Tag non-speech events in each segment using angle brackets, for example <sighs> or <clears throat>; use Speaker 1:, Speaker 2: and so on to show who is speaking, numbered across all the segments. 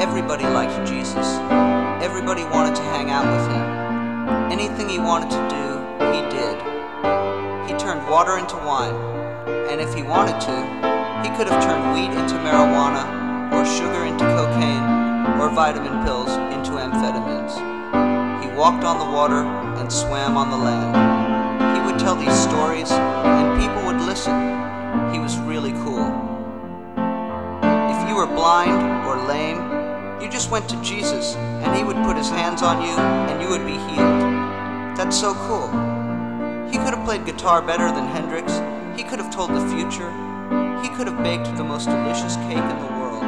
Speaker 1: everybody liked Jesus. Everybody wanted to hang out with him. Anything he wanted to do, he did. He turned water into wine, and if he wanted to, he could have turned wheat into marijuana, or sugar into cocaine, or vitamin pills into amphetamines. He walked on the water and swam on the land. He would tell these stories, and people would listen. He was really cool. If you were blind or lame, you just went to Jesus, and he would put his hands on you, and you would be healed. That's so cool. He could have played guitar better than Hendrix. He could have told the future. He could have baked the most delicious cake in the world.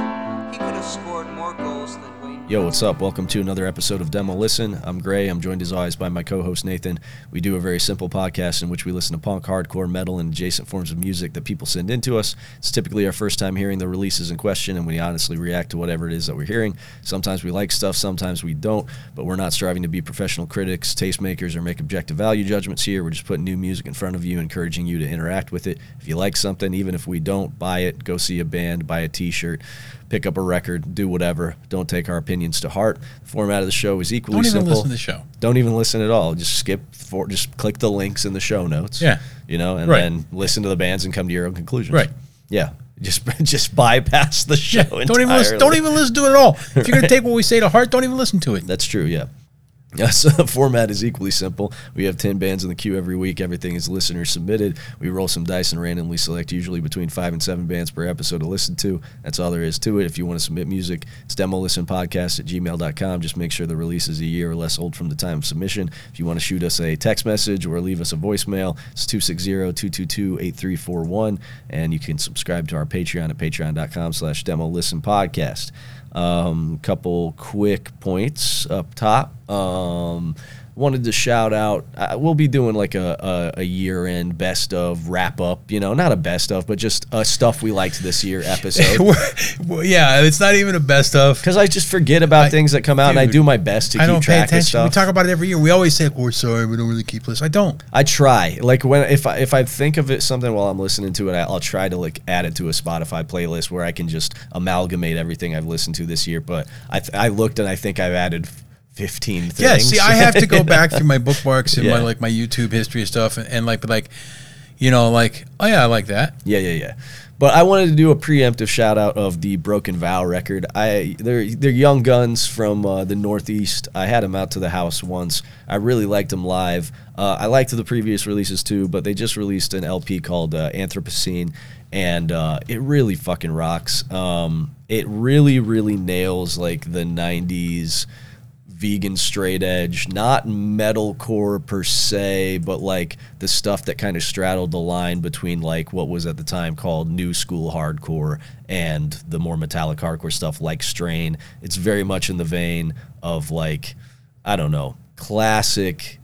Speaker 1: He could have scored more goals than Wayne.
Speaker 2: Yo, what's up? Welcome to another episode of Demo Listen. I'm Gray. I'm joined as always by my co host Nathan. We do a very simple podcast in which we listen to punk, hardcore, metal, and adjacent forms of music that people send in to us. It's typically our first time hearing the releases in question, and we honestly react to whatever it is that we're hearing. Sometimes we like stuff, sometimes we don't, but we're not striving to be professional critics, tastemakers, or make objective value judgments here. We're just putting new music in front of you, encouraging you to interact with it. If you like something, even if we don't, buy it, go see a band, buy a t shirt, pick up a record, do whatever. Don't take our opinions to heart. The format of the show is equally
Speaker 3: Don't even
Speaker 2: simple.
Speaker 3: listen to the show.
Speaker 2: Don't even listen at all. Just skip for just click the links in the show notes.
Speaker 3: Yeah.
Speaker 2: You know, and
Speaker 3: Right.
Speaker 2: then listen to the bands and come to your own conclusions.
Speaker 3: Right.
Speaker 2: Yeah. <laughs> Just just bypass the
Speaker 3: <laughs>
Speaker 2: show entirely.
Speaker 3: Don't even listen, don't even listen to it at all. If you're gonna take what we say to heart, don't even listen to it.
Speaker 2: That's true, yeah. <laughs> Yeah, so the format is equally simple. We have 10 bands in the queue every week. Everything is listener submitted. We roll some dice and randomly select usually between five and seven bands per episode to listen to. That's all there is to it. If you want to submit music, it's demo listen podcast at gmail.com. Just make sure the release is a year or less old from the time of submission. If you want to shoot us a text message or leave us a voicemail, it's 260 222 8341. And you can subscribe to our Patreon at patreon.com slash demo listen podcast. Um, couple quick points up top. Um, wanted to shout out. I, we'll be doing like a, a, a year end best of wrap up. You know, not a best of, but just uh, stuff we liked this
Speaker 3: <laughs>
Speaker 2: year episode.
Speaker 3: <laughs> We're- well, yeah, it's not even a best of.
Speaker 2: Because I just forget about
Speaker 3: I-
Speaker 2: things that come out, and I
Speaker 3: dude,
Speaker 2: do my best to
Speaker 3: I
Speaker 2: keep
Speaker 3: don't pay
Speaker 2: track of
Speaker 3: attention.
Speaker 2: stuff.
Speaker 3: We talk about it every year. We always say, "We're sorry, we don't really keep lists." I don't.
Speaker 2: I try. Like when if I if I think of it something while I'm listening to it, I, I'll try to like add it to a Spotify playlist where I can just amalgamate everything I've listened to this year. But I th- I looked and I think I've added. 15 things.
Speaker 3: Yeah, see, I
Speaker 2: <laughs>
Speaker 3: have to go back through my bookmarks and
Speaker 2: Yeah.
Speaker 3: my like my YouTube history and stuff, and, and like, but like, you know, like, oh yeah, I like that.
Speaker 2: Yeah, yeah, yeah. But I wanted to do a preemptive shout out of the Broken Vow record. I they're they're young guns from uh, the Northeast. I had them out to the house once. I really liked them live. Uh, I liked the previous releases too, but they just released an LP called uh, Anthropocene, and uh, it really fucking rocks. Um, it really, really nails like the '90s vegan straight edge, not metalcore per se, but like the stuff that kind of straddled the line between like what was at the time called new school hardcore and the more metallic hardcore stuff like Strain. It's very much in the vein of like, I don't know, classic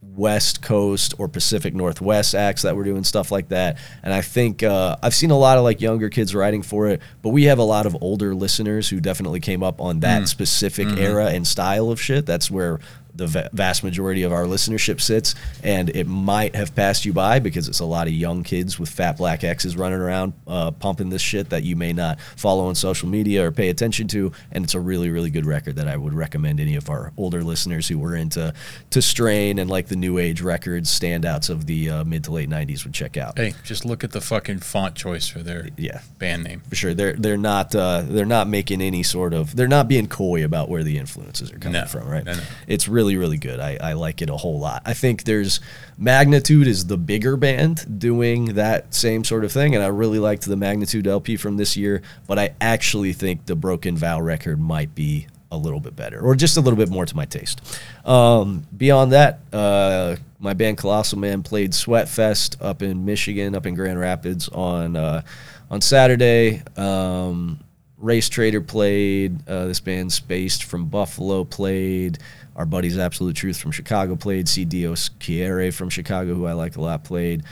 Speaker 2: West Coast or Pacific Northwest acts that were doing stuff like that. And I think uh, I've seen a lot of like younger kids writing for it, but we have a lot of older listeners who definitely came up on that specific era and style of shit. That's where the va- vast majority of our listenership sits. And it might have passed you by because it's a lot of young kids with fat black X's running around uh, pumping this shit that you may not follow on social media or pay attention to. And it's a really, really good record that I would recommend any of our older listeners who were into to Strain and like the new age records standouts of the uh, mid to late '90s would check out.
Speaker 3: Hey, just look at the fucking font choice for their
Speaker 2: Yeah.
Speaker 3: band name.
Speaker 2: For sure, they're they're not uh, they're not making any sort of they're not being coy about where the influences are coming
Speaker 3: No.
Speaker 2: from, right?
Speaker 3: No, no.
Speaker 2: It's really really good. I, I like it a whole lot. I think there's Magnitude is the bigger band doing that same sort of thing, and I really liked the Magnitude LP from this year. But I actually think the Broken Vow record might be a little bit better, or just a little bit more to my taste. Um, beyond that, uh, my band Colossal Man played Sweatfest up in Michigan, up in Grand Rapids on. Uh, on Saturday. Um, Race Trader played. Uh, this band Spaced from Buffalo played. Our buddies Absolute Truth from Chicago played. CDO Chiere from Chicago, who I like a lot, played.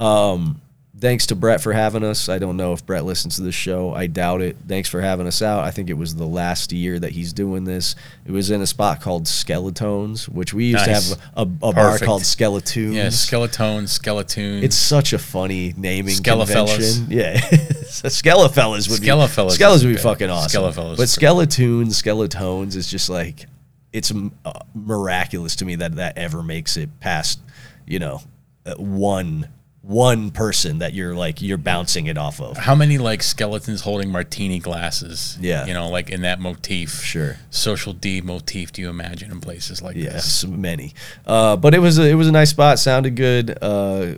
Speaker 2: Um, thanks to Brett for having us. I don't know if Brett listens to this show. I doubt it. Thanks for having us out. I think it was the last year that he's doing this. It was in a spot called Skeletones, which we used
Speaker 3: Nice.
Speaker 2: to have a, a bar
Speaker 3: Perfect.
Speaker 2: called Skeletoons.
Speaker 3: Yeah, Skeletone, Skeletoon.
Speaker 2: It's such a funny naming
Speaker 3: Skelefellas.
Speaker 2: convention. Yeah. <laughs> Skelefellas would be
Speaker 3: Skelefellas
Speaker 2: Skelas
Speaker 3: is
Speaker 2: would be
Speaker 3: good.
Speaker 2: fucking awesome.
Speaker 3: Skelefellas
Speaker 2: but
Speaker 3: is
Speaker 2: Skeletoon, Skeletones is just like it's m- uh, miraculous to me that that ever makes it past, you know, uh, one one person that you're like you're bouncing it off of.
Speaker 3: How many like skeletons holding martini glasses?
Speaker 2: Yeah.
Speaker 3: you know, like in that motif.
Speaker 2: Sure.
Speaker 3: Social D motif. Do you imagine in places like this?
Speaker 2: Yes, many. Uh, but it was a, it was a nice spot. Sounded good. Uh,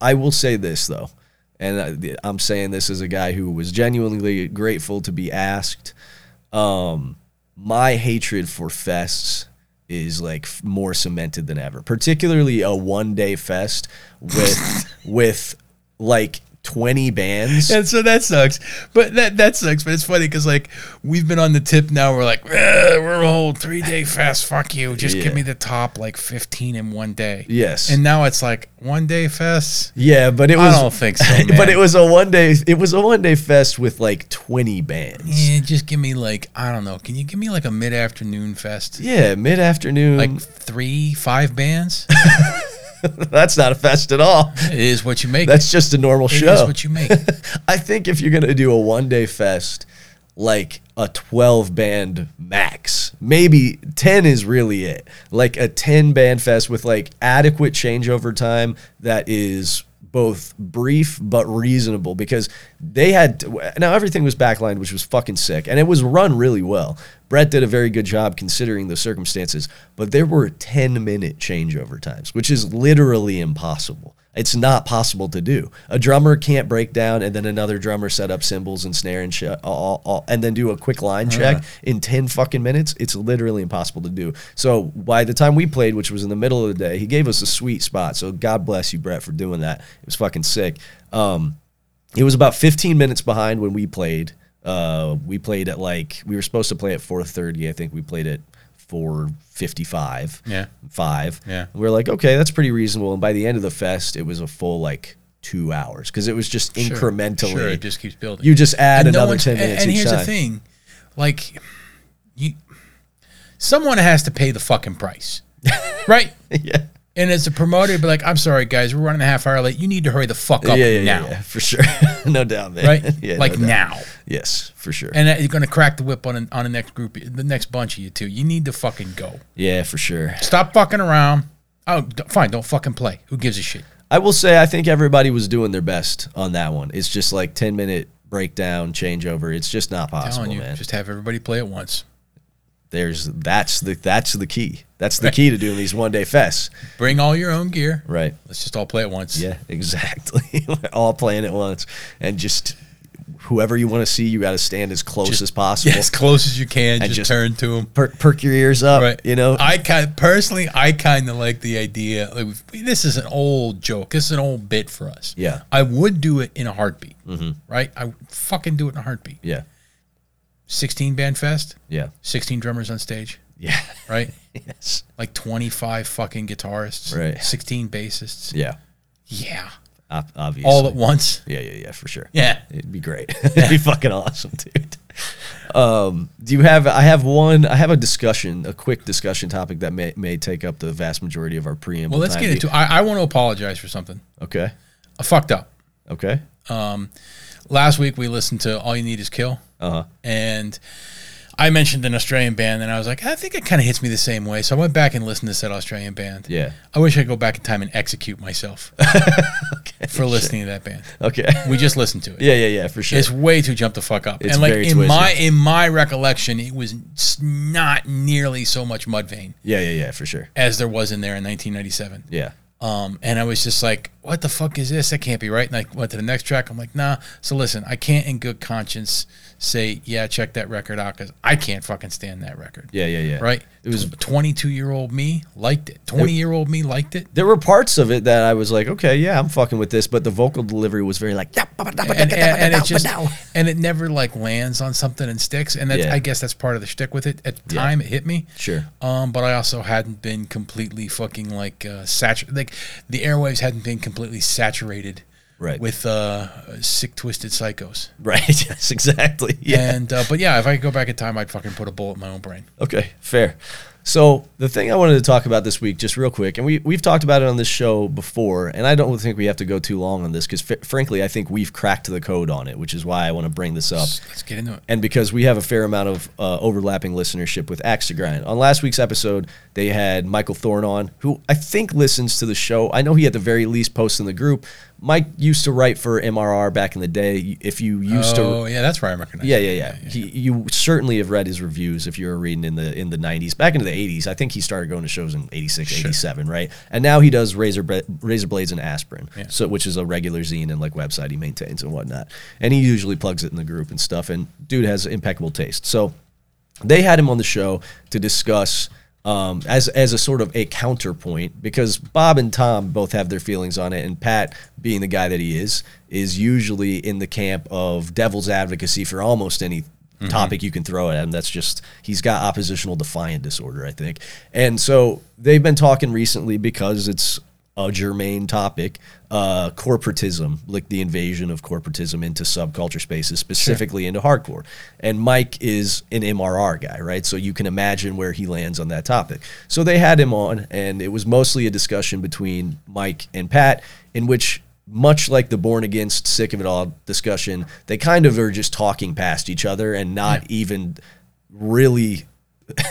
Speaker 2: I will say this though, and I, I'm saying this as a guy who was genuinely grateful to be asked. Um, my hatred for fests is like f- more cemented than ever. Particularly a one day fest
Speaker 3: <laughs>
Speaker 2: with with like 20 bands.
Speaker 3: And so that sucks, but that that sucks. But it's funny because like we've been on the tip now. We're like, "Ugh, we're old,
Speaker 2: <laughs>
Speaker 3: three day fast. Fuck you. Just
Speaker 2: Yeah.
Speaker 3: give me the top like fifteen in one day.
Speaker 2: Yes.
Speaker 3: And now it's like one day fest.
Speaker 2: Yeah, but it
Speaker 3: I
Speaker 2: was
Speaker 3: don't think so,
Speaker 2: <laughs> But
Speaker 3: man.
Speaker 2: it was a one day it was a one day fest with like 20 bands.
Speaker 3: Yeah, just give me like I don't know. Can you give me like a mid afternoon fest?
Speaker 2: Yeah, mid afternoon.
Speaker 3: Like three, five bands.
Speaker 2: <laughs> that's not a fest at
Speaker 3: <laughs>
Speaker 2: all.
Speaker 3: it is what you make.
Speaker 2: That's just a normal
Speaker 3: it. It
Speaker 2: show.
Speaker 3: is what
Speaker 2: <laughs>
Speaker 3: you make. It
Speaker 2: I think if you're gonna do a one day fest, like a 12 band max, maybe 10 is really it. Like a 10 band fest with like adequate changeover time that is both brief but reasonable because they had now everything was backlined, which was fucking sick, and it was run really well. Brett did a very good job considering the circumstances, but there were 10 minute changeover times, which is literally impossible. It's not possible to do. A drummer can't break down and then another drummer set up cymbals and snare and shit, all, all, and then do a quick line check in 10 fucking minutes. It's literally impossible to do. So by the time we played, which was in the middle of the day, he gave us a sweet spot. So God bless you, Brett, for doing that. It was fucking sick. Um, it was about 15 minutes behind when we played. Uh, we played at like we were supposed to play at 4:30. I think we played at 4:55.
Speaker 3: Yeah.
Speaker 2: five.
Speaker 3: Yeah.
Speaker 2: we were like, okay, that's pretty reasonable. And by the end of the fest, it was a full like two hours because it was just incrementally.
Speaker 3: Sure, it just keeps building.
Speaker 2: you just add
Speaker 3: no
Speaker 2: another
Speaker 3: one's-
Speaker 2: 10 minutes
Speaker 3: And,
Speaker 2: each
Speaker 3: here's
Speaker 2: time.
Speaker 3: the thing, like, you, someone has to pay the fucking price,
Speaker 2: <laughs>
Speaker 3: right?
Speaker 2: <laughs> yeah.
Speaker 3: And as a promoter, be like, I'm sorry, guys, we're running a half hour late. You need to hurry the fuck
Speaker 2: Yeah,
Speaker 3: up
Speaker 2: yeah, yeah,
Speaker 3: now,
Speaker 2: yeah, for sure, <laughs> no doubt, man.
Speaker 3: right?
Speaker 2: yeah, no
Speaker 3: like
Speaker 2: doubt.
Speaker 3: now.
Speaker 2: Yes, for sure.
Speaker 3: And that you're gonna crack the whip on an, on the next group, the next bunch of you two. You need to fucking go.
Speaker 2: yeah, for sure.
Speaker 3: Stop fucking around. Oh, d- fine, don't fucking play. Who gives a shit?
Speaker 2: I will say I think everybody was doing their best on that one. It's just like ten minute breakdown, changeover. It's just not
Speaker 3: I'm
Speaker 2: possible,
Speaker 3: telling you,
Speaker 2: man.
Speaker 3: just have everybody play at once.
Speaker 2: There's that's the that's the key. That's the
Speaker 3: Right.
Speaker 2: key to doing these one day fests.
Speaker 3: Bring all your own gear.
Speaker 2: Right.
Speaker 3: Let's just all play at once.
Speaker 2: <laughs>
Speaker 3: <laughs>
Speaker 2: Yeah, exactly. <laughs> We're all playing at once. And just whoever you want to see, you gotta stand as close as possible.
Speaker 3: Yeah, as close as you can. Just,
Speaker 2: just-
Speaker 3: turn to them.
Speaker 2: Perk, perk your ears up,
Speaker 3: Right.
Speaker 2: you know.
Speaker 3: I kind personally, I kind of like the idea. Like, we've- this is an old joke. This is an old bit for us.
Speaker 2: Yeah. Mm-hmm.
Speaker 3: I would do it in a heartbeat. Right. I would fucking do it in a heartbeat.
Speaker 2: yeah,
Speaker 3: Sixteen band fest.
Speaker 2: yeah,
Speaker 3: Sixteen drummers on stage.
Speaker 2: yeah,
Speaker 3: Right.
Speaker 2: <laughs> yes,
Speaker 3: like twenty five fucking guitarists.
Speaker 2: Right.
Speaker 3: Sixteen bassists.
Speaker 2: yeah.
Speaker 3: Yeah.
Speaker 2: Ob- obviously,
Speaker 3: All at once.
Speaker 2: yeah, yeah, yeah, for sure.
Speaker 3: Yeah.
Speaker 2: It'd be great. <laughs> It'd be fucking awesome, dude. Um, do you have? I have one. I have a discussion, a quick discussion topic that may may take up the vast majority of our preamble.
Speaker 3: Well, let's
Speaker 2: time
Speaker 3: get
Speaker 2: here.
Speaker 3: into. I, I want to apologize for something.
Speaker 2: Okay.
Speaker 3: I fucked up.
Speaker 2: Okay.
Speaker 3: last week we listened to All You Need Is Kill.
Speaker 2: Uh-huh.
Speaker 3: And I mentioned an Australian band, and I was like, I think it kind of hits me the same way. So I went back and listened to said Australian band.
Speaker 2: Yeah.
Speaker 3: I wish I could go back in time and execute myself <laughs> for listening to that band.
Speaker 2: Okay. <laughs>
Speaker 3: We just listened to it.
Speaker 2: yeah, yeah, yeah, for sure.
Speaker 3: It's way too jump the fuck up.
Speaker 2: It's
Speaker 3: and like
Speaker 2: very
Speaker 3: in
Speaker 2: twisted.
Speaker 3: my in my recollection, it was s- not nearly so much Mudvayne
Speaker 2: yeah, yeah, yeah, for sure.
Speaker 3: as there was in there in 1997.
Speaker 2: Yeah.
Speaker 3: Um, and I was just like, what the fuck is this? That can't be right. And I went to the next track. I'm like, nah. So listen, I can't in good conscience say, yeah, check that record out because I can't fucking stand that record.
Speaker 2: Yeah, yeah, yeah.
Speaker 3: Right?
Speaker 2: It was
Speaker 3: 22 year old me liked it. 20 year old me liked it.
Speaker 2: there were parts of it that I was like, okay, yeah, I'm fucking with this, but the vocal delivery was very like,
Speaker 3: And, and, and it just and it never like lands on something and sticks. And that's,
Speaker 2: Yeah.
Speaker 3: I guess that's part of the shtick with it. At the
Speaker 2: Yeah.
Speaker 3: time, it hit me.
Speaker 2: Sure.
Speaker 3: Um, but I also hadn't been completely fucking like uh, saturated. Like the airwaves hadn't been completely saturated
Speaker 2: Right.
Speaker 3: with uh, sick, twisted psychos.
Speaker 2: <laughs> right. <laughs> Yes, exactly. Yeah.
Speaker 3: And uh, but yeah, if I could go back in time, I'd fucking put a bullet in my own brain.
Speaker 2: Okay, fair. So the thing I wanted to talk about this week, just real quick, and we we've talked about it on this show before, and I don't think we have to go too long on this because, f- frankly, I think we've cracked the code on it, which is why I want to bring this up,
Speaker 3: Let's get into it.
Speaker 2: and because we have a fair amount of uh, overlapping listenership with Axe to Grind. On last week's episode, they had Michael Thorne on, who I think listens to the show. I know he at the very least posts in the group. Mike used to write for MRR back in the day. If you used to
Speaker 3: Oh, yeah, that's where I recognize.
Speaker 2: yeah,
Speaker 3: it.
Speaker 2: yeah, yeah. He, you certainly have read his reviews if you were reading in the in the 90s, back into the 80s. I think he started going to shows in 86, 87, right? And now he does razor Bre- razor blades and aspirin, so which is a regular zine and like website he maintains and whatnot. And he usually plugs it in the group and stuff. And dude has impeccable taste. So they had him on the show to discuss um, as as a sort of a counterpoint because Bob and Tom both have their feelings on it, and Pat, being the guy that he is, is usually in the camp of devil's advocacy for almost any topic you can throw at him. That's just he's got oppositional defiant disorder, I think, and so they've been talking recently because it's a germane topic, uh, corporatism, like the invasion of corporatism into subculture spaces, specifically into hardcore. And Mike is an MRR guy, right? So you can imagine where he lands on that topic. So they had him on, and it was mostly a discussion between Mike and Pat, in which much like the born against sick of it all discussion, they kind of are just talking past each other and not even really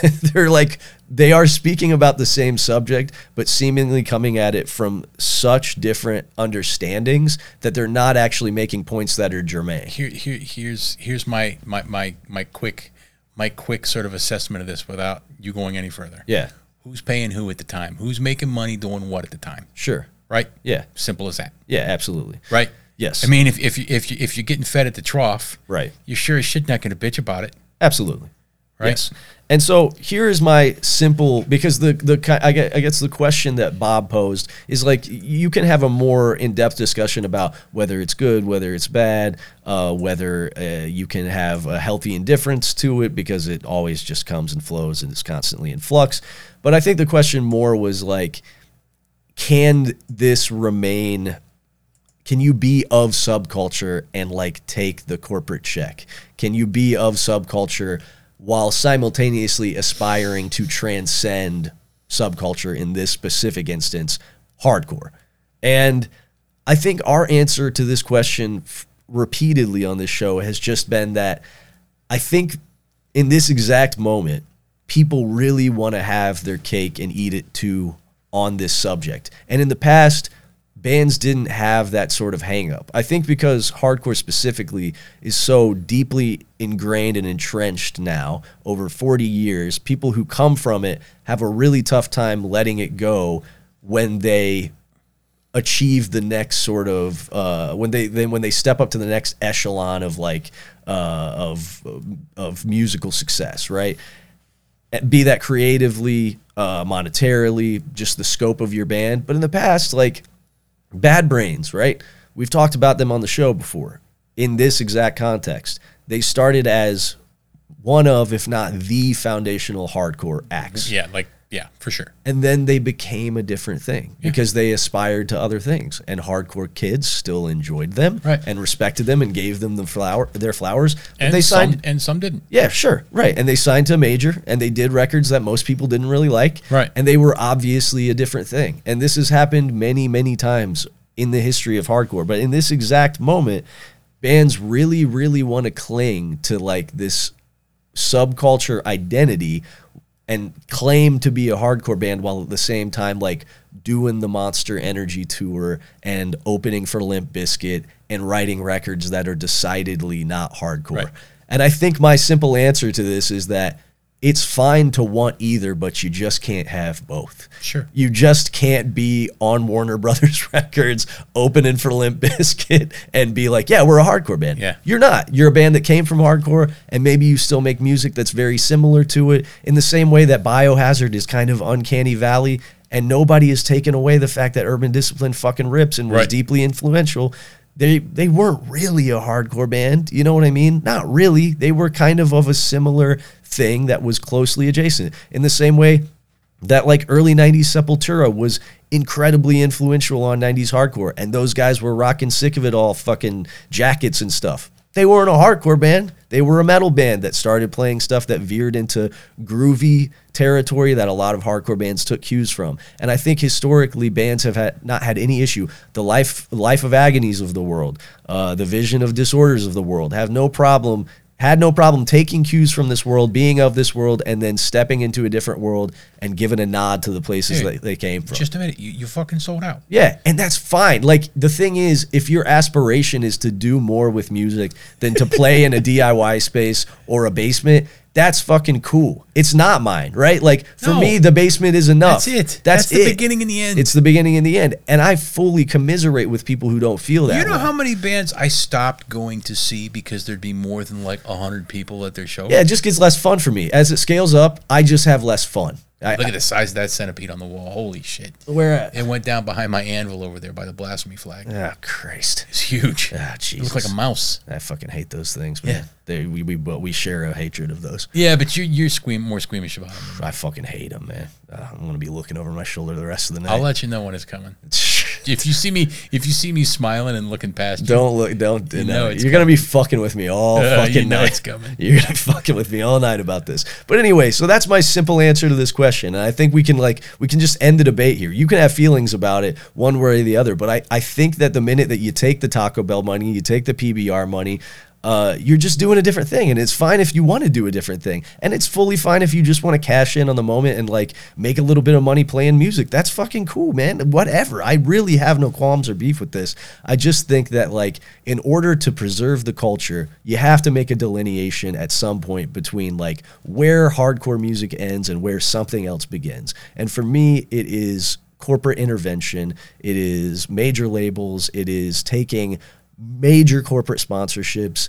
Speaker 2: <laughs> they're like they are speaking about the same subject but seemingly coming at it from such different understandings that they're not actually making points that are germane
Speaker 3: Here, here, here's here's my my my my quick my quick sort of assessment of this without you going any further.
Speaker 2: yeah
Speaker 3: Who's paying who at the time? Who's making money doing what at the time?
Speaker 2: sure
Speaker 3: Right.
Speaker 2: yeah
Speaker 3: Simple as that.
Speaker 2: yeah absolutely
Speaker 3: Right.
Speaker 2: yes
Speaker 3: I mean, if if you if you if you're getting fed at the trough,
Speaker 2: Right.
Speaker 3: You're sure as shit not going to bitch about it.
Speaker 2: Absolutely.
Speaker 3: Right?
Speaker 2: Yes. And so here is my simple because the the ki- I gue- I guess the question that Bob posed is like you can have a more in depth discussion about whether it's good, whether it's bad, uh, whether uh, you can have a healthy indifference to it because it always just comes and flows and is constantly in flux. But I think the question more was like, can this remain can you be of subculture and like take the corporate check? Can you be of subculture while simultaneously aspiring to transcend subculture in this specific instance, hardcore? And I think our answer to this question f- repeatedly on this show has just been that I think in this exact moment, people really want to have their cake and eat it too on this subject. And in the past, bands didn't have that sort of hang up. I think because hardcore specifically is so deeply ingrained and entrenched now over 40 years, people who come from it have a really tough time letting it go when they achieve the next sort of uh, when they then when they step up to the next echelon of like uh, of of musical success, right? Eh, Be that creatively, uh, monetarily, just the scope of your band. But in the past, like Bad Brains, right? We've talked about them on the show before. In this exact context, they started as one of, if not the foundational hardcore acts
Speaker 3: Yeah. Like yeah, for sure.
Speaker 2: and then they became a different thing because they aspired to other things and hardcore kids still enjoyed them
Speaker 3: Right.
Speaker 2: and respected them and gave them the flower their flowers But
Speaker 3: And
Speaker 2: they signed
Speaker 3: some, and some didn't.
Speaker 2: yeah sure right and they signed to a major and they did records that most people didn't really like
Speaker 3: Right.
Speaker 2: and they were obviously a different thing and this has happened many many times in the history of hardcore but in this exact moment bands really really want to cling to like this subculture identity and claim to be a hardcore band while at the same time like doing the monster energy tour and opening for limp bizkit and writing records that are decidedly not hardcore
Speaker 3: Right.
Speaker 2: and i think my simple answer to this is that it's fine to want either but you just can't have both
Speaker 3: Sure.
Speaker 2: you just can't be on warner brothers <laughs> records opening for limp bizkit and be like yeah we're a hardcore band
Speaker 3: Yeah.
Speaker 2: you're not. You're a band that came from hardcore, and maybe you still make music that's very similar to it, in the same way that Biohazard is kind of Uncanny Valley, and nobody has taken away the fact that Urban Discipline fucking rips and was
Speaker 3: Right.
Speaker 2: deeply influential. They they weren't really a hardcore band, you know what I mean? Not really. They were kind of of a similar thing that was closely adjacent. In the same way that like early 90s Sepultura was incredibly influential on 90s hardcore and those guys were rocking sick of it all fucking jackets and stuff. They weren't a hardcore band. They were a metal band that started playing stuff that veered into groovy territory that a lot of hardcore bands took cues from. And I think historically, bands have had, not had any issue. The life, life of agonies of the world, uh, the vision of disorders of the world have no problem had no problem taking cues from this world, being of this world, and then stepping into a different world and giving a nod to the places
Speaker 3: Dude,
Speaker 2: that they came from.
Speaker 3: Just a minute. You, you fucking sold out.
Speaker 2: yeah, and that's fine. Like the thing is, if your aspiration is to do more with music than to play
Speaker 3: <laughs>
Speaker 2: in a DIY space or a basement, that's fucking cool. It's not mine, right? Like for
Speaker 3: No.
Speaker 2: me, the basement is enough.
Speaker 3: That's it. That's the beginning and the end.
Speaker 2: It's the beginning and the end, and I fully commiserate with people who don't feel that.
Speaker 3: You know
Speaker 2: way.
Speaker 3: how many bands I stopped going to see because there'd be more than like hundred people at their show.
Speaker 2: Yeah, it just gets less fun for me as it scales up. I just have less fun. I,
Speaker 3: Look at the size of that centipede on the wall. Holy shit!
Speaker 2: where at?
Speaker 3: It went down behind my anvil over there by the blasphemy flag.
Speaker 2: Ah, Christ.
Speaker 3: It's huge.
Speaker 2: Ah,
Speaker 3: it
Speaker 2: Jesus.
Speaker 3: looked like a mouse.
Speaker 2: I fucking hate those things, man.
Speaker 3: Yeah.
Speaker 2: They, we, we, but we share a hatred of those.
Speaker 3: Yeah, but you you're squeam more squeamish about it.
Speaker 2: I fucking hate them, man. Uh, I'm going to be looking over my shoulder the rest of the night.
Speaker 3: I'll let you know when it's coming. If you see me, if you see me smiling and looking past
Speaker 2: <laughs>
Speaker 3: you,
Speaker 2: don't look, don't. You
Speaker 3: know it's
Speaker 2: you're going to be fucking with me all
Speaker 3: Uh,
Speaker 2: fucking
Speaker 3: <laughs> you know
Speaker 2: night.
Speaker 3: it's coming.
Speaker 2: <laughs> You're going to be fucking with me all night about this. But anyway, so that's my simple answer to this question. And I think we can, like, we can just end the debate here. You can have feelings about it one way or the other. But I, I think that the minute that you take the Taco Bell money, you take the PBR money, uh, you're just doing a different thing. And it's fine if you want to do a different thing. And it's fully fine if you just want to cash in on the moment and like make a little bit of money playing music. That's fucking cool, man. Whatever. I really have no qualms or beef with this. I just think that like in order to preserve the culture, you have to make a delineation at some point between like where hardcore music ends and where something else begins. And for me, it is corporate intervention, it is major labels, it is taking major corporate sponsorships.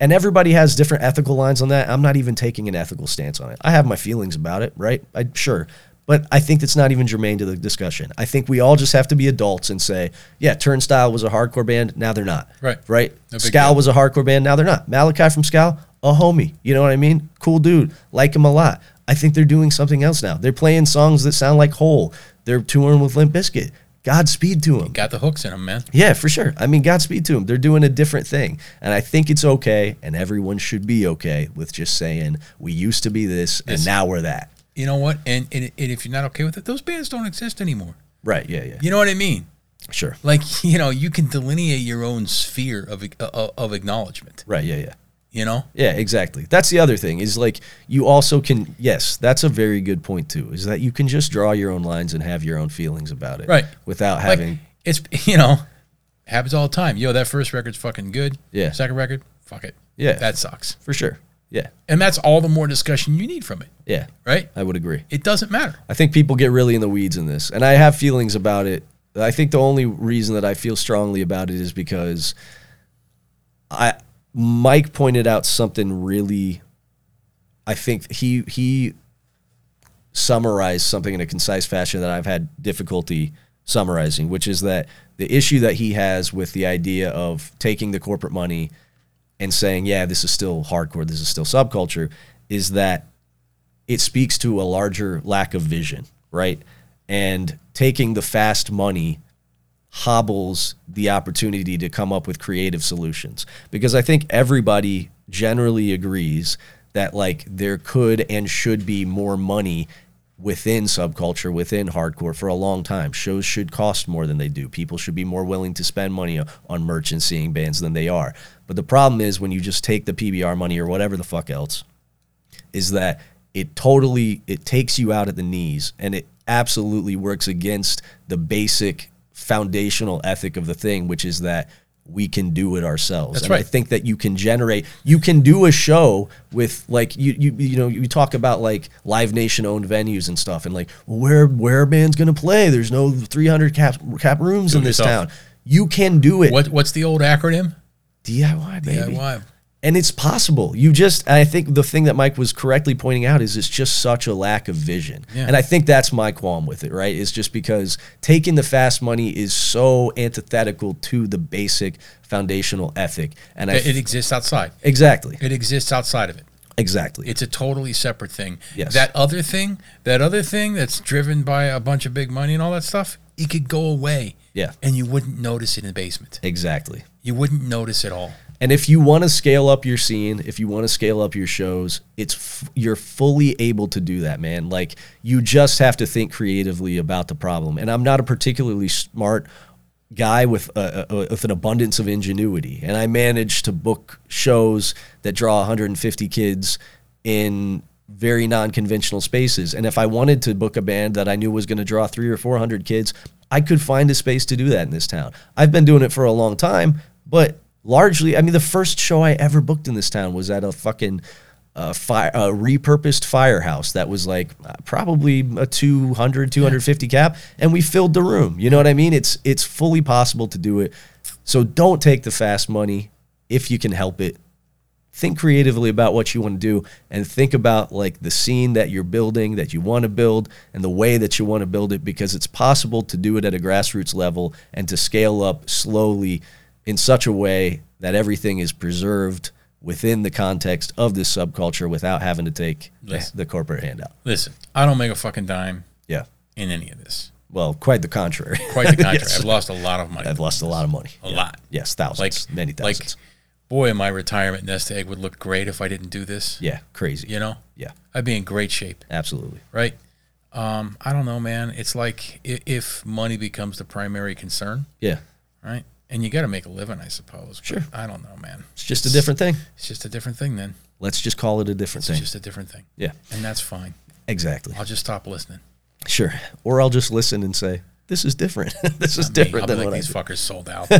Speaker 2: And everybody has different ethical lines on that. I'm not even taking an ethical stance on it. I have my feelings about it, right? I sure. But I think that's not even germane to the discussion. I think we all just have to be adults and say, yeah, Turnstile was a hardcore band, now they're not.
Speaker 3: Right.
Speaker 2: Right?
Speaker 3: No big
Speaker 2: Scowl
Speaker 3: deal.
Speaker 2: was a hardcore band, now they're not. Malachi from Scowl, a homie. You know what I mean? Cool dude. Like him a lot. I think they're doing something else now. They're playing songs that sound like Hole. They're touring with Limp Bizkit. Godspeed to them.
Speaker 3: got the hooks in them, man.
Speaker 2: Yeah, for sure. I mean, Godspeed to them. They're doing a different thing. And I think it's okay, and everyone should be okay with just saying, we used to be this, and
Speaker 3: Yes.
Speaker 2: now we're that.
Speaker 3: You know what? And, and and if you're not okay with it, those bands don't exist anymore.
Speaker 2: Right. Yeah. Yeah.
Speaker 3: You know what I mean?
Speaker 2: Sure.
Speaker 3: Like <laughs> you know, you can delineate your own sphere of uh, of acknowledgement.
Speaker 2: Right. Yeah. Yeah.
Speaker 3: You know,
Speaker 2: Yeah, exactly. That's the other thing is like you also can yes, that's a very good point too. Is that you can just draw your own lines and have your own feelings about it,
Speaker 3: Right.
Speaker 2: Without
Speaker 3: like
Speaker 2: having
Speaker 3: it's <laughs> you know happens all the time. Yo, that first record's fucking good.
Speaker 2: Yeah.
Speaker 3: Second record, fuck it.
Speaker 2: Yeah.
Speaker 3: That sucks.
Speaker 2: for sure. Yeah,
Speaker 3: And that's all the more discussion you need from it,
Speaker 2: yeah,
Speaker 3: right?
Speaker 2: I would agree.
Speaker 3: It doesn't matter.
Speaker 2: I think people get really in the weeds in this, and I have feelings about it. I think the only reason that I feel strongly about it is because I Mike pointed out something really. I think he he summarized something in a concise fashion that I've had difficulty summarizing, which is that the issue that he has with the idea of taking the corporate money and saying, "Yeah, this is still hardcore, this is still subculture," is that it speaks to a larger lack of vision, right? And taking the fast money hobbles the opportunity to come up with creative solutions because I think everybody generally agrees that like there could and should be more money within subculture within hardcore for a long time shows should cost more than they do people should be more willing to spend money o- on merch and seeing bands than they are but the problem is when you just take the PBR money or whatever the fuck else is that it totally it takes you out at the knees and it absolutely works against the basic foundational ethic of the thing which is that we can do it ourselves
Speaker 3: That's
Speaker 2: and i
Speaker 3: right.
Speaker 2: think that you can generate you can do a show with like you you you know you talk about like live nation owned venues and stuff and like well, where where are bands going to play there's no 300 cap cap rooms
Speaker 3: Do
Speaker 2: in
Speaker 3: it
Speaker 2: this
Speaker 3: yourself.
Speaker 2: town you can do it
Speaker 3: What what's the old acronym?
Speaker 2: diy baby
Speaker 3: DIY.
Speaker 2: and it's possible. You just, I think the thing that Mike was correctly pointing out is it's just such a lack of vision.
Speaker 3: Yeah.
Speaker 2: And I think that's my qualm with it, right? It's just because taking the fast money is so antithetical to the basic foundational ethic. And I,
Speaker 3: It, it exists outside.
Speaker 2: exactly,
Speaker 3: It exists outside of it.
Speaker 2: exactly.
Speaker 3: It's a totally separate thing.
Speaker 2: Yes.
Speaker 3: That other thing, that other thing that's driven by a bunch of big money and all that stuff, it could go away.
Speaker 2: Yeah.
Speaker 3: And you wouldn't notice it in the basement.
Speaker 2: exactly.
Speaker 3: You wouldn't notice at all.
Speaker 2: And if you want to scale up your scene, if you want to scale up your shows, it's f- you're fully able to do that, man. Like you just have to think creatively about the problem. And I'm not a particularly smart guy with a, a, with an abundance of ingenuity, and I managed to book shows that draw 150 kids in very non-conventional spaces. And if I wanted to book a band that I knew was going to draw three or 400 kids, I could find a space to do that in this town. I've been doing it for a long time, but largely, I mean, the first show I ever booked in this town was at a fucking uh, fire, a repurposed firehouse that was like uh, probably a 200, 250 cap, and we filled the room. You know what I mean? It's it's fully possible to do it. So don't take the fast money if you can help it. Think creatively about what you want to do, and think about like the scene that you're building, that you want to build, and the way that you want to build it, because it's possible to do it at a grassroots level and to scale up slowly in such a way that everything is preserved within the context of this subculture without having to take the-
Speaker 3: Yes.
Speaker 2: the, corporate handout.
Speaker 3: Listen, I don't make a fucking dime
Speaker 2: Yeah.
Speaker 3: in any of this.
Speaker 2: Well, quite the contrary.
Speaker 3: Quite
Speaker 2: <laughs>
Speaker 3: the contrary.
Speaker 2: Yes.
Speaker 3: I've lost a lot of money.
Speaker 2: I've lost a lot of money.
Speaker 3: a
Speaker 2: Yeah.
Speaker 3: lot.
Speaker 2: Yes, thousands,
Speaker 3: Like
Speaker 2: many thousands.
Speaker 3: Like, boy, my retirement nest egg would look great if I didn't do this.
Speaker 2: yeah, crazy.
Speaker 3: You know,
Speaker 2: Yeah,
Speaker 3: I'd be in great shape,
Speaker 2: absolutely.
Speaker 3: right? Um, I don't know, man. It's like i- if money becomes the primary concern,
Speaker 2: Yeah,
Speaker 3: right? And you got to make a living, I suppose. but
Speaker 2: Sure.
Speaker 3: I don't know, man.
Speaker 2: it's just a different thing.
Speaker 3: It's just a different thing. Then
Speaker 2: Let's just call it a different
Speaker 3: it's
Speaker 2: thing.
Speaker 3: just a different thing,
Speaker 2: yeah,
Speaker 3: and that's fine.
Speaker 2: exactly.
Speaker 3: I'll just stop listening.
Speaker 2: Sure. Or I'll just listen and say, this is different. <laughs> this is
Speaker 3: I mean,
Speaker 2: different
Speaker 3: I'll
Speaker 2: than
Speaker 3: be
Speaker 2: what I
Speaker 3: like these
Speaker 2: did."
Speaker 3: fuckers
Speaker 2: <laughs>
Speaker 3: sold out.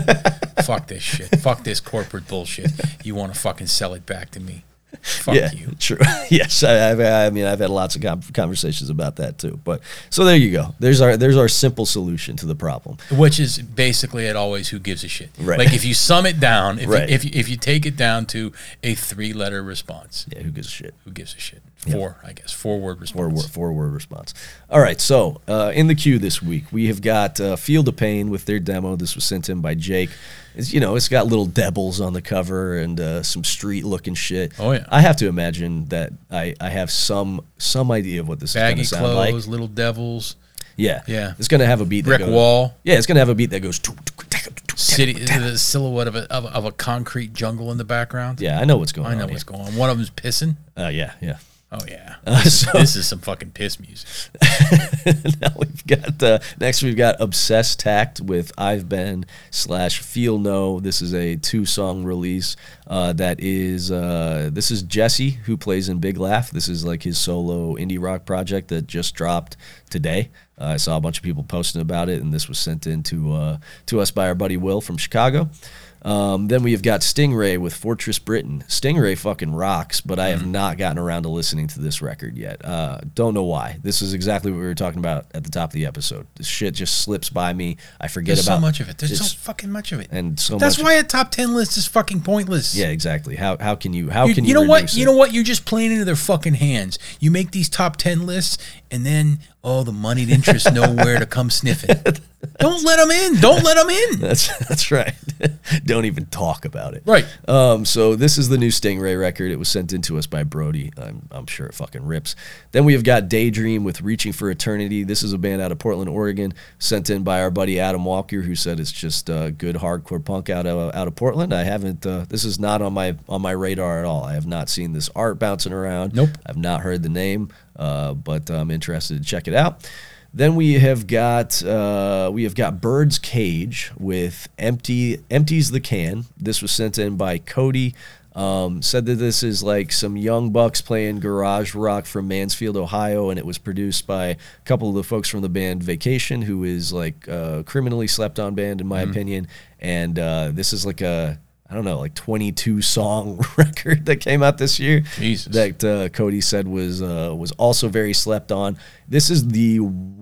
Speaker 3: Fuck this shit. Fuck this corporate bullshit. You want to fucking sell it back to me? Fuck
Speaker 2: yeah,
Speaker 3: you.
Speaker 2: True. <laughs> yes, I, I've, I mean I've had lots of com- conversations about that too. But so there you go. There's our there's our simple solution to the problem.
Speaker 3: Which is basically it always who gives a shit.
Speaker 2: Right.
Speaker 3: Like if you sum it down, if,
Speaker 2: Right.
Speaker 3: you, if, you, if you take it down to a three letter response,
Speaker 2: Yeah, who gives a shit?
Speaker 3: who gives a shit? Four, I guess. Four word
Speaker 2: Four
Speaker 3: response.
Speaker 2: word, four word response. All right, so uh, in the queue this week we have got uh, Field of Pain with their demo. This was sent in by Jake. It's, you know, it's got little devils on the cover and uh, some street looking shit.
Speaker 3: Oh, yeah.
Speaker 2: I have to imagine that I, I have some some idea of what this
Speaker 3: Baggy
Speaker 2: is going to sound
Speaker 3: clothes,
Speaker 2: like.
Speaker 3: little devils,
Speaker 2: Yeah,
Speaker 3: Yeah.
Speaker 2: It's going to have a beat. that
Speaker 3: brick
Speaker 2: goes-
Speaker 3: wall,
Speaker 2: Yeah, it's going to have a beat that goes.
Speaker 3: city, the silhouette of a, of, a- of a concrete jungle in the background.
Speaker 2: Yeah, I know what's going on.
Speaker 3: I know
Speaker 2: here.
Speaker 3: what's going on. One of them's pissing.
Speaker 2: Uh, yeah, yeah.
Speaker 3: Oh, yeah.
Speaker 2: <laughs> Uh,
Speaker 3: this,
Speaker 2: so-
Speaker 3: is, this is some fucking piss music.
Speaker 2: <laughs> now we've got uh, next we've got obsessed tact with I've been slash feel no. This is a two song release uh, that is uh, this is Jesse who plays in Big Laugh. This is like his solo indie rock project that just dropped today. Uh, I saw a bunch of people posting about it, and this was sent in to uh, to us by our buddy Will from Chicago. Um, then we've got Stingray with Fortress Britain. Stingray fucking rocks, but I
Speaker 3: Mm-hmm.
Speaker 2: have not gotten around to listening to this record yet. Uh, don't know why. This is exactly what we were talking about at the top of the episode. This shit just slips by me. I forget
Speaker 3: There's
Speaker 2: about
Speaker 3: so much of it. There's
Speaker 2: it's-
Speaker 3: so fucking much of it.
Speaker 2: and so
Speaker 3: That's
Speaker 2: much.
Speaker 3: why a top ten list is fucking pointless.
Speaker 2: Yeah, exactly. How how can you how
Speaker 3: You,
Speaker 2: can you
Speaker 3: you know what?
Speaker 2: reduce
Speaker 3: You
Speaker 2: it?
Speaker 3: know what? You're just playing into their fucking hands. You make these top ten lists, and then oh, the moneyed interests
Speaker 2: <laughs>
Speaker 3: know where to come sniffing. Don't let them in. Don't let them
Speaker 2: <laughs> <laughs>
Speaker 3: in.
Speaker 2: That's that's right. Don't even talk about it.
Speaker 3: Right.
Speaker 2: Um, so this is the new Stingray record. It was sent in to us by Brody. I'm, I'm sure it fucking rips. Then we have got Daydream with Reaching for Eternity. This is a band out of Portland, Oregon, sent in by our buddy Adam Walker, who said it's just uh, good hardcore punk out of out of Portland. I haven't. Uh, this is not on my on my radar at all. I have not seen this art bouncing around.
Speaker 3: Nope.
Speaker 2: I've not heard the name, uh, but I'm interested to check it out. Then we have got uh, we have got Bird's Cage with empty empties the can. This was sent in by Cody. Um, said that this is like some young bucks playing garage rock from Mansfield, Ohio, and it was produced by a couple of the folks from the band Vacation, who is like a criminally slept on band in my opinion. And uh, this is like a I don't know like 22 song <laughs> record that came out this year
Speaker 3: Jesus.
Speaker 2: that that uh, Cody said was uh, was also very slept on. This is the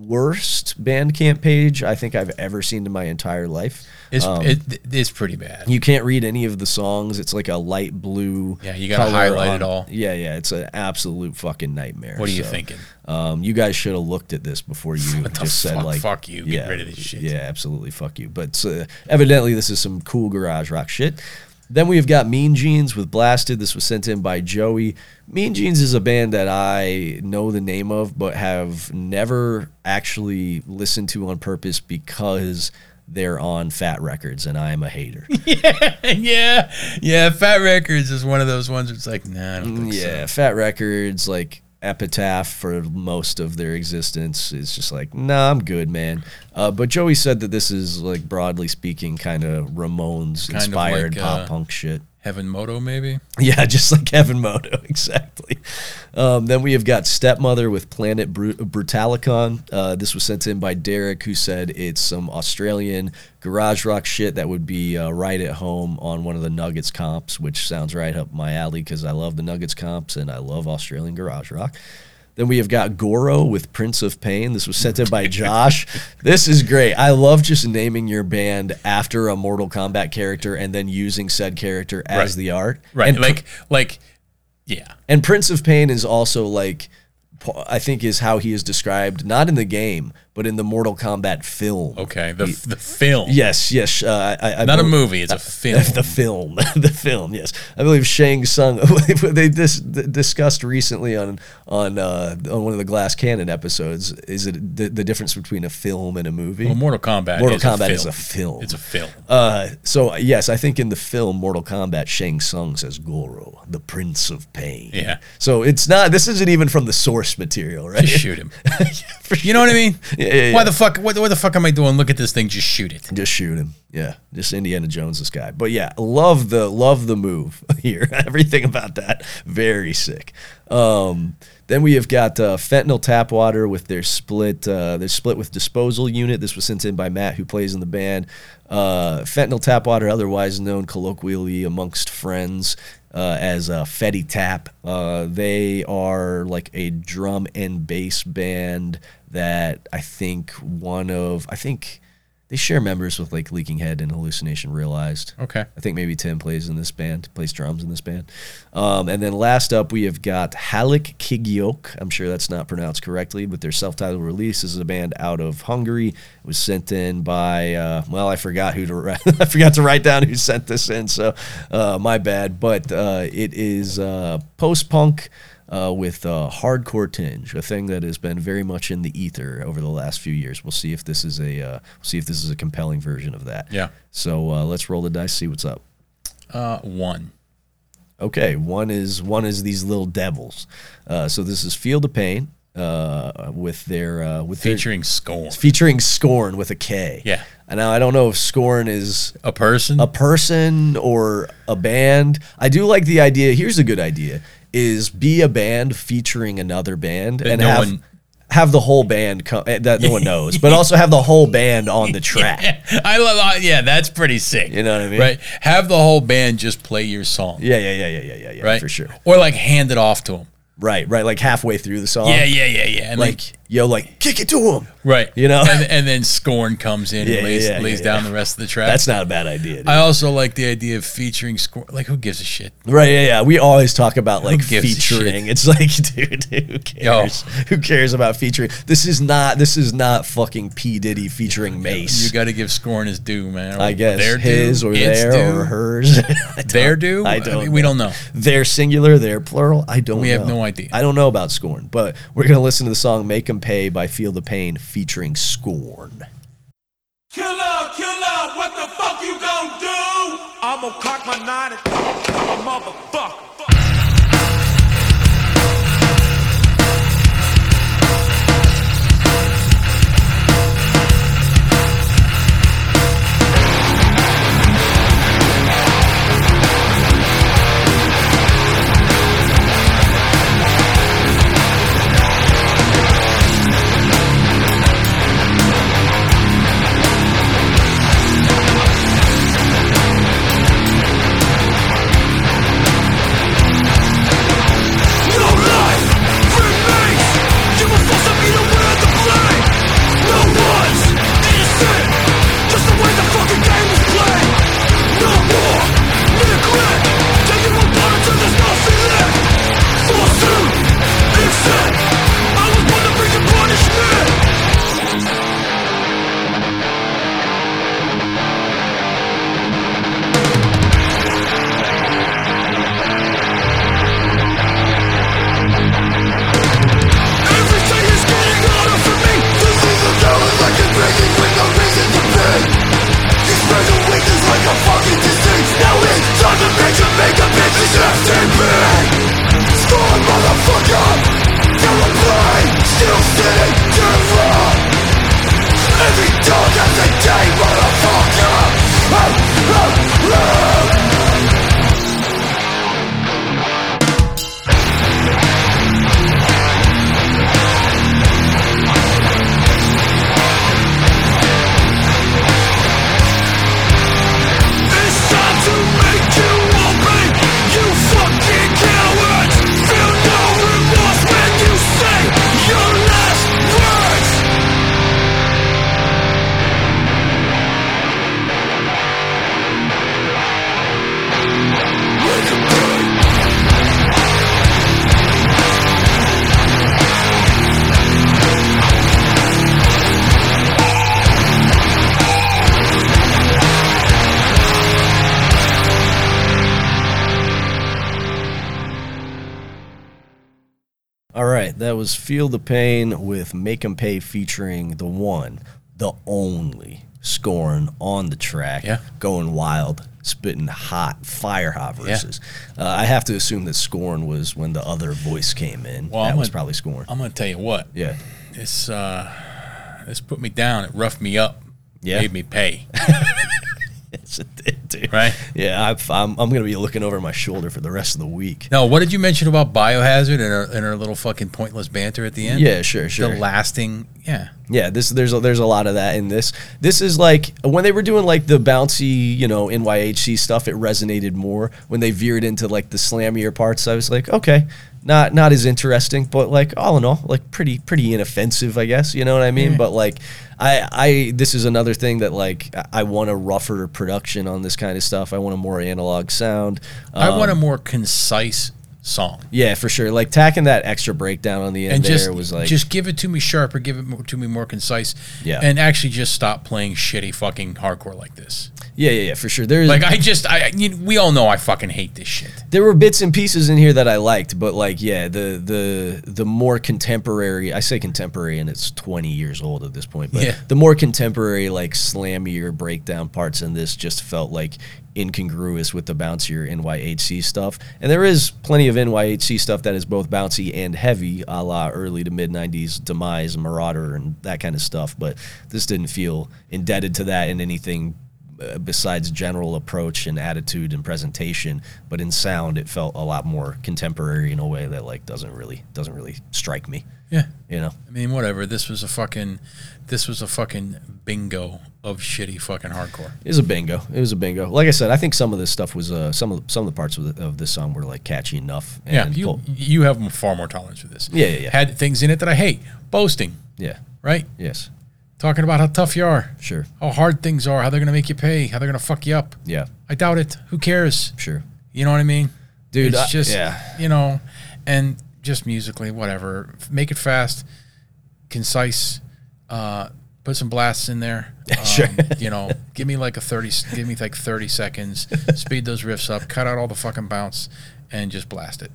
Speaker 2: worst Bandcamp page I think I've ever seen in my entire life.
Speaker 3: It's it, it's pretty bad.
Speaker 2: Um, You can't read any of the songs. It's like a light blue.
Speaker 3: Yeah, you gotta
Speaker 2: color
Speaker 3: highlight
Speaker 2: on-
Speaker 3: it all.
Speaker 2: Yeah, yeah, it's an absolute fucking nightmare.
Speaker 3: What are you thinking?
Speaker 2: Um, you guys should have looked at this before you
Speaker 3: <laughs> What the
Speaker 2: just said
Speaker 3: fuck?
Speaker 2: like,
Speaker 3: Fuck you. Get rid of this shit."
Speaker 2: Yeah, absolutely, fuck you. But uh, evidently, this is some cool garage rock shit. Then we've got Mean Jeans with Blasted. This was sent in by Joey. Mean Jeans is a band that I know the name of, but have never actually listened to on purpose because they're on Fat Records, and I'm a hater.
Speaker 3: <laughs> yeah, yeah. Fat Records is one of those ones. Where it's like, nah, I don't think so.
Speaker 2: yeah, Fat Records, like Epitaph for most of their existence is just like, nah, I'm good, man. Uh, but Joey said that this is like broadly speaking, kind of Ramones
Speaker 3: Kind of
Speaker 2: inspired
Speaker 3: like,
Speaker 2: pop
Speaker 3: uh,
Speaker 2: punk shit.
Speaker 3: Heaven Moto, maybe.
Speaker 2: <laughs> Yeah, just like Kevin Moto, <laughs> exactly. Um, then we have got Stepmother with Planet Bru- Brutalicon. Uh, this was sent in by Derek, who said it's some Australian garage rock shit that would be uh, right at home on one of the Nuggets comps, which sounds right up my alley because I love the Nuggets comps and I love Australian garage rock. Then we have got Goro with Prince of Pain. This was sent in by Josh. This is great. I love just naming your band after a Mortal Kombat character and then using said character as
Speaker 3: Right.
Speaker 2: the art.
Speaker 3: Right.
Speaker 2: And,
Speaker 3: like, like, yeah.
Speaker 2: and Prince of Pain is also like, p- I think is how he is described, not in the game, but in the Mortal Kombat film.
Speaker 3: Okay. The the film.
Speaker 2: Yes, yes. Uh, I, I
Speaker 3: Not a
Speaker 2: bel-
Speaker 3: movie. It's a film.
Speaker 2: <laughs> The film, <laughs> the film, yes. I believe Shang Tsung. <laughs> they dis- discussed recently on on uh, on one of the Glass Cannon episodes. Is it the, the difference between a film and a movie?
Speaker 3: Well, Mortal Kombat.
Speaker 2: Mortal
Speaker 3: is
Speaker 2: Kombat
Speaker 3: a
Speaker 2: is a film.
Speaker 3: It's
Speaker 2: <laughs>
Speaker 3: a film.
Speaker 2: Uh, so yes, I think in the film Mortal Kombat, Shang Tsung says Goro, the Prince of Pain.
Speaker 3: Yeah.
Speaker 2: So it's not. This isn't even from the source material, right?
Speaker 3: Just
Speaker 2: <laughs>
Speaker 3: shoot him. You know what I mean?
Speaker 2: Yeah, yeah,
Speaker 3: Why
Speaker 2: yeah.
Speaker 3: the fuck? What, what the fuck am I doing? Look at this thing. Just shoot it.
Speaker 2: Just shoot him. Yeah. Just Indiana Jones this guy. But yeah, love the love the move <laughs> here. Everything about that. Very sick. Um then we have got uh, fentanyl tap water with their split. Uh, their split with disposal unit. This was sent in by Matt, who plays in the band. Uh, fentanyl tap water, otherwise known colloquially amongst friends uh, as uh, Fetty Tap. Uh, they are like a drum and bass band that I think one of I think they share members with like Leaking Head and Hallucination Realized.
Speaker 3: Okay.
Speaker 2: I think maybe Tim plays in this band, plays drums in this band. Um, and then last up, we have got Halik Kigyok. I'm sure that's not pronounced correctly, but their self titled release this is a band out of Hungary. It was sent in by, uh, well, I forgot who to write, <laughs> I forgot to write down who sent this in, so uh, my bad. But uh, it is uh, post punk. Uh, with uh, hardcore tinge, a thing that has been very much in the ether over the last few years. We'll see if this is a uh, we'll see if this is a compelling version of that.
Speaker 3: Yeah.
Speaker 2: So uh, let's roll the dice, see what's up.
Speaker 3: Uh, one.
Speaker 2: Okay, one is one is these little devils. Uh, so this is Field of Pain uh, with their uh, with their-
Speaker 3: Featuring scorn.
Speaker 2: featuring Scorn with a K.
Speaker 3: Yeah.
Speaker 2: And now I don't know if Scorn is
Speaker 3: A person.
Speaker 2: a person or a band. I do like the idea. Here's a good idea: is be a band featuring another band and
Speaker 3: no
Speaker 2: have.
Speaker 3: one-
Speaker 2: have the whole band come, that no
Speaker 3: <laughs>
Speaker 2: one knows, but also have the whole band on the track.
Speaker 3: <laughs> I love. I- Yeah, that's pretty sick.
Speaker 2: You know what I mean?
Speaker 3: Right. Have the whole band just play your song.
Speaker 2: Yeah, yeah, yeah, yeah, yeah, yeah, yeah,
Speaker 3: Right.
Speaker 2: for sure.
Speaker 3: Or like hand it off to them.
Speaker 2: Right, right. Like halfway through the song,
Speaker 3: yeah, yeah, yeah, yeah. And
Speaker 2: Oh. like
Speaker 3: like
Speaker 2: yo, like kick it to him.
Speaker 3: right.
Speaker 2: you know?
Speaker 3: And, and then scorn comes in
Speaker 2: Yeah, yeah,
Speaker 3: and lays,
Speaker 2: yeah,
Speaker 3: lays
Speaker 2: yeah,
Speaker 3: down
Speaker 2: yeah.
Speaker 3: the rest of the track.
Speaker 2: That's not a bad idea. dude.
Speaker 3: I also like the idea of featuring scorn. Like who gives a shit?
Speaker 2: right? Yeah, yeah. We always talk about like
Speaker 3: gives a
Speaker 2: featuring. It's like, <laughs> dude, who cares? Who cares about featuring? This is not. This is not fucking P Diddy featuring Mace.
Speaker 3: You got to give scorn his due, man.
Speaker 2: I guess
Speaker 3: Their due,
Speaker 2: his or
Speaker 3: its
Speaker 2: their
Speaker 3: due,
Speaker 2: or hers. <laughs> I
Speaker 3: Their due.
Speaker 2: I don't.
Speaker 3: mean, we don't know.
Speaker 2: They're singular. They're plural. I don't.
Speaker 3: We
Speaker 2: know.
Speaker 3: have no idea.
Speaker 2: I don't know about Scorn, but we're gonna listen to the song "Make 'Em Pay" by Feel the Pain featuring Scorn.
Speaker 4: Killer, killer, what the fuck you gonna do? I'm gonna cock my nine and a motherfucker.
Speaker 5: Make
Speaker 2: That was Feel the Pain with Make 'em Pay featuring the one, the only scoring on the track.
Speaker 3: Yeah.
Speaker 2: Going wild, spitting hot, fire hot verses. Uh, I have to assume that scoring was when the other voice came in.
Speaker 3: Well,
Speaker 2: that
Speaker 3: I'm
Speaker 2: was
Speaker 3: gonna-
Speaker 2: probably scoring.
Speaker 3: I'm gonna tell you what.
Speaker 2: yeah. <laughs>
Speaker 3: This uh, this put me down. It roughed me up.
Speaker 2: Yeah.
Speaker 3: Made me pay. <laughs>
Speaker 2: Yes, it did, dude.
Speaker 3: Right.
Speaker 2: Yeah, I've, I'm, I'm going to be looking over my shoulder for the rest of the week.
Speaker 3: Now, what did you mention about biohazard and our, and our little fucking pointless banter at the end?
Speaker 2: Yeah, sure, sure.
Speaker 3: The lasting, yeah.
Speaker 2: Yeah, this there's a, there's a lot of that in this. This is like when they were doing like the bouncy, you know, NYHC stuff. It resonated more when they veered into like the slammier parts. I was like, okay, not not as interesting, but like all in all, like pretty pretty inoffensive, I guess. You know what I mean? But like, I I this is another thing that like I- I want a rougher production on this kind of stuff. I want a more analog sound.
Speaker 3: I
Speaker 2: Um,
Speaker 3: want a more concise song.
Speaker 2: yeah, for sure. Like tacking that extra breakdown on the end
Speaker 3: And
Speaker 2: there
Speaker 3: just
Speaker 2: was like
Speaker 3: just give it to me sharp or give it more, to me more concise.
Speaker 2: Yeah.
Speaker 3: And actually just stop playing shitty fucking hardcore like this.
Speaker 2: yeah yeah yeah for sure. There is
Speaker 3: Like I just I I- you, we all know I fucking hate this shit.
Speaker 2: there were bits and pieces in here that I liked, but like yeah, the the the more contemporary I say contemporary and it's twenty years old at this point, but
Speaker 3: Yeah.
Speaker 2: the more contemporary like slammier breakdown parts in this just felt like incongruous with the bouncier NYHC stuff. And there is plenty of NYHC stuff that is both bouncy and heavy, a la early to mid nineties demise, marauder and that kind of stuff. But this didn't feel indebted to that in anything uh, besides general approach and attitude and presentation but in sound it felt a lot more contemporary in a way that like doesn't really doesn't really strike me
Speaker 3: Yeah.
Speaker 2: you know
Speaker 3: I mean, whatever. This was a fucking, this was a fucking bingo of shitty fucking hardcore.
Speaker 2: it was a bingo it was a bingo like i said i think some of this stuff was uh some of some of the parts of, the, of this song were like catchy enough and
Speaker 3: Yeah, you
Speaker 2: pull-
Speaker 3: you have far more tolerance for this.
Speaker 2: Yeah, yeah, yeah.
Speaker 3: Had things in it that I hate. Boasting,
Speaker 2: yeah
Speaker 3: right?
Speaker 2: yes
Speaker 3: Talking about how tough you are,
Speaker 2: sure
Speaker 3: how hard things are, how they're gonna make you pay, how they're gonna fuck you up.
Speaker 2: yeah
Speaker 3: I doubt it. Who cares?
Speaker 2: sure <laughs>
Speaker 3: You know what I mean,
Speaker 2: Dude,
Speaker 3: It's
Speaker 2: I-
Speaker 3: just
Speaker 2: yeah.
Speaker 3: you know, and just musically, whatever. Make it fast, concise. Uh, put some blasts in there.
Speaker 2: <laughs>
Speaker 3: Um,
Speaker 2: Sure.
Speaker 3: You know, give me like a thirty. Give me like
Speaker 2: <laughs>
Speaker 3: thirty seconds. Speed those riffs up. Cut out all the fucking bounce, and just blast it.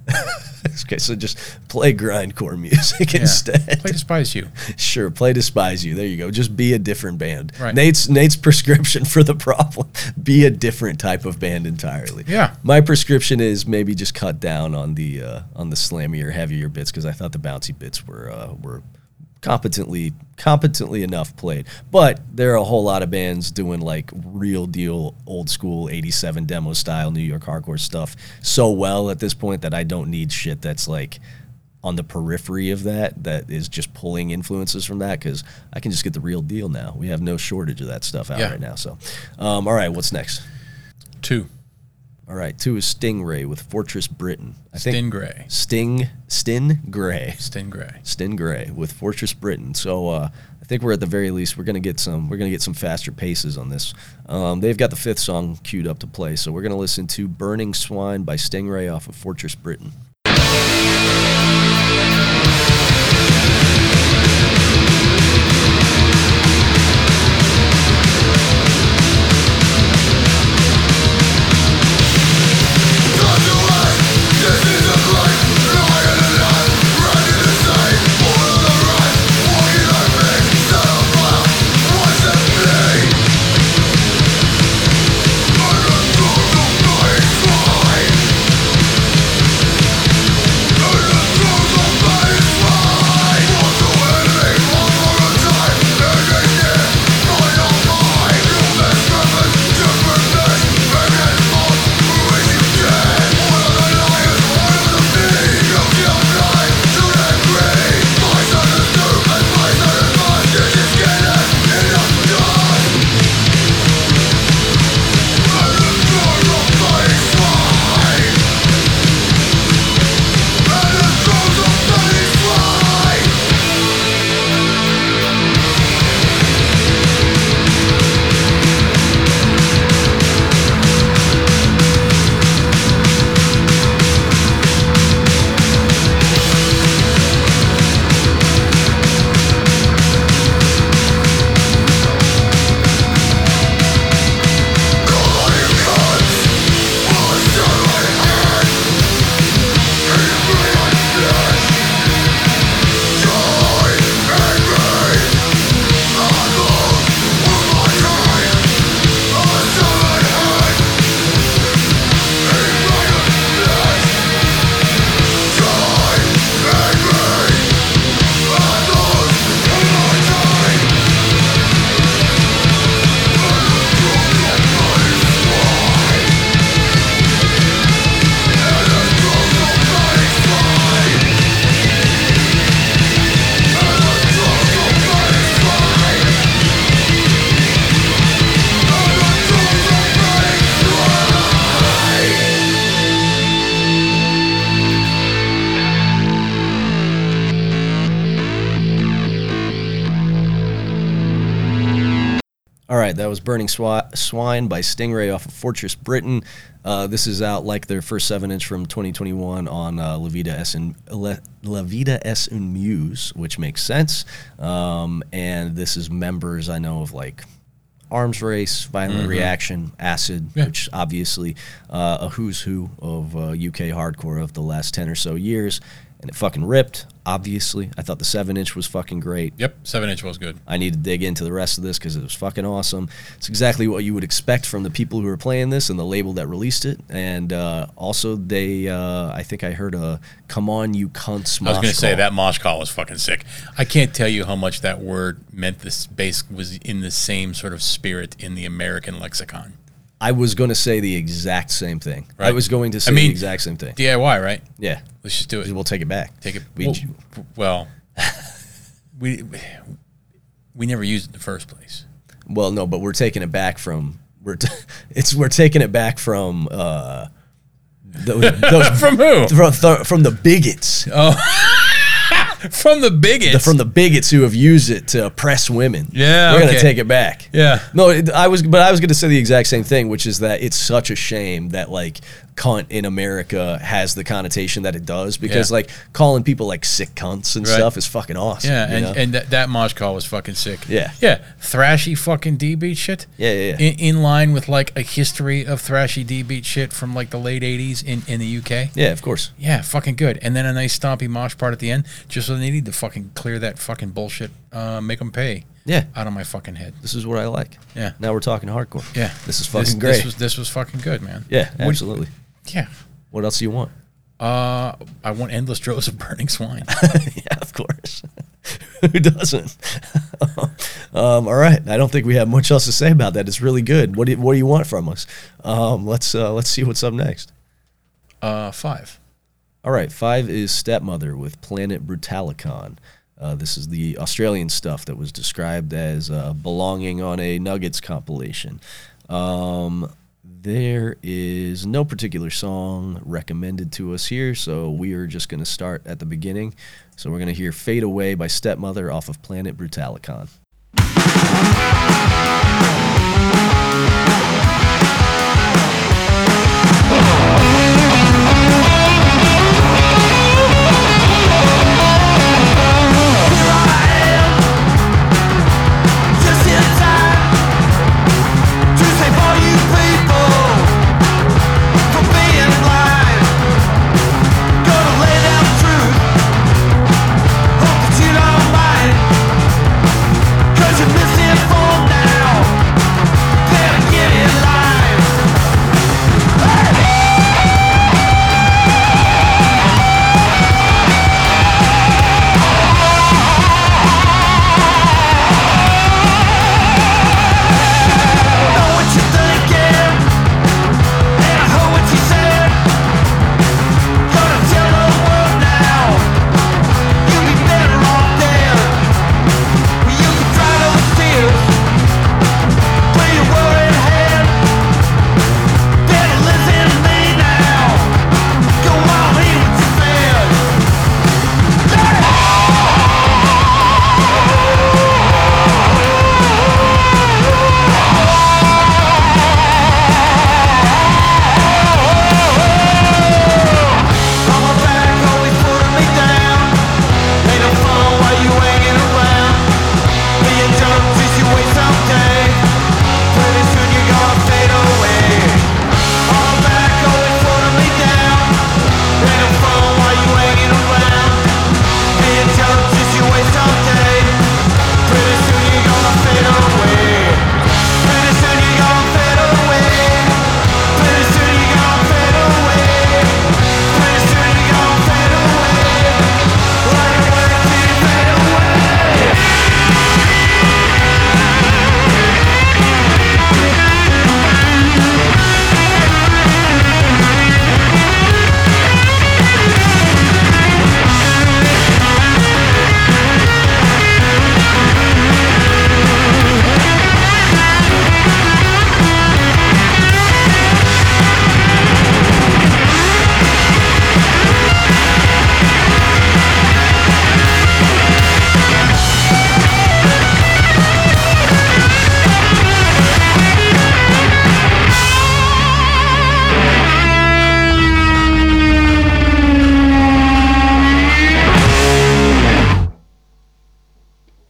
Speaker 2: okay so just play grindcore <laughs> music
Speaker 3: Yeah.
Speaker 2: instead
Speaker 3: Play despise you.
Speaker 2: <laughs> Sure, play despise you. There you go. Just be a different band.
Speaker 3: Right.
Speaker 2: Nate's Nate's <laughs> prescription for the problem: be a different type of band entirely.
Speaker 3: Yeah.
Speaker 2: My prescription is maybe just cut down on the uh, on the slammier, heavier bits because I thought the bouncy bits were uh, were competently competently enough played. But there are a whole lot of bands doing like real deal old school 87 demo style New York hardcore stuff so well at this point that I don't need shit that's like on the periphery of that that is just pulling influences from that because I can just get the real deal now. We have no shortage of that stuff out
Speaker 3: Yeah.
Speaker 2: right now. So, um, all right, what's next?
Speaker 3: Two.
Speaker 2: All right, two is Stingray with Fortress Britain. I think
Speaker 3: Stingray.
Speaker 2: Sting Stingray.
Speaker 3: Stingray.
Speaker 2: Stingray with Fortress Britain. So uh, I think we're at the very least we're gonna get some we're gonna get some faster paces on this. Um, they've got the fifth song queued up to play, so we're gonna listen to "Burning Swine" by Stingray off of Fortress Britain.
Speaker 5: Burning
Speaker 2: All right, that was Burning Swi- Swine by Stingray off of Fortress Britain. Uh, this is out like their first 7 inch from 2021 on uh, La, Vida es un, La, La Vida es un Muse, which makes sense. Um, and this is members I know of like Arms Race, Violent Reaction, Acid,
Speaker 3: Yeah.
Speaker 2: which obviously uh, a who's who of uh, UK hardcore of the last 10 or so years. And it fucking ripped, obviously. I thought the 7 inch was fucking great.
Speaker 3: Yep, seven inch was good.
Speaker 2: I need to dig into the rest of this because it was fucking awesome. It's exactly what you would expect from the people who are playing this and the label that released it. And uh, also, they, uh, I think I heard a "Come on, you cunts."
Speaker 3: I was going
Speaker 2: mosh
Speaker 3: to say
Speaker 2: call.
Speaker 3: that mosh call was fucking sick. I can't tell you how much that word meant. This bass was in the same sort of spirit in the American lexicon.
Speaker 2: I was going to say the exact same thing. I
Speaker 3: Right.
Speaker 2: was going to say
Speaker 3: mean,
Speaker 2: the exact same thing.
Speaker 3: DIY, right?
Speaker 2: yeah,
Speaker 3: Let's just do it.
Speaker 2: we'll take it back.
Speaker 3: Take it.
Speaker 2: We,
Speaker 3: well, well, <laughs> we we never used it in the first place.
Speaker 2: well, no, but we're taking it back from. We're t- <laughs> it's we're taking it back from. Uh, those, those,
Speaker 3: From who? <laughs>
Speaker 2: from, from the bigots
Speaker 3: From the bigots.
Speaker 2: from the bigots who have used it to oppress women.
Speaker 3: Yeah,
Speaker 2: we're
Speaker 3: okay.
Speaker 2: gonna take it back.
Speaker 3: Yeah.
Speaker 2: no, it, I was, but I was gonna say the exact same thing, which is that it's such a shame that like cunt in America has the connotation that it does because
Speaker 3: Yeah.
Speaker 2: like calling people like sick cunts and
Speaker 3: Right.
Speaker 2: stuff is fucking awesome.
Speaker 3: yeah,
Speaker 2: you
Speaker 3: and,
Speaker 2: know?
Speaker 3: and that, that mosh call was fucking sick.
Speaker 2: Yeah.
Speaker 3: Yeah. Thrashy fucking D beat shit.
Speaker 2: Yeah, yeah, yeah.
Speaker 3: In, in line with like a history of thrashy D beat shit from like the late 80s in, in the UK.
Speaker 2: yeah, of course.
Speaker 3: Yeah, fucking good. And then a nice stompy mosh part at the end, just when they need to fucking clear that fucking bullshit, uh, make them pay
Speaker 2: Yeah,
Speaker 3: out of my fucking head.
Speaker 2: this is what I like.
Speaker 3: Yeah.
Speaker 2: now we're talking hardcore.
Speaker 3: Yeah,
Speaker 2: this is fucking
Speaker 3: this,
Speaker 2: great.
Speaker 3: This was this was fucking good, man.
Speaker 2: yeah,
Speaker 3: What-
Speaker 2: absolutely.
Speaker 3: yeah.
Speaker 2: What else do you want?
Speaker 3: Uh, I want endless <laughs> rows of
Speaker 2: <laughs>
Speaker 3: burning swine.
Speaker 2: yeah, of course. <laughs> Who doesn't? <laughs> um, all right. I don't think we have much else to say about that. It's really good. What do you, what do you want from us? Um, let's uh, let's see what's up next.
Speaker 3: uh, five.
Speaker 2: All right. Five is Stepmother with Planet Brutalicon. Uh, this is the Australian stuff that was described as uh, belonging on a Nuggets compilation. Um, there is no particular song recommended to us here, so we are just going to start at the beginning. So we're going to hear Fade Away by Stepmother off of Planet Brutalicon.
Speaker 5: Just in time to save all you people from being blind. Gonna lay down the truth. Hope that you don't mind. you you're misinformed.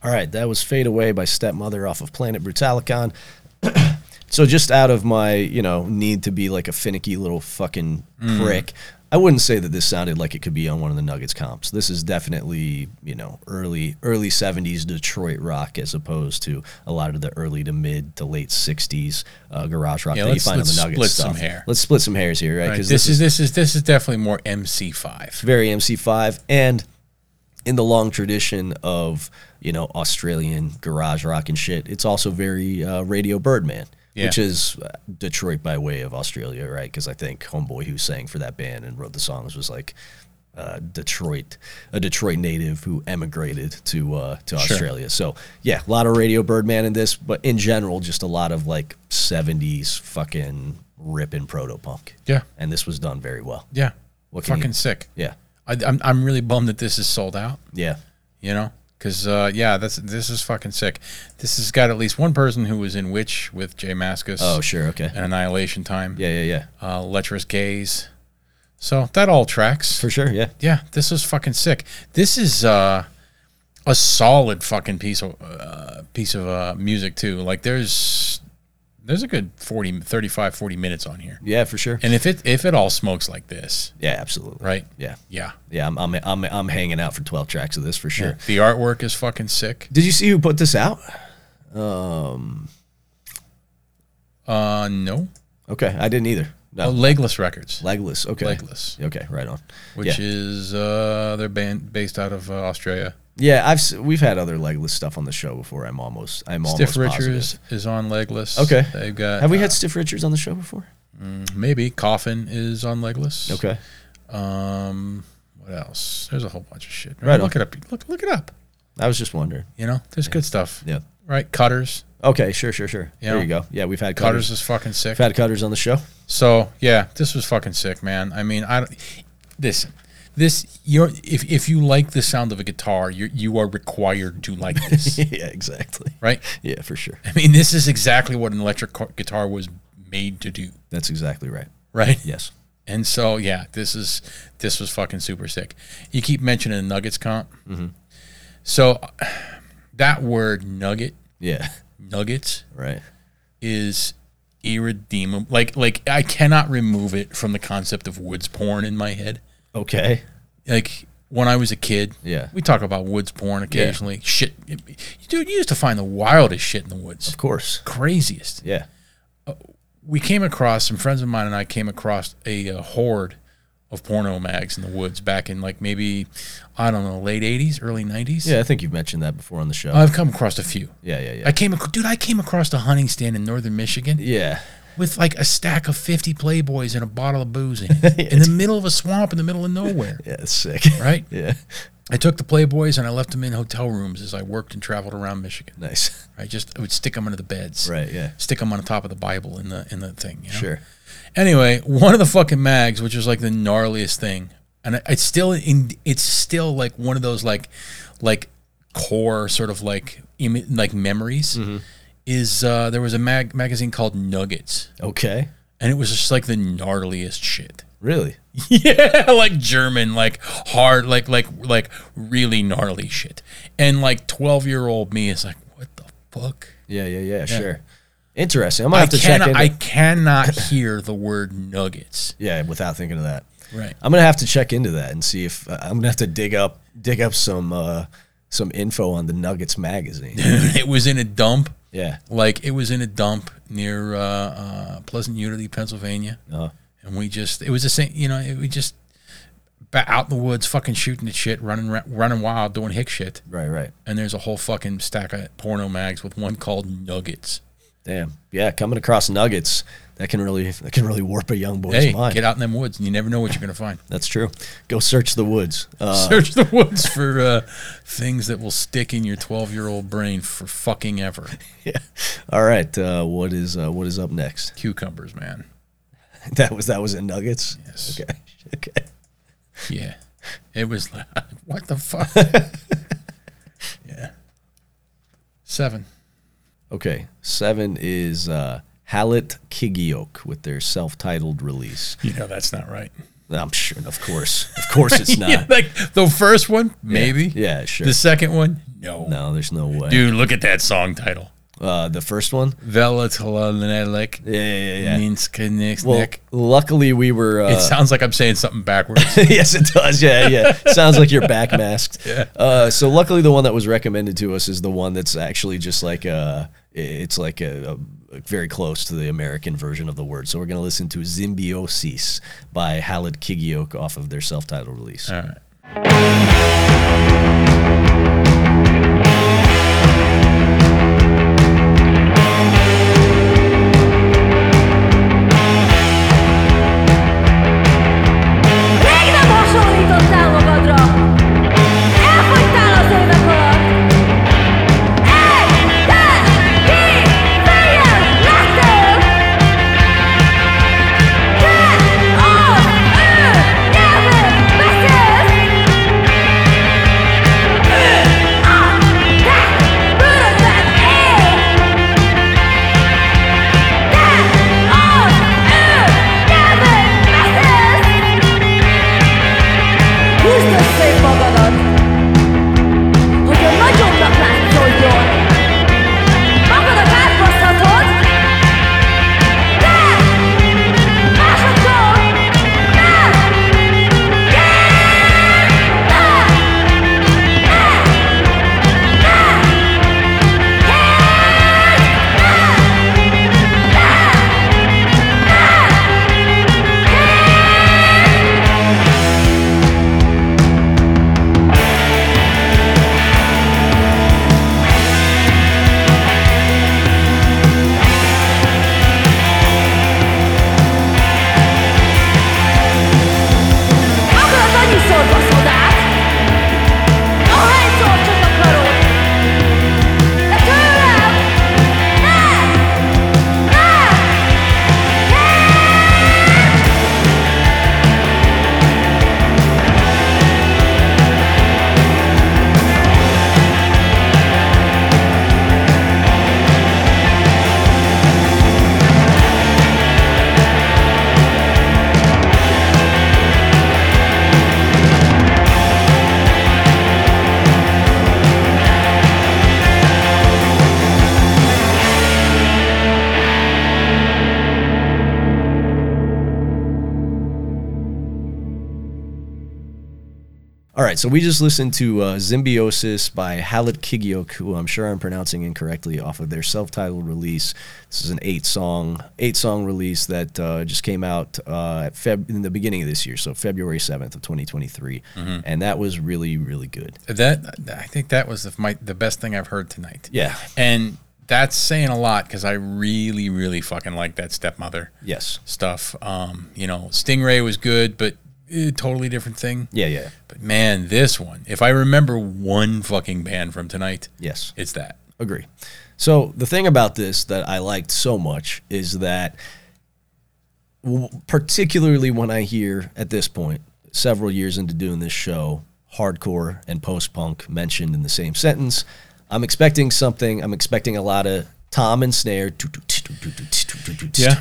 Speaker 2: All right, that was Fade Away by Stepmother off of Planet Brutalicon. <clears throat> so just out of my, you know, need to be like a finicky little fucking
Speaker 3: Mm.
Speaker 2: prick, I wouldn't say that this sounded like it could be on one of the Nuggets comps. This is definitely, you know, early early 70s Detroit rock as opposed to a lot of the early to mid to late 60s uh, garage rock
Speaker 3: Yeah,
Speaker 2: that you
Speaker 3: let's-
Speaker 2: find on
Speaker 3: let's
Speaker 2: the Nuggets
Speaker 3: split
Speaker 2: stuff.
Speaker 3: some hair.
Speaker 2: Let's split some hairs here, right?
Speaker 3: Right,
Speaker 2: Because
Speaker 3: this, is, this is this is definitely more MC5.
Speaker 2: very MC5 and in the long tradition of you know Australian garage rock and shit, it's also very uh, Radio Birdman,
Speaker 3: Yeah.
Speaker 2: which is uh, Detroit by way of Australia, right? Because I think Homeboy who sang for that band and wrote the songs was like uh, Detroit, a Detroit native who emigrated to uh, to Australia. So yeah, a lot of Radio Birdman in this, but in general, just a lot of like '70s fucking ripping proto punk.
Speaker 3: Yeah.
Speaker 2: and this was done very well.
Speaker 3: Yeah,
Speaker 2: What can you-
Speaker 3: fucking sick.
Speaker 2: Yeah,
Speaker 3: I, I'm I'm really bummed that this is sold out.
Speaker 2: yeah.
Speaker 3: You know, because uh, yeah, that's this is fucking sick. This has got at least one person who was in Witch with Jay Maskus.
Speaker 2: Oh, sure, okay.
Speaker 3: And Annihilation Time.
Speaker 2: Yeah, yeah, yeah.
Speaker 3: Uh, Lecherous Gaze. So that all tracks.
Speaker 2: For sure, yeah.
Speaker 3: yeah, this was fucking sick. This is uh, a solid fucking piece of uh, piece of uh, music too. Like there's there's a good 40 35 40 minutes on here.
Speaker 2: Yeah, for sure.
Speaker 3: And if it if it all smokes like this,
Speaker 2: yeah, absolutely.
Speaker 3: right?
Speaker 2: Yeah.
Speaker 3: Yeah.
Speaker 2: Yeah, I'm I'm I'm, I'm hanging out for 12 tracks of this for sure.
Speaker 3: The artwork is fucking sick.
Speaker 2: Did you see who put this out?
Speaker 3: Uh no.
Speaker 2: Okay, I didn't either.
Speaker 3: Oh,
Speaker 2: No.
Speaker 3: Legless Records,
Speaker 2: Legless. Okay.
Speaker 3: Legless.
Speaker 2: Okay, right on.
Speaker 3: which
Speaker 2: yeah.
Speaker 3: is uh they're band based out of uh, Australia.
Speaker 2: Yeah, I've s- we've had other legless stuff on the show before. I'm almost I'm almost
Speaker 3: Stiff Richards
Speaker 2: positive.
Speaker 3: is on Legless.
Speaker 2: Okay.
Speaker 3: They've got
Speaker 2: Have we
Speaker 3: uh,
Speaker 2: had Stiff Richards on the show before?
Speaker 3: maybe Coffin is on Legless.
Speaker 2: Okay.
Speaker 3: Um, what else? There's a whole bunch of shit.
Speaker 2: Right
Speaker 3: look
Speaker 2: on.
Speaker 3: it up. Look, look it up.
Speaker 2: I was just wondering.
Speaker 3: You know, there's good stuff.
Speaker 2: Yeah.
Speaker 3: Right, Cutters.
Speaker 2: Okay, sure, sure, sure.
Speaker 3: Yeah.
Speaker 2: There you go. Yeah, we've had
Speaker 3: Cutters
Speaker 2: cutters.
Speaker 3: is fucking sick.
Speaker 2: We've had cutters on the show. <laughs>
Speaker 3: So yeah, this was fucking sick, man. I mean, I don't. Listen, this you're if if you like the sound of a guitar, you you are required to like
Speaker 2: <laughs>
Speaker 3: this,
Speaker 2: yeah, exactly.
Speaker 3: right?
Speaker 2: Yeah, for sure.
Speaker 3: I mean, this is exactly what an electric car- guitar was made to do,
Speaker 2: That's exactly right.
Speaker 3: right?
Speaker 2: Yes.
Speaker 3: And so yeah, this is this was fucking super sick. You keep mentioning the Nuggets comp,
Speaker 2: Mm-hmm.
Speaker 3: so that word nugget
Speaker 2: Yeah.
Speaker 3: nuggets
Speaker 2: Right.
Speaker 3: is irredeemable. Like like I cannot remove it from the concept of woods porn in my head.
Speaker 2: Okay.
Speaker 3: Like when I was a kid,
Speaker 2: Yeah.
Speaker 3: we talk about woods porn occasionally. Shit, dude, you used to find the wildest shit in the woods,
Speaker 2: Of course.
Speaker 3: craziest.
Speaker 2: Yeah.
Speaker 3: We came across some friends of mine and I came across a, uh horde of porno mags in the woods back in like maybe I don't know late '80s, early '90s.
Speaker 2: Yeah, I think you've mentioned that before on the show.
Speaker 3: I've come across a few.
Speaker 2: yeah, yeah, yeah.
Speaker 3: I came, ac- dude. I came across a hunting stand in northern Michigan.
Speaker 2: yeah.
Speaker 3: with like a stack of 50 Playboys and a bottle of booze
Speaker 2: <laughs>
Speaker 3: in it in the middle of a swamp in the middle of nowhere.
Speaker 2: Yeah, it's sick.
Speaker 3: Right?
Speaker 2: <laughs> yeah.
Speaker 3: I took the Playboys and I left them in hotel rooms as I worked and traveled around Michigan.
Speaker 2: Nice.
Speaker 3: I just I would stick them under the beds.
Speaker 2: Right, yeah.
Speaker 3: Stick them on top of the Bible in the in the thing. you know?
Speaker 2: Sure.
Speaker 3: Anyway, one of the fucking mags, which was like the gnarliest thing, and I- it's still in, it's still like one of those like, like core sort of like Im- like memories.
Speaker 2: Mm-hmm.
Speaker 3: Is uh, there was a mag magazine called Nuggets,
Speaker 2: Okay.
Speaker 3: and it was just like the gnarliest shit. <laughs>
Speaker 2: Really?
Speaker 3: Yeah, like German, like hard, like like like really gnarly shit. And like twelve year old me is like, what the fuck?
Speaker 2: Yeah, yeah, yeah, sure. Interesting. I'm gonna
Speaker 3: I
Speaker 2: have to check
Speaker 3: cannot,
Speaker 2: into
Speaker 3: I cannot hear the word nuggets.
Speaker 2: Yeah, without thinking of that.
Speaker 3: Right.
Speaker 2: I'm gonna have to check into that and see if uh, I'm gonna have to dig up dig up some uh some info on the Nuggets magazine.
Speaker 3: <laughs> it was in a dump.
Speaker 2: yeah.
Speaker 3: Like it was in a dump near uh, uh, Pleasant Unity, Pennsylvania.
Speaker 2: Uh,
Speaker 3: and we just it was the same you know it, we just ba- out in the woods fucking shooting at shit running ra- running wild doing hick shit
Speaker 2: right, right.
Speaker 3: and there's a whole fucking stack of porno mags with one called nuggets
Speaker 2: Damn. Yeah, coming across Nuggets, that can really that can really warp a young boy's
Speaker 3: hey
Speaker 2: mind.
Speaker 3: get out in them woods and you never know what you're gonna find
Speaker 2: That's true. Go search the woods. <laughs> Uh,
Speaker 3: search the woods for uh, things that will stick in your 12 year old brain for fucking ever
Speaker 2: yeah. <laughs> All right. Uh, what is uh, what is up next? <laughs>
Speaker 3: cucumbers man
Speaker 2: That was that was in Nuggets.
Speaker 3: Yes.
Speaker 2: Okay. <laughs> Okay.
Speaker 3: yeah it was like <laughs> what the fuck <laughs> yeah seven
Speaker 2: Okay. Seven is uh, Hallet Kigiok with their self-titled release.
Speaker 3: you know that's not right
Speaker 2: I'm sure, of course, <laughs> of course, it's not.
Speaker 3: Yeah, like the first one, maybe.
Speaker 2: yeah, sure.
Speaker 3: The second one, no.
Speaker 2: No, there's no way.
Speaker 3: Dude, look at that song title.
Speaker 2: Uh, the first one.
Speaker 3: Vela Tlanelik
Speaker 2: Yeah, yeah, yeah. yeah.
Speaker 3: means connects
Speaker 2: well,
Speaker 3: Nick.
Speaker 2: luckily we were. Uh,
Speaker 3: It sounds like I'm saying something <laughs> backwards.
Speaker 2: <laughs> yes, it does. Yeah, yeah. Sounds like you're back masked. Uh, so luckily, the one that was recommended to us is the one that's actually just like a. It's like a, a very close to the American version of the word. So we're gonna listen to "Symbiosis" by Halid Kigiok off of their self-titled release.
Speaker 3: All right.
Speaker 6: Régna hasonlított támogadra! Elfogytál az évek alatt! Egy, kettő, két, feljel, lettél! Te az ő nyelvén beszélsz! Ő a te bőrödben él! Te az ő nyelvén beszélsz! Húzd össze magadat, hogy a nagyobbnak látszódjon. Magadat átkozhatod, de másoktól nem. Gyere! Ne! Ne! Ne! Gyere! Ne! Ne! Ne! Gyere! Akarod annyiszor baszod át, ahányszor csak akarod. De tőlem nem, nem, nem.
Speaker 2: All right, so we just listened to uh, Symbiosis by Halit Kigiok, who I'm sure I'm pronouncing incorrectly, off of their self-titled release. This is an eight-song, eight-song release that uh, just came out uh, at Feb- in the beginning of this year, so February 7th of 2023, and that was really, really good.
Speaker 3: That I think that was the, my, the best thing I've heard tonight.
Speaker 2: Yeah,
Speaker 3: And that's saying a lot because I really, really fucking like that stepmother
Speaker 2: yes,
Speaker 3: stuff. Um, you know, Stingray was good, but eh, totally different thing.
Speaker 2: yeah, yeah,
Speaker 3: But man, this one, if I remember one fucking band from tonight,
Speaker 2: yes.
Speaker 3: it's that.
Speaker 2: agree. So the thing about this that I liked so much is that, w- particularly when I hear at this point, several years into doing this show, hardcore and post punk mentioned in the same sentence, I'm expecting something. I'm expecting a lot of tom and snare.
Speaker 3: Yeah.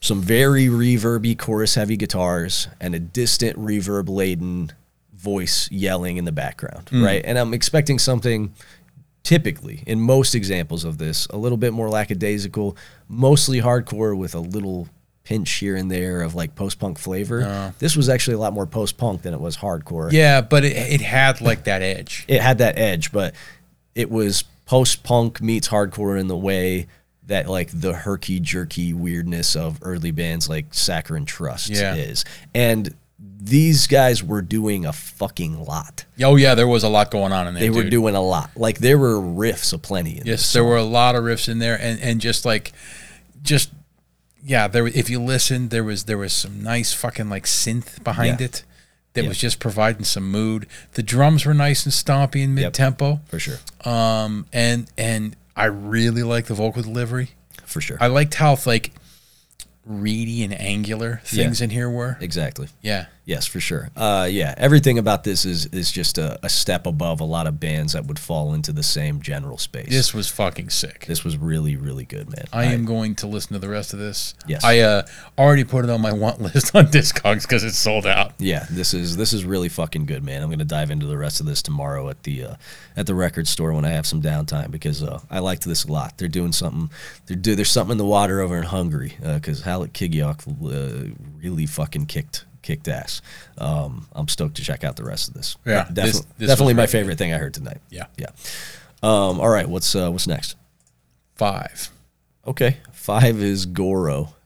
Speaker 2: Some very reverby, chorus heavy guitars and a distant reverb laden voice yelling in the background, right? And I'm expecting something typically in most examples of this a little bit more lackadaisical mostly hardcore with a little pinch here and there of like post-punk flavor this was actually a lot more post-punk than it was hardcore
Speaker 3: Yeah, but it, it had like that edge.
Speaker 2: it had that edge but it was post-punk meets hardcore in the way that like the herky jerky weirdness of early bands like saccharine trust
Speaker 3: Yeah.
Speaker 2: is and these guys were doing a fucking lot
Speaker 3: Oh yeah, there was a lot going on in there.
Speaker 2: they were
Speaker 3: dude.
Speaker 2: doing a lot like there were riffs aplenty in
Speaker 3: Yes, there were a lot of riffs in there, and and just like, just yeah, there. If you listened, there was there was some nice fucking like synth behind
Speaker 2: Yeah.
Speaker 3: it that
Speaker 2: Yeah.
Speaker 3: was just providing some mood. The drums were nice and stompy and mid tempo,
Speaker 2: for sure
Speaker 3: um, and and I really like the vocal delivery.
Speaker 2: for sure
Speaker 3: I liked how like reedy and angular things in here were.
Speaker 2: Exactly.
Speaker 3: Yeah,
Speaker 2: Yes, for sure. Uh, yeah, everything about this is is just a, a step above a lot of bands that would fall into the same general space.
Speaker 3: This was fucking sick.
Speaker 2: this was really really good, man.
Speaker 3: I am going to listen to the rest of this.
Speaker 2: Yes.
Speaker 3: I uh, already put it on my <laughs> want list on Discogs because it's sold out.
Speaker 2: Yeah, this is this is really fucking good, man. I'm gonna dive into the rest of this tomorrow at the uh, at the record store when I have some downtime because uh, I liked this a lot. They're doing something. They're do, there's something in the water over in Hungary because Halit Kigyok uh, really fucking kicked kicked ass. Um, I'm stoked to check out the rest of this.
Speaker 3: Yeah,
Speaker 2: Defi-
Speaker 3: this- this was
Speaker 2: definitely my
Speaker 3: really good.
Speaker 2: favorite thing I heard tonight.
Speaker 3: Yeah.
Speaker 2: yeah. Um, all right, what's uh, what's next?
Speaker 3: Five.
Speaker 2: Okay. Five is Goro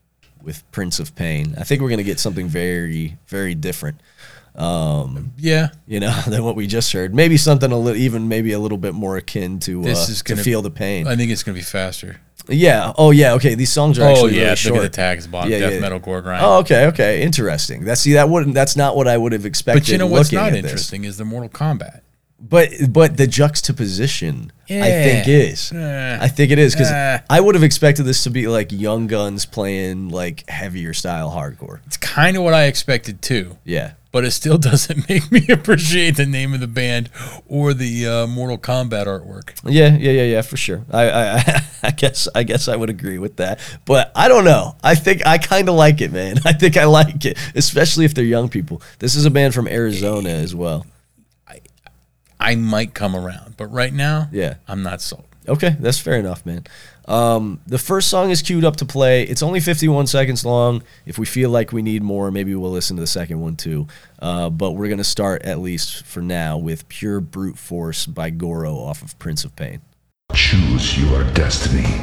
Speaker 2: with Prince of Pain. I think we're gonna get something very very different.
Speaker 3: Yeah.
Speaker 2: you know, <laughs> than what we just heard. Maybe something a little, even maybe a little bit more akin to uh,
Speaker 3: This is
Speaker 2: to
Speaker 3: gonna-
Speaker 2: feel the pain.
Speaker 3: I think it's going to be faster.
Speaker 2: yeah. Oh yeah. Okay. These songs are
Speaker 3: Oh,
Speaker 2: actually
Speaker 3: yeah.
Speaker 2: really
Speaker 3: look
Speaker 2: short.
Speaker 3: at the tags at the bottom.
Speaker 2: Yeah,
Speaker 3: Death
Speaker 2: yeah.
Speaker 3: metal gore grind.
Speaker 2: Oh, okay. Okay. Interesting. That's see that wouldn't. That's not what I would have expected.
Speaker 3: but you know what's
Speaker 2: looking
Speaker 3: not
Speaker 2: at this.
Speaker 3: interesting is the Mortal Kombat.
Speaker 2: But but the juxtaposition, I think
Speaker 3: Yeah.
Speaker 2: is.
Speaker 3: Eh.
Speaker 2: I think it is because
Speaker 3: Eh.
Speaker 2: I would have expected this to be like Young Guns playing like heavier style hardcore.
Speaker 3: It's kind of what I expected too.
Speaker 2: Yeah.
Speaker 3: But it still <laughs> doesn't make me appreciate the name of the band or the uh, Mortal Kombat artwork.
Speaker 2: Yeah, yeah, yeah, yeah, for sure. I, I, <laughs> I guess, I guess I would agree with that. But I don't know. I think I kind of like it, man. <laughs> I think I like it, especially if they're young people. This is a band from Arizona as well.
Speaker 3: I might come around, but right now,
Speaker 2: Yeah.
Speaker 3: I'm not sold.
Speaker 2: Okay, that's fair enough, man. Um, the first song is queued up to play. It's only 51 seconds long. If we feel like we need more, maybe we'll listen to the second one too. Uh, but we're gonna start at least for now with "Pure Brute Force" by Goro off of Prince of Pain.
Speaker 7: Choose your destiny.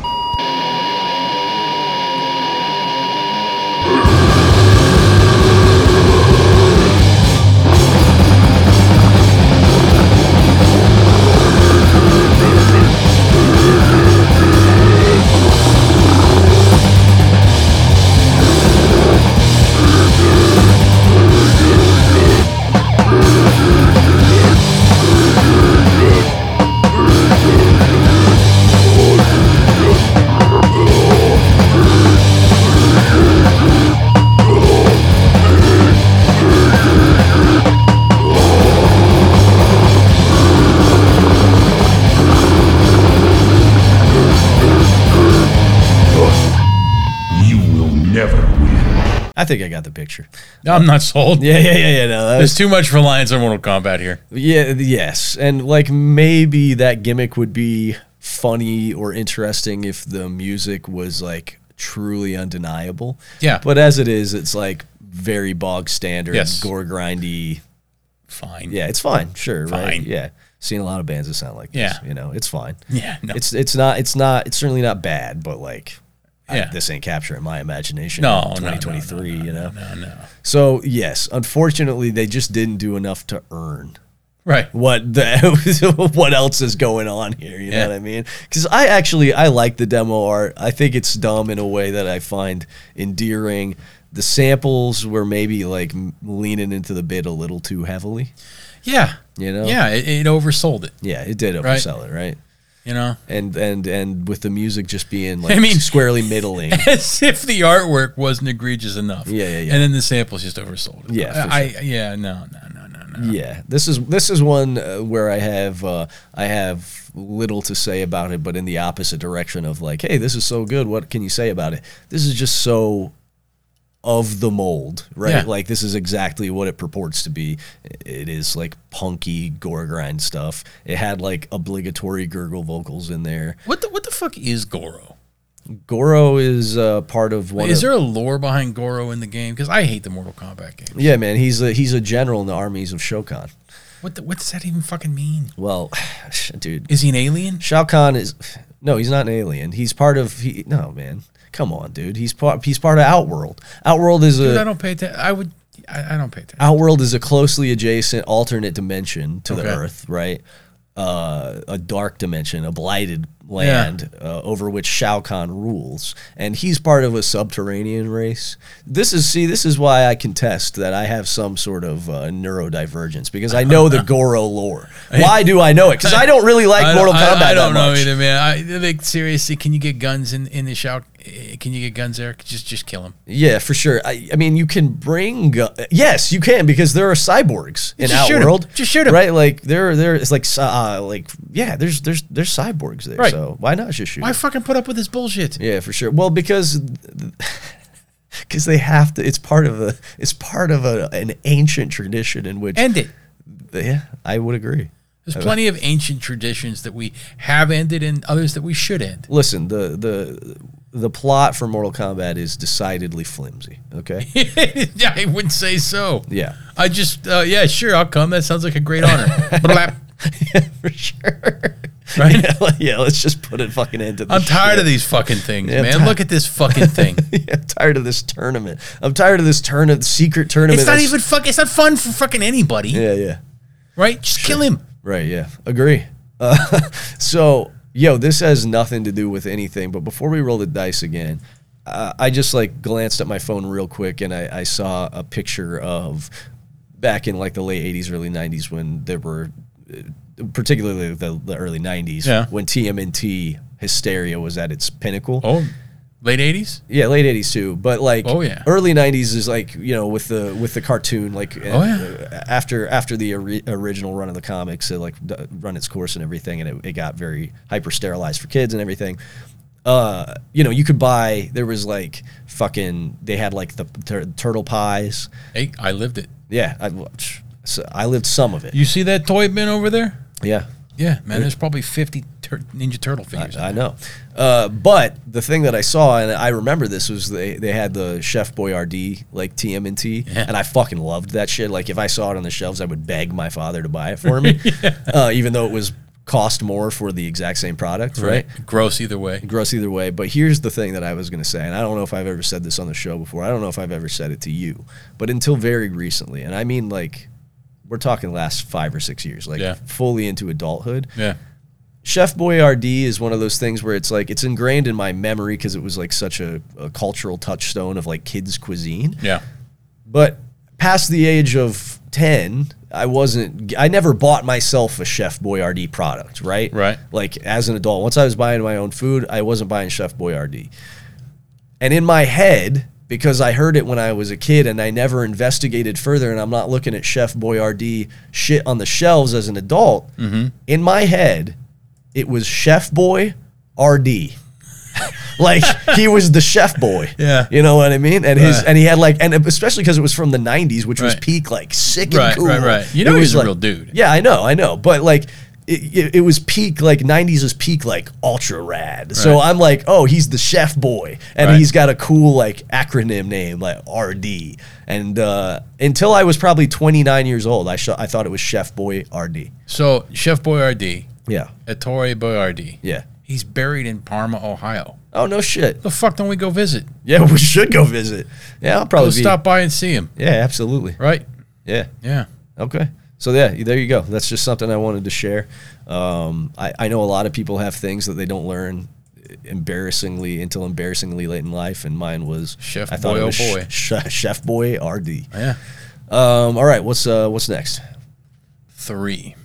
Speaker 7: You will never win.
Speaker 2: I think I got the picture. <laughs>
Speaker 3: I'm not sold.
Speaker 2: Yeah, yeah, yeah, yeah. No, that was
Speaker 3: There's too much reliance on Mortal Kombat here.
Speaker 2: Yeah, yes. And like maybe that gimmick would be funny or interesting if the music was like truly undeniable.
Speaker 3: Yeah.
Speaker 2: But as it is, it's like very bog standard,
Speaker 3: Yes.
Speaker 2: gore grindy.
Speaker 3: Fine.
Speaker 2: Yeah, it's fine, sure, right?
Speaker 3: Fine.
Speaker 2: Yeah. Seen a lot of bands that sound like this,
Speaker 3: Yeah.
Speaker 2: you know. It's fine.
Speaker 3: Yeah, no.
Speaker 2: It's it's not it's not it's certainly not bad, but like I-
Speaker 3: Yeah.
Speaker 2: this ain't capturing my imagination.
Speaker 3: No, no, no,
Speaker 2: in
Speaker 3: no,
Speaker 2: 2023, you know.
Speaker 3: No, no.
Speaker 2: So, yes, unfortunately they just didn't do enough to earn
Speaker 3: Right.
Speaker 2: what the <laughs> what else is going on here you
Speaker 3: Yeah.
Speaker 2: know what i mean because i actually i like the demo art i think it's dumb in a way that i find endearing the samples were maybe like m- leaning into the bit a little too heavily
Speaker 3: Yeah.
Speaker 2: You know?
Speaker 3: Yeah, it, it oversold it.
Speaker 2: yeah it did
Speaker 3: Right.
Speaker 2: oversell it right
Speaker 3: You know. <laughs>
Speaker 2: and and and with the music just being like
Speaker 3: I mean-
Speaker 2: squarely middling
Speaker 3: As if the artwork wasn't egregious enough.
Speaker 2: Yeah, yeah, yeah.
Speaker 3: And then the samples just oversold it.
Speaker 2: Yeah, for
Speaker 3: I, I yeah, no, no, no, no, no.
Speaker 2: yeah this is this is one uh, where i have uh, i have little to say about it but in the opposite direction of like hey this is so good what can you say about it this is just so of the mold right
Speaker 3: Yeah.
Speaker 2: like this is exactly what it purports to be it is like punky gore grind stuff it had like obligatory gurgle vocals in there
Speaker 3: What the what the fuck is Goro?
Speaker 2: goro is uh, part of one
Speaker 3: Is
Speaker 2: of,
Speaker 3: there a lore behind Goro in the game? Because I hate the Mortal Kombat game.
Speaker 2: yeah man he's a he's a general in the armies of shokan
Speaker 3: What the, what does that even fucking mean?
Speaker 2: well <sighs> dude
Speaker 3: Is he an alien?
Speaker 2: Shao Kahn is no, he's not an alien. He's part of he. No, man, come on, dude. He's part. He's part of Outworld. Outworld is
Speaker 3: Dude, I
Speaker 2: a
Speaker 3: don't pay attention. I would. I, I don't pay attention.
Speaker 2: Outworld is a closely adjacent alternate dimension to the
Speaker 3: Okay.
Speaker 2: Earth, right? Uh, a dark dimension, a blighted land uh, over which Shao Kahn rules, and he's part of a subterranean race. This is see, this is why I contest that I have some sort of uh, neurodivergence because I know the
Speaker 3: <laughs>
Speaker 2: Goro lore. Why do I know it? Because I don't really like
Speaker 3: I don't-
Speaker 2: Mortal
Speaker 3: I-
Speaker 2: Kombat.
Speaker 3: I, don't
Speaker 2: that
Speaker 3: know
Speaker 2: much.
Speaker 3: either, man. I like seriously, can you get guns in in the shout? Can you get guns there? Just just kill him.
Speaker 2: Yeah, for sure. I, I mean, you can bring. gu- yes, you can because there are cyborgs in
Speaker 3: Just shoot 'em.
Speaker 2: Outworld.
Speaker 3: Just shoot 'em.
Speaker 2: Right? Like there, there. It's like, uh, like yeah. There's, there's, there's cyborgs there.
Speaker 3: Right.
Speaker 2: So why not just shoot? 'em?
Speaker 3: Why fucking put up with this bullshit?
Speaker 2: Yeah, for sure. Well, because <laughs> because they have to. It's part of a. It's part of a, an ancient tradition in which.
Speaker 3: End it.
Speaker 2: yeah, I would agree.
Speaker 3: There's plenty of ancient traditions that we have ended and others that we should end. <laughs>
Speaker 2: Listen, the the the plot for Mortal Kombat is decidedly flimsy.
Speaker 3: <laughs>
Speaker 2: Okay.
Speaker 3: yeah, I wouldn't say so.
Speaker 2: Yeah.
Speaker 3: I just, uh, yeah, sure, I'll come. That sounds like a
Speaker 2: <laughs>
Speaker 3: great honor. Blap.
Speaker 2: for sure.
Speaker 3: Right?
Speaker 2: <laughs> Yeah, like- yeah, let's just put a fucking end to this.
Speaker 3: I'm tired
Speaker 2: shit.
Speaker 3: of these fucking things,
Speaker 2: Yeah, I'm
Speaker 3: man.
Speaker 2: ti-
Speaker 3: Look at this fucking thing.
Speaker 2: <laughs> Yeah, I'm tired of this tournament. I'm tired of this turn secret tournament.
Speaker 3: it's not
Speaker 2: that's-
Speaker 3: even fuck. It's not fun for fucking anybody,
Speaker 2: Yeah, yeah.
Speaker 3: right? Just kill him.
Speaker 2: Right, yeah. Agree. Uh, <laughs> so, yo, this has nothing to do with anything, but before we roll the dice again, uh, I just like glanced at my phone real quick and I, I saw a picture of back in like the late 80s, early 90s when there were, uh, particularly the, the early 90s,
Speaker 3: Yeah.
Speaker 2: when TMNT hysteria was at its pinnacle.
Speaker 3: Oh, late '80s.
Speaker 2: Yeah, late eighties too. But like,
Speaker 3: Oh, yeah.
Speaker 2: early nineties is like you know with the with the cartoon like
Speaker 3: Oh, yeah.
Speaker 2: uh, after after the ori- original run of the comics it like d- run its course and everything and it, it got very hyper sterilized for kids and everything. Uh, you know, you could buy. There was like fucking. They had like the tur- turtle pies.
Speaker 3: Hey, I lived it.
Speaker 2: Yeah, I, watch- so I lived some of it.
Speaker 3: You see that toy bin over there?
Speaker 2: Yeah,
Speaker 3: Yeah, man. There's probably 50 tur- Ninja Turtle figures.
Speaker 2: I know. Uh, but the thing that I saw, and I remember this, was they, they had the Chef Boyardee, like TMNT,
Speaker 3: Yeah.
Speaker 2: and I fucking loved that shit. Like, if I saw it on the shelves, I would beg my father to buy it for
Speaker 3: <laughs>
Speaker 2: me, uh, even though it was cost more for the exact same product, right?
Speaker 3: Gross either way.
Speaker 2: Gross either way. But here's the thing that I was going to say, and I don't know if I've ever said this on the show before. I don't know if I've ever said it to you, but until very recently, and I mean, like, we're talking last five or six years, like,
Speaker 3: Yeah.
Speaker 2: fully into adulthood.
Speaker 3: Yeah.
Speaker 2: Chef Boyardee is one of those things where it's like it's ingrained in my memory because it was like such a, a cultural touchstone of like kids' cuisine.
Speaker 3: Yeah.
Speaker 2: But past the age of ten, I wasn't. I never bought myself a Chef Boyardee product, right?
Speaker 3: Right.
Speaker 2: Like as an adult, once I was buying my own food, I wasn't buying Chef Boyardee. And in my head, because I heard it when I was a kid and I never investigated further, and I'm not looking at Chef Boyardee shit on the shelves as an adult,
Speaker 3: Mm-hmm.
Speaker 2: in my head, it was Chef Boy RD. <laughs> like he was the chef boy.
Speaker 3: Yeah.
Speaker 2: You know what I mean? And his
Speaker 3: Right.
Speaker 2: and he had like and especially because it was from the 90s, which was
Speaker 3: Right.
Speaker 2: peak like sick and
Speaker 3: Right,
Speaker 2: cool.
Speaker 3: right, right. You
Speaker 2: It
Speaker 3: know he's
Speaker 2: was
Speaker 3: a
Speaker 2: like-
Speaker 3: real dude.
Speaker 2: Yeah, I know, I know. But like it, it, it was peak like 90s was peak like ultra rad. So
Speaker 3: Right.
Speaker 2: I'm like, "Oh, he's the chef boy." And
Speaker 3: Right.
Speaker 2: he's got a cool like acronym name like RD. And uh, until I was probably 29 years old, I sh- I thought it was Chef Boy RD.
Speaker 3: So Chef Boyardee,
Speaker 2: Yeah.
Speaker 3: Ettore Boyardee.
Speaker 2: Yeah.
Speaker 3: He's buried in Parma, Ohio.
Speaker 2: Oh no shit.
Speaker 3: The fuck don't we go visit?
Speaker 2: Yeah, <laughs> we should go visit. Yeah, I'll probably
Speaker 3: Go
Speaker 2: be-
Speaker 3: stop by and see him,
Speaker 2: Yeah, absolutely.
Speaker 3: right?
Speaker 2: Yeah.
Speaker 3: Yeah.
Speaker 2: Okay. So yeah, there you go. That's just something I wanted to share. Um, I, I know a lot of people have things that they don't learn embarrassingly until embarrassingly late in life, and mine was
Speaker 3: Chef
Speaker 2: I thought
Speaker 3: boy,
Speaker 2: it
Speaker 3: oh
Speaker 2: was
Speaker 3: boy.
Speaker 2: Sh- <laughs> sh- chef boy RD.
Speaker 3: Yeah.
Speaker 2: Um, all right, what's uh, what's next?
Speaker 3: Three.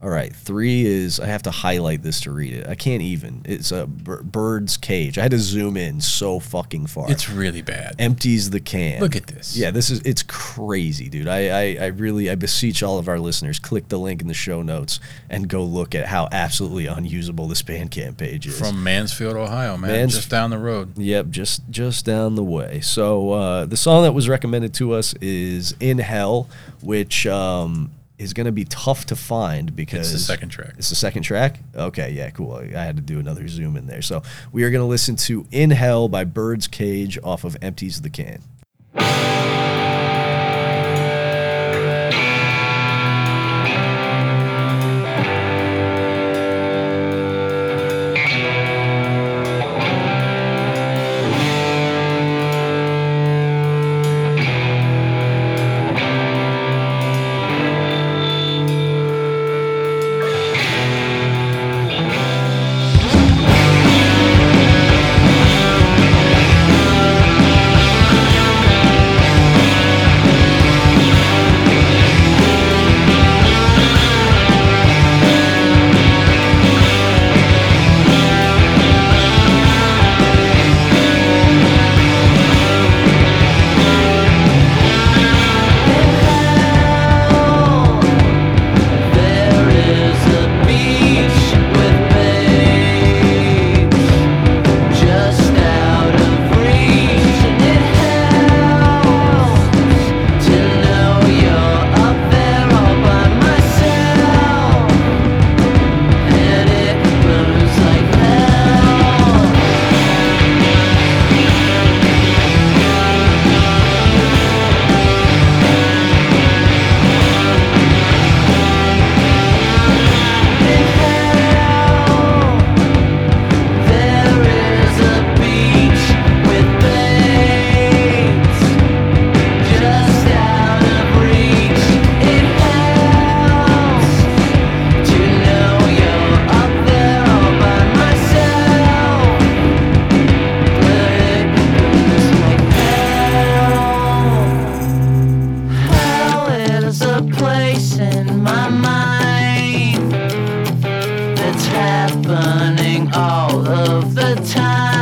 Speaker 2: All right, three is I have to highlight this to read it. I can't even. It's a bir- bird's cage. I had to zoom in so fucking far.
Speaker 3: It's really bad.
Speaker 2: empties the can.
Speaker 3: Look at this.
Speaker 2: Yeah, this is it's crazy, dude. I, I I really I beseech all of our listeners, click the link in the show notes and go look at how absolutely unusable this Bandcamp page is.
Speaker 3: From Mansfield, Ohio, man.
Speaker 2: Mans-
Speaker 3: just down the road.
Speaker 2: Yep, just just down the way. So uh, the song that was recommended to us is "In Hell," which um, is going to be tough to find because
Speaker 3: second track.
Speaker 2: It's the second track. Okay, yeah, cool. I I had to do another zoom in there. So we are going to listen to "In Hell" by Bird's Cage off of "Empties the Can."
Speaker 6: Thank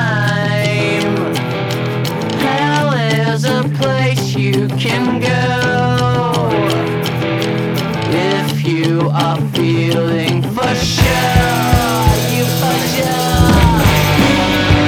Speaker 8: time. Hell is a place you can go if you are feeling for sure. You for sure.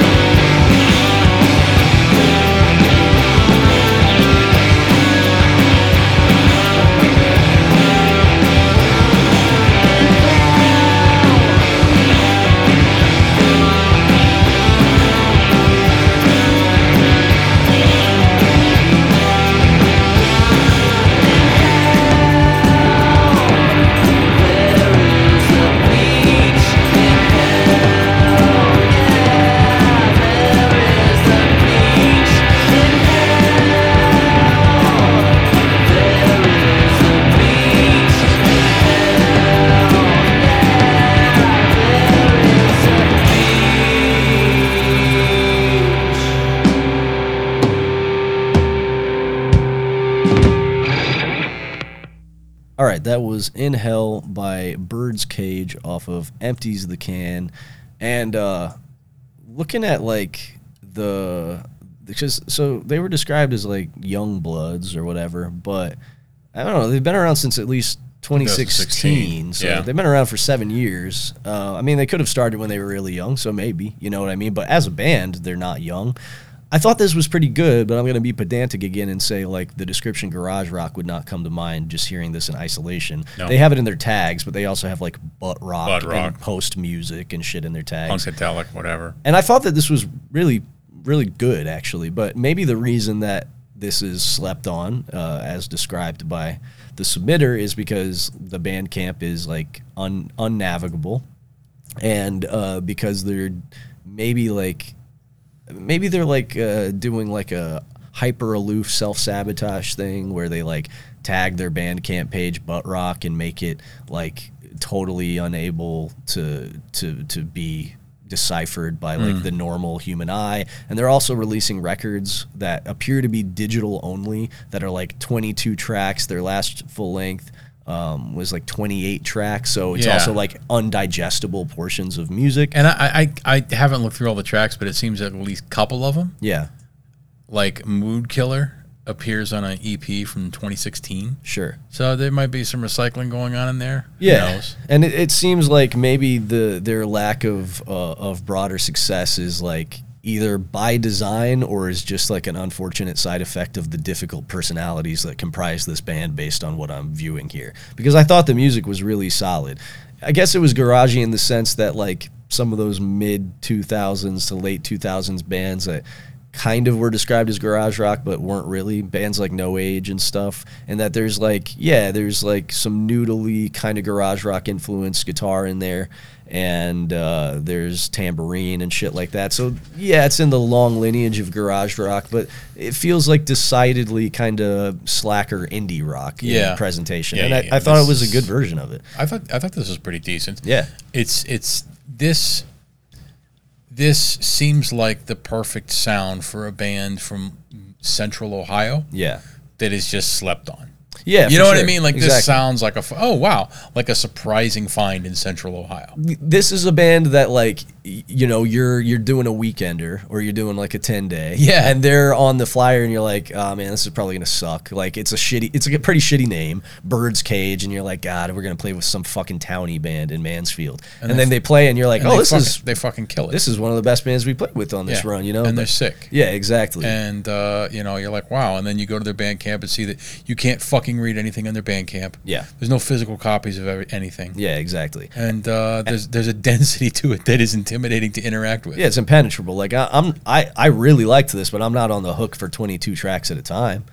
Speaker 2: All right, that was In Hell by Bird's Cage off of Empties the Can. And uh looking at like the because so they were described as like young bloods or whatever, but I don't know, they've been around since at least 2016.
Speaker 3: 2016,
Speaker 2: So
Speaker 3: yeah.
Speaker 2: they've been around for 7 years. Uh I mean, they could have started when they were really young, so maybe, you know what I mean, but as a band, they're not young. I thought this was pretty good, but I'm going to be pedantic again and say like the description garage rock would not come to mind just hearing this in isolation.
Speaker 3: No.
Speaker 2: They have it in their tags, but they also have like butt rock,
Speaker 3: Butt
Speaker 2: and
Speaker 3: rock.
Speaker 2: post music and shit in their tags.
Speaker 3: Funkadelic, whatever.
Speaker 2: And I thought that this was really, really good actually, but maybe the reason that this is slept on, uh, as described by the submitter, is because the band camp is like un- unnavigable, and uh, because they're maybe like maybe they're like uh, doing like a hyper aloof self sabotage thing where they like tag their Bandcamp page butt rock and make it like totally unable to to to be deciphered by like the normal human eye and they're also releasing records that appear to be digital only that are like 22 tracks their last full length um, was like 28 tracks so it's
Speaker 3: Yeah.
Speaker 2: also like undigestible portions of music
Speaker 3: And I, I, I haven't looked through all the tracks, but it seems that at least a couple of them,
Speaker 2: yeah
Speaker 3: like Mood Killer, appears on an EP from 2016.
Speaker 2: sure
Speaker 3: So there might be some recycling going on in there. Who
Speaker 2: Yeah,
Speaker 3: knows?
Speaker 2: and it, it seems like maybe the their lack of uh, of broader success is like either by design or is just like an unfortunate side effect of the difficult personalities that comprise this band based on what I'm viewing here because I thought the music was really solid. I guess it was garagey in the sense that like some of those mid 2000s to late 2000s bands that kind of were described as garage rock but weren't really bands like no age and stuff and that there's like yeah there's like some noodly kind of garage rock influence guitar in there and uh, there's tambourine and shit like that so yeah it's in the long lineage of garage rock but it feels like decidedly kind of slacker indie rock in
Speaker 3: Yeah.
Speaker 2: presentation
Speaker 3: Yeah,
Speaker 2: and
Speaker 3: yeah,
Speaker 2: I,
Speaker 3: yeah.
Speaker 2: I thought it
Speaker 3: This
Speaker 2: was a
Speaker 3: is-
Speaker 2: good version of it
Speaker 3: I thought I thought this was pretty decent.
Speaker 2: Yeah.
Speaker 3: It's it's this this seems like the perfect sound for a band from central Ohio
Speaker 2: yeah
Speaker 3: that is just slept on.
Speaker 2: yeah
Speaker 3: you
Speaker 2: for
Speaker 3: know what I
Speaker 2: sure.
Speaker 3: mean? Like
Speaker 2: Exactly.
Speaker 3: this sounds like a f- oh wow, like a surprising find in central Ohio.
Speaker 2: Oh, this is a band that like y- you know you're you're doing a weekender or you're doing like a 10 day
Speaker 3: Yeah.
Speaker 2: and they're on the flyer and you're like oh man this is probably gonna suck like it's a shitty it's a pretty shitty name bird's cage and you're like god we're gonna play with some fucking townie band in mansfield and, then they play and you're like
Speaker 3: And
Speaker 2: oh
Speaker 3: they
Speaker 2: this
Speaker 3: fucking,
Speaker 2: is
Speaker 3: they fucking kill it.
Speaker 2: this is one of the best bands we played with on this
Speaker 3: Yeah.
Speaker 2: run you know
Speaker 3: and they're
Speaker 2: But-
Speaker 3: sick.
Speaker 2: yeah exactly
Speaker 3: And uh, you know, you're like, wow. And then you go to their band camp and see that you can't fucking read anything on their band camp.
Speaker 2: Yeah.
Speaker 3: There's no physical copies of every, anything.
Speaker 2: yeah exactly
Speaker 3: and uh, there's there's a density to it that is intimidating to interact with.
Speaker 2: yeah it's impenetrable like I, i'm i i really liked this but i'm not on the hook for 22 tracks at a time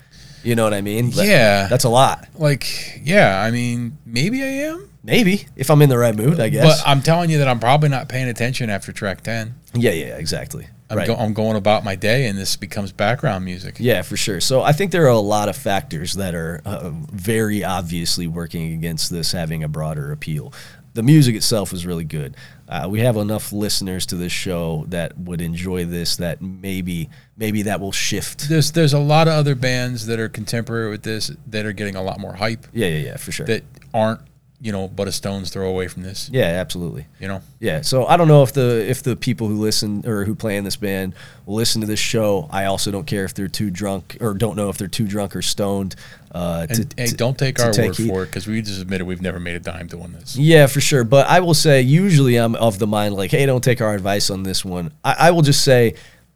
Speaker 2: you know what i mean That-
Speaker 3: Yeah.
Speaker 2: that's a lot
Speaker 3: Like, yeah, I mean, maybe I am,
Speaker 2: Maybe if I'm in the right mood, I guess.
Speaker 3: but I'm telling you that I'm probably not paying attention after track ten.
Speaker 2: yeah, yeah, exactly.
Speaker 3: I'm,
Speaker 2: right.
Speaker 3: go- I'm going about my day, and this becomes background music.
Speaker 2: yeah, for sure. So I think there are a lot of factors that are uh, very obviously working against this having a broader appeal. The music itself is really good. Uh, we have enough listeners to this show that would enjoy this. That maybe, maybe that will shift.
Speaker 3: There's there's a lot of other bands that are contemporary with this that are getting a lot more hype
Speaker 2: Yeah, yeah, yeah, for sure.
Speaker 3: that aren't you know, but a stone's throw away from this.
Speaker 2: Yeah, absolutely.
Speaker 3: You know,
Speaker 2: Yeah, so I don't know if the if the people who listen or who play in this band will listen to this show. I also don't care if they're too drunk or don't know if they're too drunk or stoned. Uh,
Speaker 3: and hey, don't take
Speaker 2: to
Speaker 3: our word
Speaker 2: heed.
Speaker 3: for it because we just admitted we've never made a dime doing this.
Speaker 2: Yeah, for sure. But I will say, usually I'm of the mind like, hey, don't take our advice on this one. I, I will just say,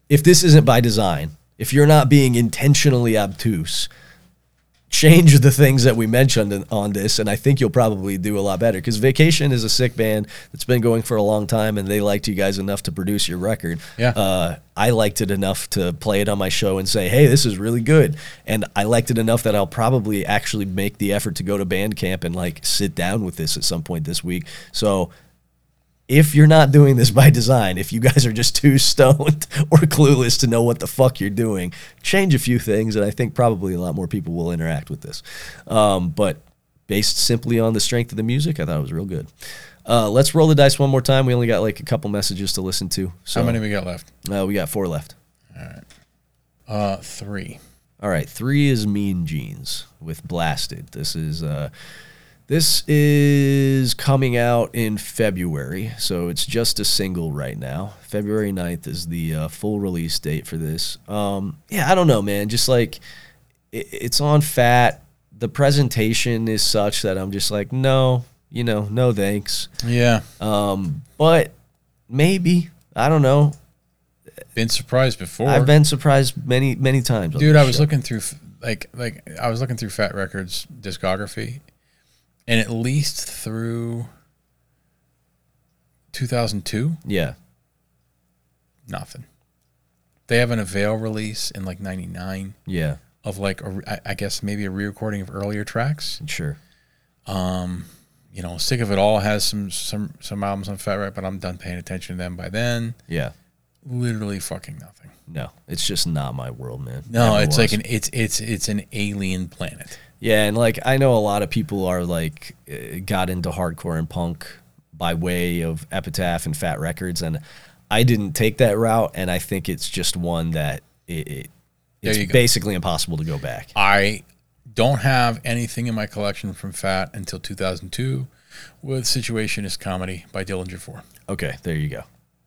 Speaker 2: if this isn't by design, if you're not being intentionally obtuse, change the things that we mentioned in- on this, and I think you'll probably do a lot better. Because Vacation is a sick band that's been going for a long time, and they liked you guys enough to produce your record.
Speaker 3: Yeah.
Speaker 2: Uh, I liked it enough to play it on my show and say, hey, this is really good. And I liked it enough that I'll probably actually make the effort to go to band camp and like sit down with this at some point this week. So if you're not doing this by design, if you guys are just too <laughs> stoned or clueless to know what the fuck you're doing, change a few things, and I think probably a lot more people will interact with this. Um, but based simply on the strength of the music, I thought it was real good. Uh, let's roll the dice one more time. We only got like a couple messages to listen to. So
Speaker 3: How many we got left?
Speaker 2: Uh, we got four left.
Speaker 3: Uh, three.
Speaker 2: All right, three is Mean Jeans with Blasted. This is uh, this is coming out in February, so it's just a single right now. February 9th is the uh, full release date for this. Um, yeah, I don't know, man. Just like it, it's on Fat. The presentation is such that I'm just like, no, you know, no thanks.
Speaker 3: Yeah,
Speaker 2: But maybe I don't know.
Speaker 3: been surprised before.
Speaker 2: I've been surprised many many times. on
Speaker 3: dude.
Speaker 2: this
Speaker 3: I was
Speaker 2: show.
Speaker 3: looking through f- like like I was looking through Fat Records discography, and at least through 2002,
Speaker 2: Yeah.
Speaker 3: nothing. They have an Avail release in like '99
Speaker 2: Yeah.
Speaker 3: of like a re- I I guess maybe a re-recording of earlier tracks.
Speaker 2: Sure.
Speaker 3: You know, Sick of It All has some some some albums on Fat Wreck, but I'm done paying attention to them by then.
Speaker 2: Yeah.
Speaker 3: Literally fucking nothing.
Speaker 2: No, it's just not my world, man.
Speaker 3: No,
Speaker 2: Never
Speaker 3: it's
Speaker 2: was.
Speaker 3: like an it's it's it's an alien planet.
Speaker 2: yeah, and like I know a lot of people are like uh, got into hardcore and punk by way of Epitaph and Fat Records, and I didn't take that route, and I think it's just one that it, it
Speaker 3: There you
Speaker 2: it's
Speaker 3: go.
Speaker 2: basically impossible to go back.
Speaker 3: I don't have anything in my collection from Fat until 2002 with Situation is Comedy by Dillinger 4.
Speaker 2: Okay, there you go,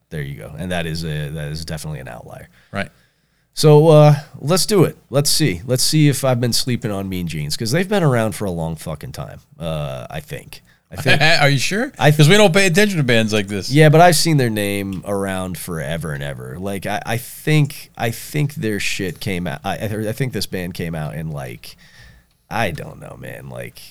Speaker 2: there you go, and that is a that is definitely an outlier.
Speaker 3: Right.
Speaker 2: So uh, let's do it. Let's see. Let's see if I've been sleeping on Mean Jeans because they've been around for a long fucking time. Uh, I think. I think
Speaker 3: <laughs> Are you sure?
Speaker 2: I-
Speaker 3: Because we don't pay attention to bands like this.
Speaker 2: Yeah, but I've seen their name around forever and ever. Like I, I think I think their shit came out. I, I think this band came out in like I don't know, man. Like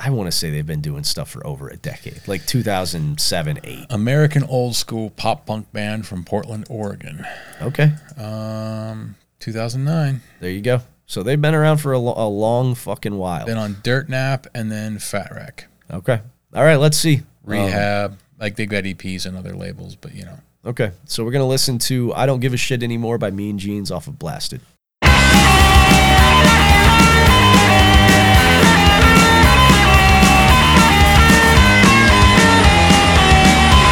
Speaker 2: I want to say they've been doing stuff for over a decade, like 2007, eight.
Speaker 3: American old school pop punk band from Portland, Oregon.
Speaker 2: Okay,
Speaker 3: 2009.
Speaker 2: there you go. So they've been around for a, lo- a long fucking while.
Speaker 3: Then on Dirt Nap and then Fat Wreck.
Speaker 2: Okay, all right. Let's see. Um,
Speaker 3: Rehab. like they've got EPs and other labels, but you know.
Speaker 2: okay, so we're gonna listen to "I Don't Give a Shit Anymore" by Mean Jeans off of Blasted.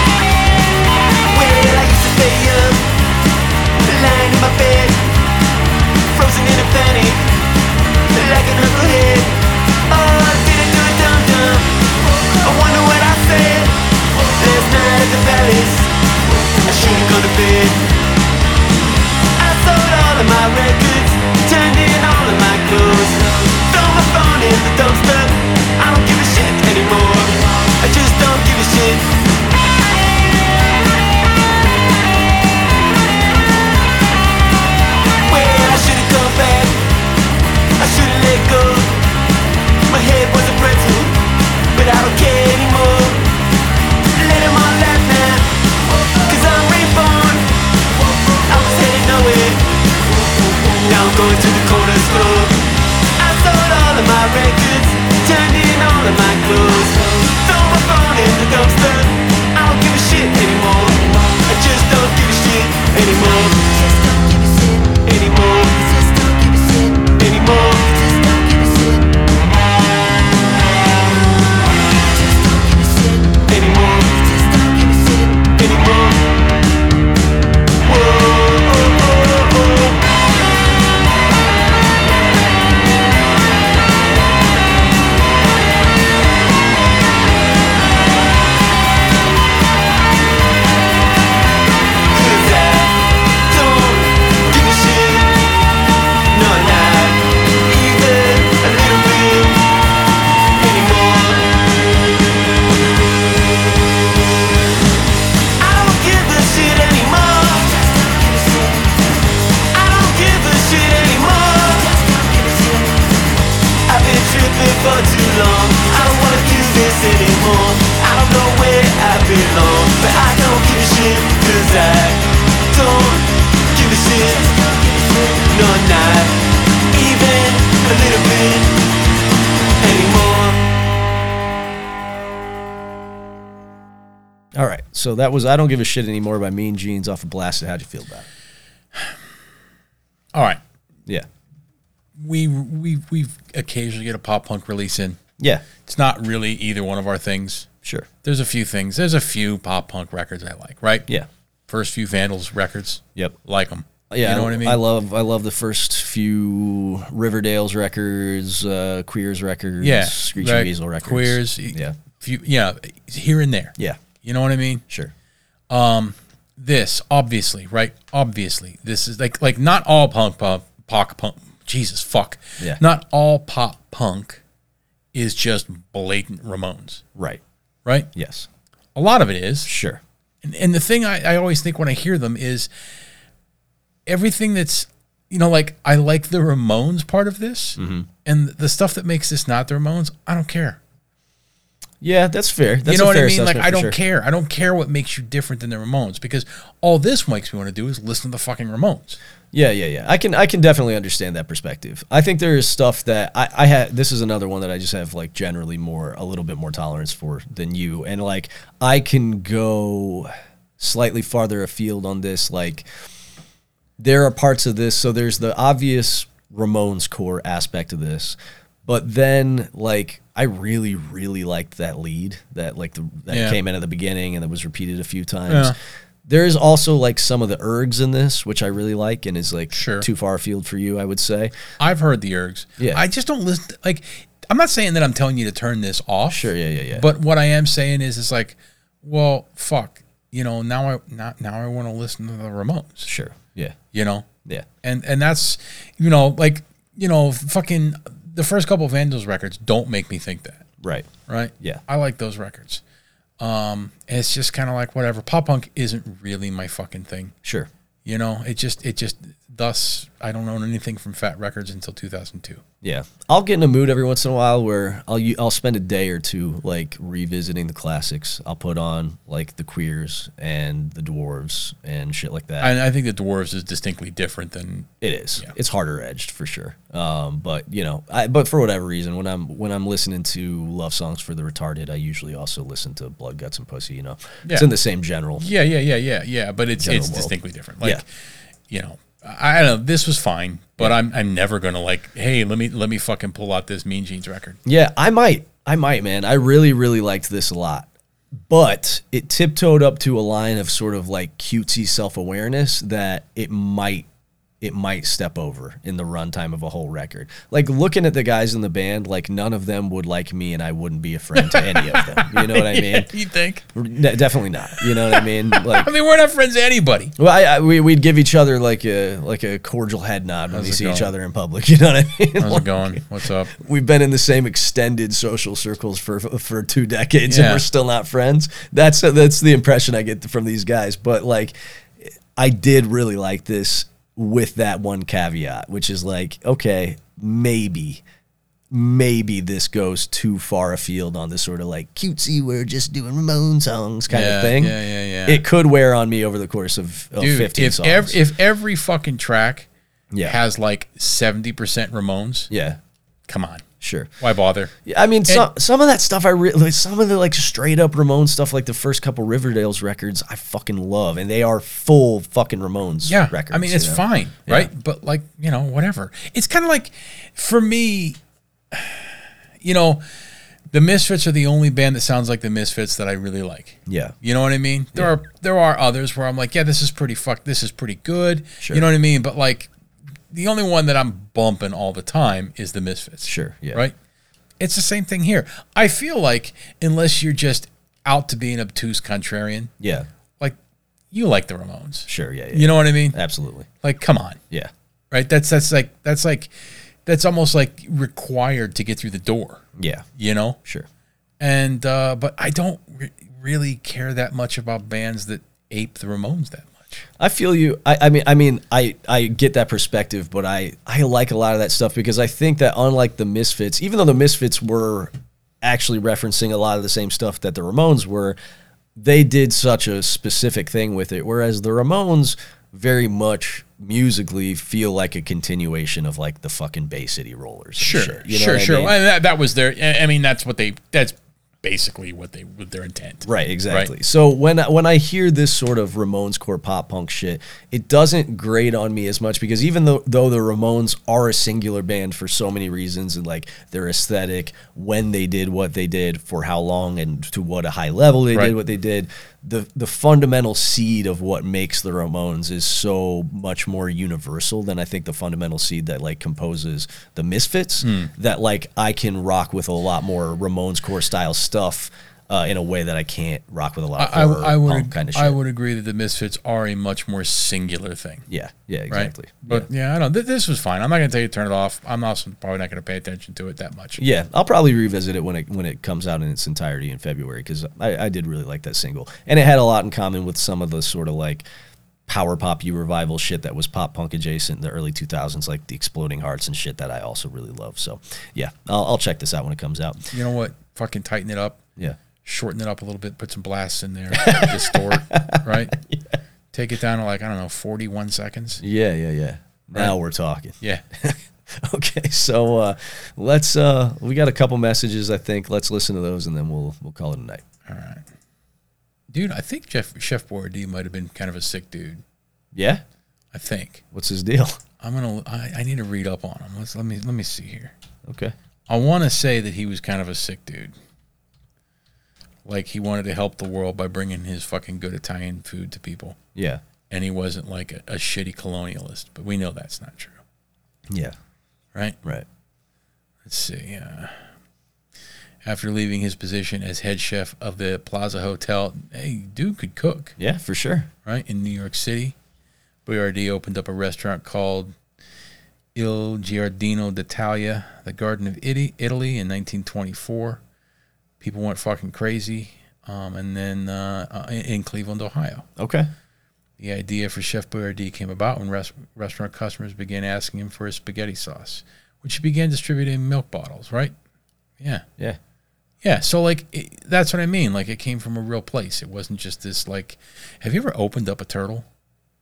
Speaker 5: Well, I used to stay up, lying in my bed, frozen in a panic, like an knucklehead. Oh, I didn't do a dum dum. I wonder what I said last night at the palace. I should've gone to bed. I sold all of my records.
Speaker 2: So that was I don't give a shit anymore by Mean Jeans off of Blasted. How'd you feel about it?
Speaker 3: All right.
Speaker 2: Yeah,
Speaker 3: We we we occasionally get a pop punk release in.
Speaker 2: yeah,
Speaker 3: It's not really either one of our things.
Speaker 2: sure,
Speaker 3: There's a few things. There's a few pop punk records I like, right?
Speaker 2: yeah,
Speaker 3: First few Vandals records.
Speaker 2: Yep.
Speaker 3: Like them.
Speaker 2: yeah.
Speaker 3: You know what I mean?
Speaker 2: I love I love the first few Riverdale's records, uh, Queers records,
Speaker 3: yeah.
Speaker 2: Screeching
Speaker 3: right.
Speaker 2: Weasel records,
Speaker 3: Queers.
Speaker 2: Yeah,
Speaker 3: Few, yeah. Here and there.
Speaker 2: yeah,
Speaker 3: You know what I mean?
Speaker 2: sure,
Speaker 3: this obviously right obviously this is like like not all punk pop pop punk jesus fuck
Speaker 2: Yeah.
Speaker 3: not all pop punk is just blatant ramones
Speaker 2: right,
Speaker 3: right
Speaker 2: yes,
Speaker 3: a lot of it is
Speaker 2: sure,
Speaker 3: and, and the thing I, I always think when i hear them is everything that's you know like i like the ramones part of this
Speaker 2: Mm-hmm.
Speaker 3: and the stuff that makes this not the ramones i don't care
Speaker 2: yeah. That's fair. That's
Speaker 3: you know
Speaker 2: a
Speaker 3: what
Speaker 2: fair
Speaker 3: I mean? Like,
Speaker 2: assessment
Speaker 3: I
Speaker 2: for
Speaker 3: don't
Speaker 2: sure.
Speaker 3: care. I don't care what makes you different than the Ramones because all this makes me want to do is listen to the fucking Ramones.
Speaker 2: Yeah, yeah, yeah. I can I can definitely understand that perspective. I think there is stuff that I I had. This is another one that I just have like generally more a little bit more tolerance for than you, and like I can go slightly farther afield on this. Like there are parts of this. So there's the obvious Ramones core aspect of this, but then like I really really liked that lead that like the that
Speaker 3: Yeah.
Speaker 2: came in at the beginning and that was repeated a few times.
Speaker 3: Yeah.
Speaker 2: There is also like some of the ergs in this, which I really like and is like
Speaker 3: Sure.
Speaker 2: too far afield for you, I would say.
Speaker 3: I've heard the ergs.
Speaker 2: Yeah.
Speaker 3: I just don't listen. like, I'm not saying that I'm telling you to turn this off.
Speaker 2: Sure, yeah, yeah, yeah.
Speaker 3: But what I am saying is, it's like, well, fuck. You know, now I now, now I want to listen to the Ramones.
Speaker 2: sure. Yeah.
Speaker 3: You know,
Speaker 2: Yeah.
Speaker 3: and and that's you know like you know fucking the first couple of Vandals records don't make me think that
Speaker 2: Right.
Speaker 3: right?
Speaker 2: Yeah.
Speaker 3: I like those records. Um, and it's just kind of like whatever. Pop punk isn't really my fucking thing.
Speaker 2: Sure.
Speaker 3: You know, it just it just thus I don't own anything from Fat Records until 2002.
Speaker 2: Yeah. I'll get in a mood every once in a while where I'll u- I'll spend a day or two like revisiting the classics. I'll put on like the queers and the dwarves and shit like that.
Speaker 3: And I think the Dwarves is distinctly different than
Speaker 2: It is. It's harder edged for sure. Um, but you know, I, but for whatever reason, when I'm when I'm listening to love songs for the retarded, I usually also listen to Blood, Guts, and Pussy. You know, it's
Speaker 3: Yeah.
Speaker 2: in the same general.
Speaker 3: yeah, yeah, yeah, yeah, yeah. But it's
Speaker 2: General
Speaker 3: it's
Speaker 2: world.
Speaker 3: distinctly different. Like,
Speaker 2: Yeah.
Speaker 3: you know, I, I don't know. This was fine, but I'm I'm never gonna like. Hey, let me let me fucking pull out this Mean Jeans record.
Speaker 2: Yeah, I might. I might, man. I really, really liked this a lot. But it tiptoed up to a line of sort of like cutesy self awareness that it might it might step over in the runtime of a whole record. Like looking at the guys in the band, like none of them would like me and I wouldn't be a friend to any of them. <laughs> You know what I mean?
Speaker 3: you think?
Speaker 2: Ne- definitely not. You know what I
Speaker 3: <laughs>
Speaker 2: mean? Like,
Speaker 3: I mean, we're not friends to anybody.
Speaker 2: well, I, I, we, we'd give each other like a like a cordial head nod when
Speaker 3: How's
Speaker 2: we
Speaker 3: it
Speaker 2: see each
Speaker 3: going?
Speaker 2: other in public. <laughs> You know what I mean?
Speaker 3: How's it going? What's up?
Speaker 2: We've been in the same extended social circles for for two decades, and
Speaker 3: Yeah.
Speaker 2: we're still not friends. That's that's the impression I get from these guys. But like, I did really like this with that one caveat, which is like, okay, maybe. Maybe this goes too far afield on this sort of like cutesy, we're just doing Ramon songs kind
Speaker 3: Yeah,
Speaker 2: of thing.
Speaker 3: yeah, yeah, yeah.
Speaker 2: It could wear on me over the course of, of
Speaker 3: Dude,
Speaker 2: 15
Speaker 3: if
Speaker 2: songs.
Speaker 3: ev- if every fucking track
Speaker 2: Yeah.
Speaker 3: has like seventy percent Ramones,
Speaker 2: yeah,
Speaker 3: come on,
Speaker 2: sure.
Speaker 3: why bother?
Speaker 2: Yeah, I mean, some some of that stuff I really, some of the like straight up Ramon stuff, like the first couple Riverdale's records, I fucking love, and they are full fucking Ramones.
Speaker 3: Yeah,
Speaker 2: records.
Speaker 3: I mean
Speaker 2: you
Speaker 3: it's
Speaker 2: know?
Speaker 3: fine, right? But like you know, whatever. It's kind of like for me, <sighs> you know, the Misfits are the only band that sounds like the Misfits that I really like.
Speaker 2: Yeah,
Speaker 3: You know what I mean? There are there are others where I'm like, yeah, this is pretty fuck. This is pretty good.
Speaker 2: Sure.
Speaker 3: You know what I mean? But like, the only one that I'm bumping all the time is the Misfits.
Speaker 2: Sure, yeah.
Speaker 3: Right. It's the same thing here. I feel like unless you're just out to be an obtuse contrarian,
Speaker 2: yeah,
Speaker 3: like you like the Ramones.
Speaker 2: sure, yeah, yeah.
Speaker 3: You know what I mean?
Speaker 2: absolutely.
Speaker 3: Like, come on,
Speaker 2: Yeah,
Speaker 3: right? That's that's like that's like that's almost like required to get through the door.
Speaker 2: yeah,
Speaker 3: You know?
Speaker 2: sure.
Speaker 3: and uh, but I don't re- really care that much about bands that ape the Ramones that much.
Speaker 2: I feel you. I, I mean, I mean, I, I get that perspective, but I, I like a lot of that stuff because I think that unlike the Misfits, even though the Misfits were actually referencing a lot of the same stuff that the Ramones were, they did such a specific thing with it. Whereas the Ramones very much musically feel like a continuation of like the fucking Bay City Rollers. and
Speaker 3: Sure,
Speaker 2: shit, you know
Speaker 3: sure,
Speaker 2: what I
Speaker 3: sure.
Speaker 2: mean?
Speaker 3: And that, that was their. I I mean, that's what they. That's basically what they what their intent.
Speaker 2: Right, exactly. So when I- when I hear this sort of Ramones core pop punk shit, it doesn't grate on me as much because even though though the Ramones are a singular band for so many reasons and like their aesthetic, when they did what they did, for how long and to what a high level they
Speaker 3: Right.
Speaker 2: did what they did, the the fundamental seed of what makes the Ramones is so much more universal than I think the fundamental seed that like composes the Misfits
Speaker 3: Hmm.
Speaker 2: that like I can rock with a lot more Ramones core style stuff uh, in a way that I can't rock with a lot of
Speaker 3: I,
Speaker 2: horror
Speaker 3: I, I would
Speaker 2: punk kind of shit.
Speaker 3: I would agree that the Misfits are a much more singular thing.
Speaker 2: yeah, yeah,
Speaker 3: Right.
Speaker 2: exactly.
Speaker 3: But yeah, I don't. Th- this was fine. I'm not going to tell you to turn it off. I'm also probably not going to pay attention to it that much.
Speaker 2: yeah, I'll probably revisit it when it when it comes out in its entirety in February because I, I did really like that single, and it had a lot in common with some of the sort of like power pop you revival shit that was pop punk adjacent in the early 2000s, like the Exploding Hearts and shit that I also really love. So yeah, I'll, I'll check this out when it comes out.
Speaker 3: You know what? Fucking tighten it up.
Speaker 2: Yeah,
Speaker 3: Shorten it up a little bit. Put some blasts in there. <laughs> distort. <laughs> Right. Take it down to like I don't know, 41 seconds.
Speaker 2: yeah, yeah, yeah. Now we're talking. <laughs>
Speaker 3: Yeah.
Speaker 2: Okay, so uh, let's uh, we got a couple messages I think. Let's listen to those and then we'll we'll call it a night.
Speaker 3: All right. Dude, I think Jeff Chef Boyardee might have been kind of a sick dude.
Speaker 2: Yeah,
Speaker 3: I think.
Speaker 2: what's his deal?
Speaker 3: I'm gonna. I, I need to read up on him. Let's let me let me see here.
Speaker 2: Okay.
Speaker 3: I want to say that he was kind of a sick dude. Like he wanted to help the world by bringing his fucking good Italian food to people,
Speaker 2: Yeah.
Speaker 3: and he wasn't like a, a shitty colonialist. But we know that's not true,
Speaker 2: Yeah.
Speaker 3: right?
Speaker 2: Right.
Speaker 3: Let's see. Uh, after leaving his position as head chef of the Plaza Hotel, hey, dude could cook.
Speaker 2: Yeah, for sure.
Speaker 3: right, in New York City. Boyardee opened up a restaurant called Il Giardino d'Italia, the Garden of Italy, Italy in 1924. People went fucking crazy. Um, and then uh, uh, in- in Cleveland, Ohio.
Speaker 2: Okay.
Speaker 3: The idea for Chef Boyardee came about when res- restaurant customers began asking him for his spaghetti sauce, which he began distributing in milk bottles, right? Yeah.
Speaker 2: Yeah.
Speaker 3: Yeah, so like it, that's what I mean. Like it came from a real place. It wasn't just this like. Have you ever opened up a turtle?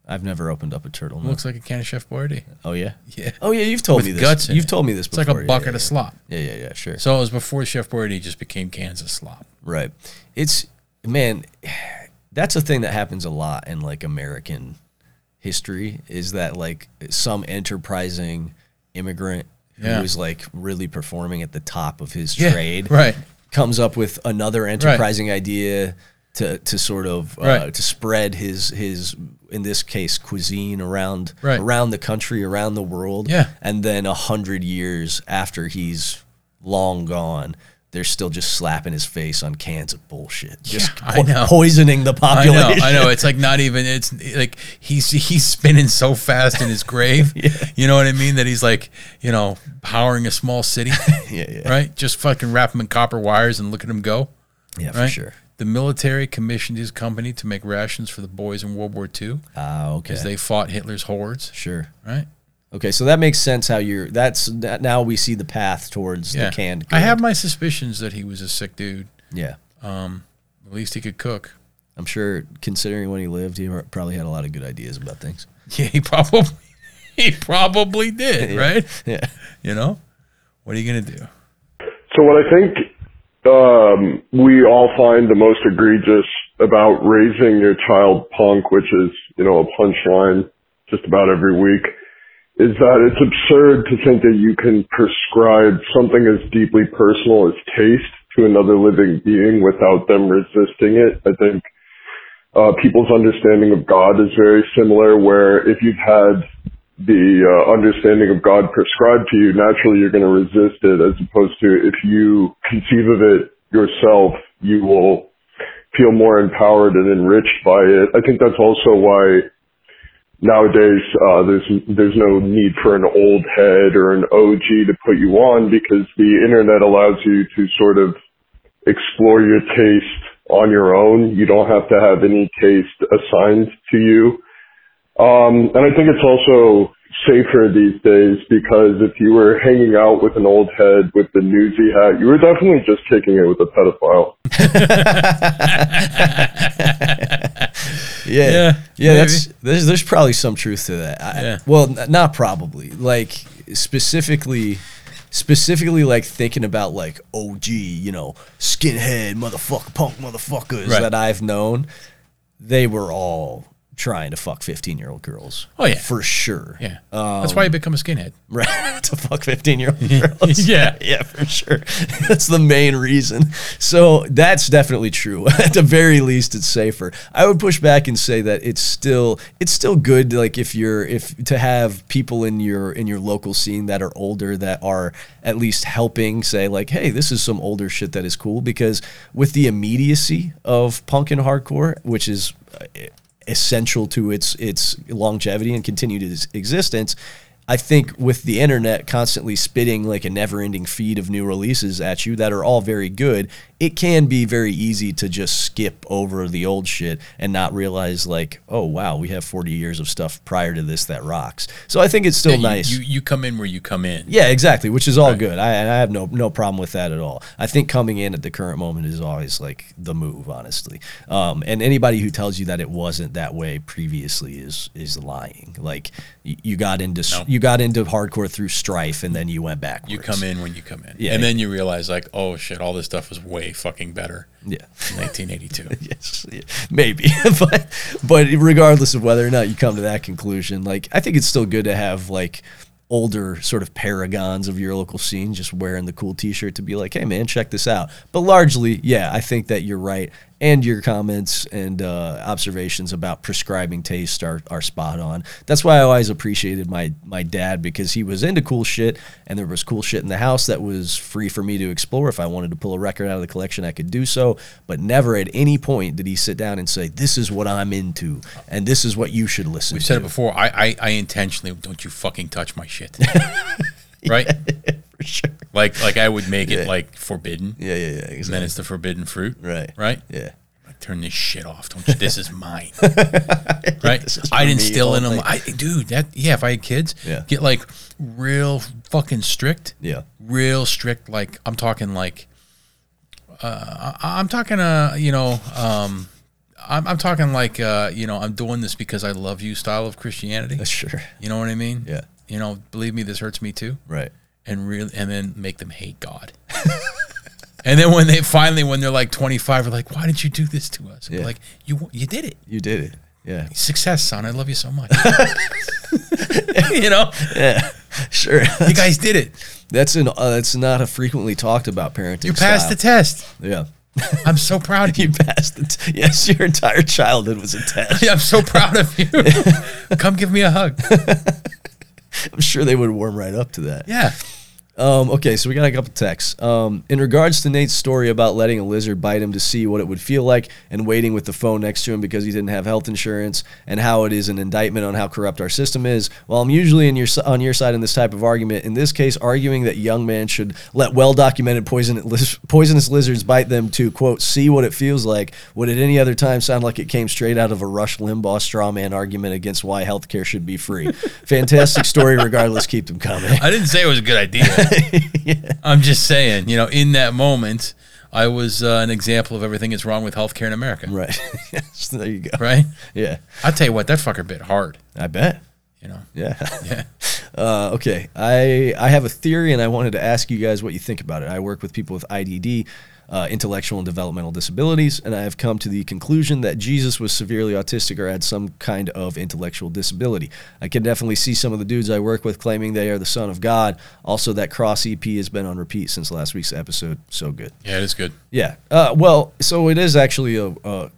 Speaker 2: I've never opened up a turtle.
Speaker 3: It
Speaker 2: no.
Speaker 3: looks like a can of Chef Boyardee.
Speaker 2: Oh yeah.
Speaker 3: Yeah.
Speaker 2: Oh yeah, you've told
Speaker 3: With
Speaker 2: me this.
Speaker 3: guts in
Speaker 2: you've
Speaker 3: it.
Speaker 2: told me this
Speaker 3: It's
Speaker 2: before.
Speaker 3: like a
Speaker 2: Yeah,
Speaker 3: bucket
Speaker 2: yeah,
Speaker 3: of slop.
Speaker 2: Yeah, yeah, yeah, sure.
Speaker 3: So it was before Chef Boyardee just became cans of slop.
Speaker 2: Right. It's man, that's a thing that happens a lot in like American history is that like some enterprising immigrant
Speaker 3: Yeah.
Speaker 2: who is like really performing at the top of his
Speaker 3: Yeah,
Speaker 2: trade
Speaker 3: right.
Speaker 2: comes up with another enterprising idea to to sort of uh,
Speaker 3: Right.
Speaker 2: to spread his his in this case cuisine around
Speaker 3: Right.
Speaker 2: around the country around the world
Speaker 3: Yeah.
Speaker 2: and then a hundred years after he's long gone, they're still just slapping his face on cans of bullshit, just
Speaker 3: Yeah, I know.
Speaker 2: poisoning the
Speaker 3: I know, <laughs>
Speaker 2: population.
Speaker 3: I know. It's like not even. It's like he's he's spinning so fast in his grave.
Speaker 2: <laughs>
Speaker 3: You know what I mean? That he's like you know powering a small city.
Speaker 2: <laughs> Yeah, yeah.
Speaker 3: Right. Just fucking wrap him in copper wires and look at him go.
Speaker 2: yeah, for
Speaker 3: Right.
Speaker 2: sure.
Speaker 3: The military commissioned his company to make rations for the boys in World War II
Speaker 2: Ah, okay,
Speaker 3: because they fought Hitler's hordes.
Speaker 2: sure.
Speaker 3: Right.
Speaker 2: Okay, so that makes sense. How you're that's that now we see the path towards
Speaker 3: Yeah.
Speaker 2: the canned.
Speaker 3: I have
Speaker 2: good.
Speaker 3: my suspicions that he was a sick dude.
Speaker 2: yeah.
Speaker 3: At least he could cook. <laughs>
Speaker 2: I'm sure, considering when he lived, he probably had a lot of good ideas about things.
Speaker 3: Yeah, he probably <laughs> he probably did, right?
Speaker 2: <laughs> Yeah,
Speaker 3: You know? What are you gonna do?
Speaker 9: So what I think um, we all find the most egregious about raising your child punk, which is you know a punchline just about every week, is that it's absurd to think that you can prescribe something as deeply personal as taste to another living being without them resisting it. I think uh, people's understanding of God is very similar, where if you've had the uh, understanding of God prescribed to you, naturally you're going to resist it, as opposed to if you conceive of it yourself, you will feel more empowered and enriched by it. I think that's also why nowadays uh, there's there's no need for an old head or an OG to put you on because the internet allows you to sort of explore your taste on your own. You don't have to have any taste assigned to you. Um, and I think it's also safer these days because if you were hanging out with an old head with the newsy hat, you were definitely just kicking it with a pedophile.
Speaker 2: yeah,
Speaker 3: Yeah,
Speaker 2: yeah. that's there's there's probably some truth to that. I,
Speaker 3: Yeah.
Speaker 2: Well, n- not probably. Like specifically, specifically like thinking about like OG, you know, skinhead motherfucker, punk motherfuckers
Speaker 3: Right.
Speaker 2: that I've known, they were all trying to fuck 15 year old girls.
Speaker 3: Oh, yeah.
Speaker 2: For sure.
Speaker 3: Yeah, that's why you become a skinhead.
Speaker 2: <laughs> Right. <laughs> to fuck 15 year old girls.
Speaker 3: <laughs> Yeah.
Speaker 2: <laughs> Yeah, for sure. That's the main reason. So that's definitely true. <laughs> At the very least, it's safer. I would push back and say that it's still it's still good like if you're if to have people in your in your local scene that are older that are at least helping say like, hey, this is some older shit that is cool because with the immediacy of punk and hardcore, which is uh, essential to its its longevity and continued its existence. I think with the internet constantly spitting like a never-ending feed of new releases at you that are all very good, it can be very easy to just skip over the old shit and not realize like, oh wow, we have 40 years of stuff prior to this that rocks. So I think it's still
Speaker 3: You-
Speaker 2: nice.
Speaker 3: You, you come in where you come in.
Speaker 2: yeah, exactly, which is all good. I, and I have no no problem with that at all. I think coming in at the current moment is always like the move, honestly. Um, and anybody who tells you that it wasn't that way previously is is lying. Like y- you got into s
Speaker 3: No.
Speaker 2: you got into hardcore through strife, and then you went backwards.
Speaker 3: You come in when you come in,
Speaker 2: Yeah.
Speaker 3: and then you realize like, oh shit, all this stuff was way fucking better.
Speaker 2: yeah.
Speaker 3: in 1982.
Speaker 2: Yes, <laughs> yeah, maybe, <laughs> but but regardless of whether or not you come to that conclusion, like I think it's still good to have like older sort of paragons of your local scene just wearing the cool T-shirt to be like, hey man, check this out. But largely, yeah, I think that you're right, and your comments and uh, observations about prescribing taste are are spot on. That's why I always appreciated my my dad because he was into cool shit, and there was cool shit in the house that was free for me to explore. If I wanted to pull a record out of the collection, I could do so. But never at any point did he sit down and say, "This is what I'm into, and this is what you should listen."
Speaker 3: We've said
Speaker 2: to.
Speaker 3: it before. I, I, I intentionally don't you fucking touch
Speaker 2: <laughs>
Speaker 3: my shit, right?
Speaker 2: for sure.
Speaker 3: Like like I would make it like forbidden.
Speaker 2: Yeah, yeah, yeah.
Speaker 3: And
Speaker 2: Exactly.
Speaker 3: then it's the forbidden fruit.
Speaker 2: Right.
Speaker 3: Right.
Speaker 2: Yeah.
Speaker 3: Like, turn this shit off. Don't you? This
Speaker 2: <laughs>
Speaker 3: is mine. right.
Speaker 2: is
Speaker 3: I'd
Speaker 2: for
Speaker 3: instill
Speaker 2: me,
Speaker 3: in
Speaker 2: all
Speaker 3: them. I, dude, that yeah. If I had kids,
Speaker 2: Yeah.
Speaker 3: get like real fucking strict.
Speaker 2: Yeah.
Speaker 3: Real strict. Like I'm talking like. Uh, I, I'm talking uh you know um. I'm, I'm talking like uh, you know I'm doing this because I love you style of Christianity.
Speaker 2: <laughs> Sure.
Speaker 3: You know what I mean?
Speaker 2: Yeah.
Speaker 3: You know, believe me, this hurts me too.
Speaker 2: Right.
Speaker 3: And really, and then make them hate God. <laughs> and then when they finally, when they're like 25, are like, why did you do this to us?
Speaker 2: Yeah.
Speaker 3: We're Like you, you did it.
Speaker 2: You did it. Yeah.
Speaker 3: Success, son. I love you so much. <laughs> you know,
Speaker 2: Yeah. <laughs> Sure.
Speaker 3: you guys did it.
Speaker 2: That's an uh, that's not a frequently talked about parenting.
Speaker 3: You passed the
Speaker 2: style.
Speaker 3: test.
Speaker 2: yeah. <laughs>
Speaker 3: I'm so proud of you.
Speaker 2: You passed the t- <laughs> yes. Your entire childhood was a test.
Speaker 3: I'm so proud of you. Come give me a hug.
Speaker 2: I'm sure they would warm right up to that.
Speaker 3: Yeah.
Speaker 2: Um, okay, so we got a couple texts. Um, in regards to Nate's story about letting a lizard bite him to see what it would feel like and waiting with the phone next to him because he didn't have health insurance and how it is an indictment on how corrupt our system is. While I'm usually in your, s- on your side in this type of argument, in this case, arguing that young man should let well documented poison, liz- poisonous lizards bite them to, quote, see what it feels like, would at any other time sound like it came straight out of a Rush Limbaugh straw man argument against why healthcare should be free. Fantastic story, regardless. Keep them coming.
Speaker 3: I didn't say it was a good idea. I'm just saying, you know, in that moment, I was uh, an example of everything that's wrong with healthcare in America. Right.
Speaker 2: Right. <laughs> yes, there you go. Yeah.
Speaker 3: I'll tell you what, that fucker bit hard,
Speaker 2: I bet.
Speaker 3: you know.
Speaker 2: Yeah.
Speaker 3: Yeah.
Speaker 2: <laughs> Uh, okay. I I have a theory, and I wanted to ask you guys what you think about it. I work with people with IDD. Uh, intellectual and developmental disabilities, and I have come to the conclusion that Jesus was severely autistic or had some kind of intellectual disability. I can definitely see some of the dudes I work with claiming they are the Son of God. Also, that Cross EP has been on repeat since last week's episode. So good.
Speaker 3: Yeah, it is good.
Speaker 2: Yeah. Uh, well, so it is actually a, a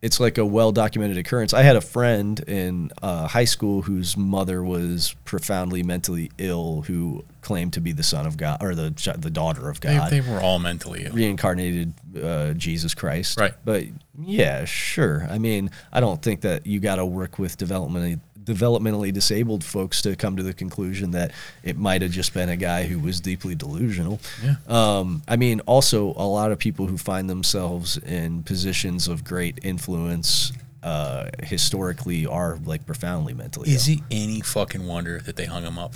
Speaker 2: it's like a well documented occurrence. I had a friend in uh, high school whose mother was profoundly mentally ill, who claimed to be the son of God or the ch- the daughter of
Speaker 3: They,
Speaker 2: God,
Speaker 3: they were all mentally ill.
Speaker 2: reincarnated uh, Jesus Christ.
Speaker 3: Right.
Speaker 2: But yeah, sure. I mean, I don't think that you got to work with developmentally developmentally disabled folks to come to the conclusion that it might have just been a guy who was deeply delusional.
Speaker 3: Yeah.
Speaker 2: Um, I mean, also a lot of people who find themselves in positions of great influence uh, historically are like profoundly mentally.
Speaker 3: Is
Speaker 2: ill.
Speaker 3: it any fucking wonder that they hung him up?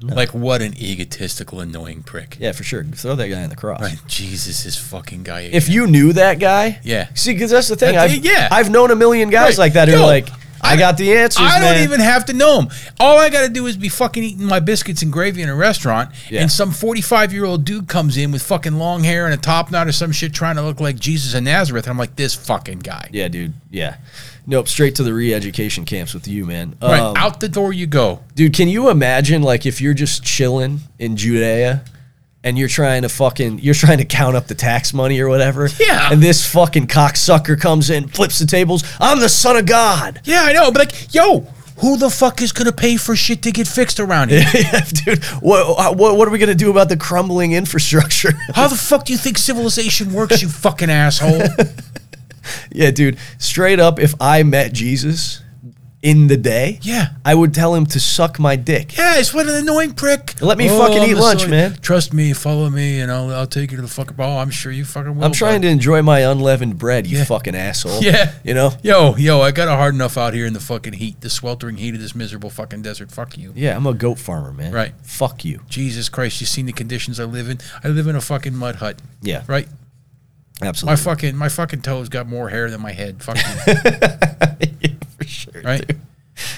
Speaker 3: Like, what an egotistical, annoying prick.
Speaker 2: Yeah, for sure. Throw that guy in the cross.
Speaker 3: Right. Jesus, this fucking guy.
Speaker 2: If
Speaker 3: again.
Speaker 2: you knew that guy,
Speaker 3: Yeah.
Speaker 2: See, because that's the thing.
Speaker 3: That-
Speaker 2: I've,
Speaker 3: yeah.
Speaker 2: I've known a million guys
Speaker 3: Right.
Speaker 2: like that who are
Speaker 3: Yo.
Speaker 2: like, I got the answers.
Speaker 3: I don't
Speaker 2: man.
Speaker 3: even have to know them. All I got to do is be fucking eating my biscuits and gravy in a restaurant,
Speaker 2: Yeah.
Speaker 3: and some 45 year old dude comes in with fucking long hair and a top knot or some shit trying to look like Jesus of Nazareth. And I'm like, this fucking guy.
Speaker 2: Yeah, dude. Yeah. Nope. Straight to the re-education camps with you, man.
Speaker 3: Right.
Speaker 2: Um,
Speaker 3: out the door you go.
Speaker 2: dude. Can you imagine like if you're just chilling in Judea? And you're trying to fucking, you're trying to count up the tax money or whatever.
Speaker 3: Yeah.
Speaker 2: And this fucking cocksucker comes in, flips the tables. I'm the son of God. <laughs>
Speaker 3: Yeah, I know. But like, yo, who the fuck is going to pay for shit to get fixed around here?
Speaker 2: Yeah, dude, what, what, what are we going to do about the crumbling infrastructure?
Speaker 3: How the fuck do you think civilization works, you
Speaker 2: <laughs>
Speaker 3: fucking asshole?
Speaker 2: yeah, dude, straight up, if I met Jesus in the day,
Speaker 3: Yeah.
Speaker 2: I would tell him to suck my dick.
Speaker 3: Yeah, it's what an annoying prick. Oh,
Speaker 2: Let me fucking
Speaker 3: I'm
Speaker 2: eat
Speaker 3: the
Speaker 2: lunch,
Speaker 3: son-
Speaker 2: man.
Speaker 3: Trust me, follow me, and I'll, I'll take you to the fucking ball. I'm sure you fucking will.
Speaker 2: I'm trying to enjoy my unleavened bread, you
Speaker 3: Yeah.
Speaker 2: fucking asshole.
Speaker 3: Yeah.
Speaker 2: You know?
Speaker 3: Yo, yo, I got it hard enough out here in the fucking heat, the sweltering heat of this miserable fucking desert. Fuck you.
Speaker 2: Yeah, I'm a goat farmer, man.
Speaker 3: Right.
Speaker 2: Fuck you.
Speaker 3: Jesus Christ, you seen the conditions I live in? I live in a fucking mud hut.
Speaker 2: Yeah.
Speaker 3: Right?
Speaker 2: Absolutely.
Speaker 3: My fucking my fucking toes got more hair than my head. Fuck
Speaker 2: <laughs>
Speaker 3: you.
Speaker 2: For sure.
Speaker 3: Right?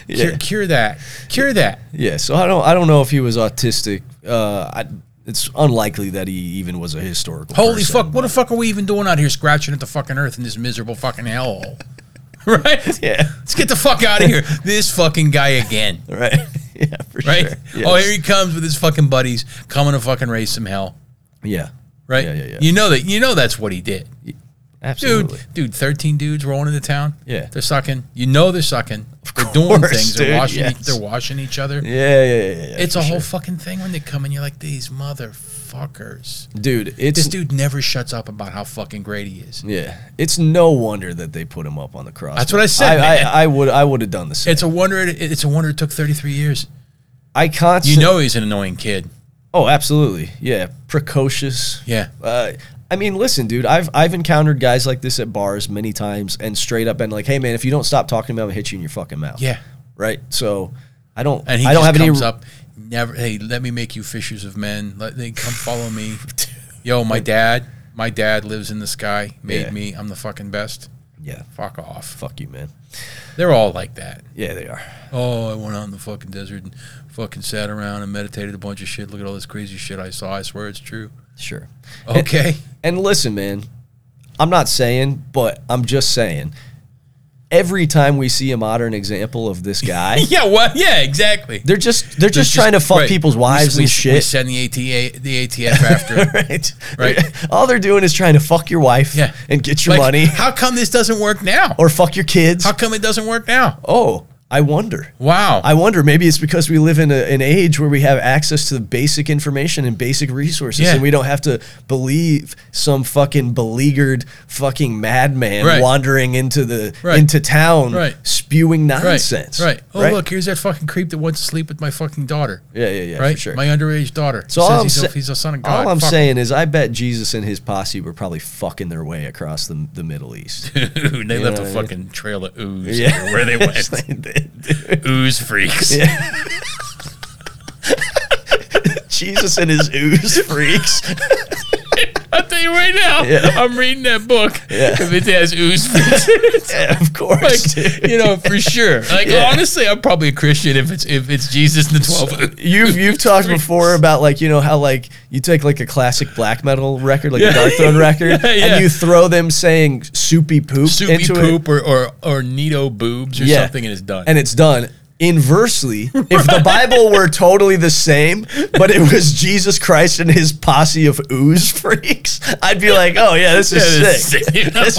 Speaker 2: Yeah.
Speaker 3: Cure, cure that. Cure that.
Speaker 2: Yeah, so I don't I don't know if he was autistic. Uh, I, it's unlikely that he even was a historical.
Speaker 3: Holy
Speaker 2: person,
Speaker 3: fuck, what the fuck are we even doing out here scratching at the fucking earth in this miserable fucking hellhole? <laughs> right?
Speaker 2: Yeah. <laughs>
Speaker 3: Let's get the fuck out of here. This fucking guy again.
Speaker 2: Right. <laughs> yeah, for
Speaker 3: Right?
Speaker 2: sure.
Speaker 3: Oh,
Speaker 2: Yes.
Speaker 3: here he comes with his fucking buddies coming to fucking raise some hell.
Speaker 2: Yeah.
Speaker 3: Right?
Speaker 2: Yeah, yeah, yeah.
Speaker 3: You know that you know that's what he did. Dude,
Speaker 2: Absolutely.
Speaker 3: dude, 13 dudes rolling into town.
Speaker 2: Yeah.
Speaker 3: They're sucking. You know they're sucking. they're doing
Speaker 2: course,
Speaker 3: things.
Speaker 2: dude,
Speaker 3: they're washing
Speaker 2: yes.
Speaker 3: e- they're washing each other.
Speaker 2: Yeah, yeah, yeah, yeah, yeah.
Speaker 3: it's a
Speaker 2: for
Speaker 3: whole
Speaker 2: sure.
Speaker 3: fucking thing when they come and you're like these motherfuckers.
Speaker 2: dude. It's
Speaker 3: This dude never shuts up about how fucking great he is.
Speaker 2: yeah. It's no wonder that they put him up on the cross.
Speaker 3: That's what I
Speaker 2: I,
Speaker 3: said, man.
Speaker 2: I, I would I would have done the same.
Speaker 3: It's a wonder it, it's a wonder it took 33 years.
Speaker 2: I
Speaker 3: You
Speaker 2: constantly.
Speaker 3: know he's an annoying kid.
Speaker 2: Oh, absolutely. Yeah, precocious.
Speaker 3: Yeah.
Speaker 2: Uh, I mean, listen, dude. I've I've encountered guys like this at bars many times, and straight up been like, "Hey, man, if you don't stop talking to me, I'm gonna hit you in your fucking mouth."
Speaker 3: Yeah.
Speaker 2: Right. So I don't.
Speaker 3: And he
Speaker 2: I don't
Speaker 3: just
Speaker 2: have
Speaker 3: comes
Speaker 2: any.
Speaker 3: up never hey, let me make you fishers of men. Let they come follow
Speaker 2: <laughs>
Speaker 3: me. Yo, my dad, my dad lives in the sky, made
Speaker 2: Yeah.
Speaker 3: me. I'm the fucking best.
Speaker 2: Yeah.
Speaker 3: Fuck off.
Speaker 2: Fuck you, man.
Speaker 3: They're all like that.
Speaker 2: Yeah, they are.
Speaker 3: Oh, I went out in the fucking desert and fucking sat around and meditated a bunch of shit. Look at all this crazy shit I saw. I swear
Speaker 2: <laughs>
Speaker 3: it's true.
Speaker 2: Sure.
Speaker 3: Okay.
Speaker 2: And listen, man, I'm not saying, but I'm just saying. Every time we see a modern example of this
Speaker 3: <laughs>
Speaker 2: guy,
Speaker 3: yeah, what? Yeah, exactly.
Speaker 2: they're just they're just, trying to fuck
Speaker 3: right.
Speaker 2: people's
Speaker 3: We-
Speaker 2: wives
Speaker 3: we,
Speaker 2: and
Speaker 3: We
Speaker 2: <laughs> shit.
Speaker 3: send the ATA, the ATF after.
Speaker 2: <laughs>
Speaker 3: him.
Speaker 2: right,
Speaker 3: Right.
Speaker 2: <laughs> All they're doing is trying to fuck your wife
Speaker 3: Yeah,
Speaker 2: and get your
Speaker 3: Like,
Speaker 2: money
Speaker 3: How come this doesn't work now?
Speaker 2: <laughs> or fuck your kids.
Speaker 3: how come it doesn't work now?
Speaker 2: oh, I wonder.
Speaker 3: Wow.
Speaker 2: I wonder. Maybe it's because we live in a, an age where we have access to the basic information and basic resources,
Speaker 3: Yeah.
Speaker 2: and we don't have to believe some fucking beleaguered fucking madman
Speaker 3: Right.
Speaker 2: wandering into the
Speaker 3: Right.
Speaker 2: into town
Speaker 3: Right.
Speaker 2: spewing
Speaker 3: right.
Speaker 2: nonsense.
Speaker 3: Right. Oh, look, here's that fucking creep that wants to sleep with my fucking daughter.
Speaker 2: Yeah, yeah, yeah,
Speaker 3: Right.
Speaker 2: for sure.
Speaker 3: My underage daughter.
Speaker 2: so all I'm,
Speaker 3: he's,
Speaker 2: sa-
Speaker 3: a, he's a son of
Speaker 2: all
Speaker 3: God.
Speaker 2: I'm
Speaker 3: Fuck
Speaker 2: saying is, I bet Jesus and his posse were probably fucking their way across the, the Middle East.
Speaker 3: <laughs> Dude, <laughs> they left
Speaker 2: know what I
Speaker 3: a
Speaker 2: mean?
Speaker 3: fucking trail of ooze
Speaker 2: Yeah. <laughs>
Speaker 3: everywhere they went.
Speaker 2: They did, dude.
Speaker 3: ooze freaks. <laughs>
Speaker 2: Jesus and his
Speaker 3: <laughs>
Speaker 2: ooze freaks.
Speaker 3: I tell you right now, I'm reading that book. If it
Speaker 2: <laughs>
Speaker 3: has ooze freaks,
Speaker 2: Yeah, of course.
Speaker 3: like, <laughs>
Speaker 2: dude.
Speaker 3: you know for sure. Like honestly, I'm probably a Christian if it's if it's Jesus and the twelve. ooze.
Speaker 2: You've you've talked before about like you know how like you take like a classic black metal record like a Dark Throne record
Speaker 3: <laughs> Yeah, yeah.
Speaker 2: and you throw them saying soupy poop
Speaker 3: Soupy
Speaker 2: into it
Speaker 3: poop or, or or neato boobs or
Speaker 2: Yeah.
Speaker 3: something, and it's done.
Speaker 2: and it's done.
Speaker 3: <laughs>
Speaker 2: Inversely, if the Bible were totally the same, but it was Jesus Christ and his posse of ooze <laughs> freaks, I'd be like, oh yeah, this is
Speaker 3: That
Speaker 2: sick.
Speaker 3: sick. <laughs>
Speaker 2: This is-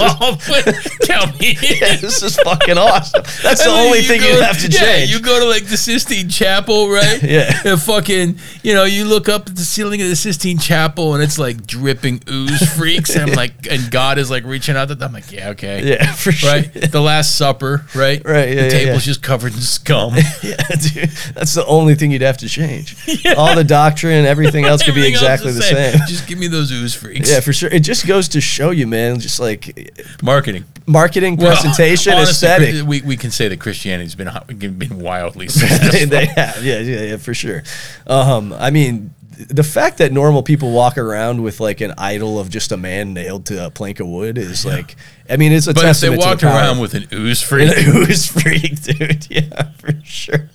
Speaker 3: Tell me.
Speaker 2: <laughs> Yeah,
Speaker 3: <laughs>
Speaker 2: this is fucking awesome. That's the
Speaker 3: I mean,
Speaker 2: only thing
Speaker 3: go-
Speaker 2: you have to
Speaker 3: yeah,
Speaker 2: change.
Speaker 3: You go to like the Sistine Chapel, right?
Speaker 2: <laughs> Yeah.
Speaker 3: And fucking, you know, you look up at the ceiling of the Sistine Chapel and it's like dripping ooze freaks.
Speaker 2: <laughs>
Speaker 3: And I'm like, and God is like reaching out. To, I'm like, yeah, okay.
Speaker 2: yeah, <laughs> for sure.
Speaker 3: Right? The Last Supper, right?
Speaker 2: Right, yeah,
Speaker 3: the
Speaker 2: yeah,
Speaker 3: table's
Speaker 2: yeah.
Speaker 3: just covered in scum.
Speaker 2: Yeah, dude, that's the only thing you'd have to
Speaker 3: <laughs>
Speaker 2: change. All the doctrine, everything <laughs> else could be
Speaker 3: Everything else
Speaker 2: exactly
Speaker 3: is
Speaker 2: the same.
Speaker 3: Just give me those ooze freaks.
Speaker 2: Yeah, for sure. It just goes to show you, man. Just like
Speaker 3: Marketing.
Speaker 2: marketing,
Speaker 3: Well,
Speaker 2: presentation,
Speaker 3: honestly,
Speaker 2: aesthetic.
Speaker 3: We, we can say that Christianity's been been
Speaker 2: <laughs>
Speaker 3: wildly
Speaker 2: they
Speaker 3: successful.
Speaker 2: have, yeah, yeah, yeah, for sure. Um, I mean, the fact that normal people walk around with like an idol of just a man nailed to a plank of wood is like, I mean, it's a
Speaker 3: But if they
Speaker 2: testament to the
Speaker 3: walked
Speaker 2: power.
Speaker 3: around with an ooze
Speaker 2: And
Speaker 3: freak,
Speaker 2: <laughs> it was freak, dude. <laughs> Yeah, for sure.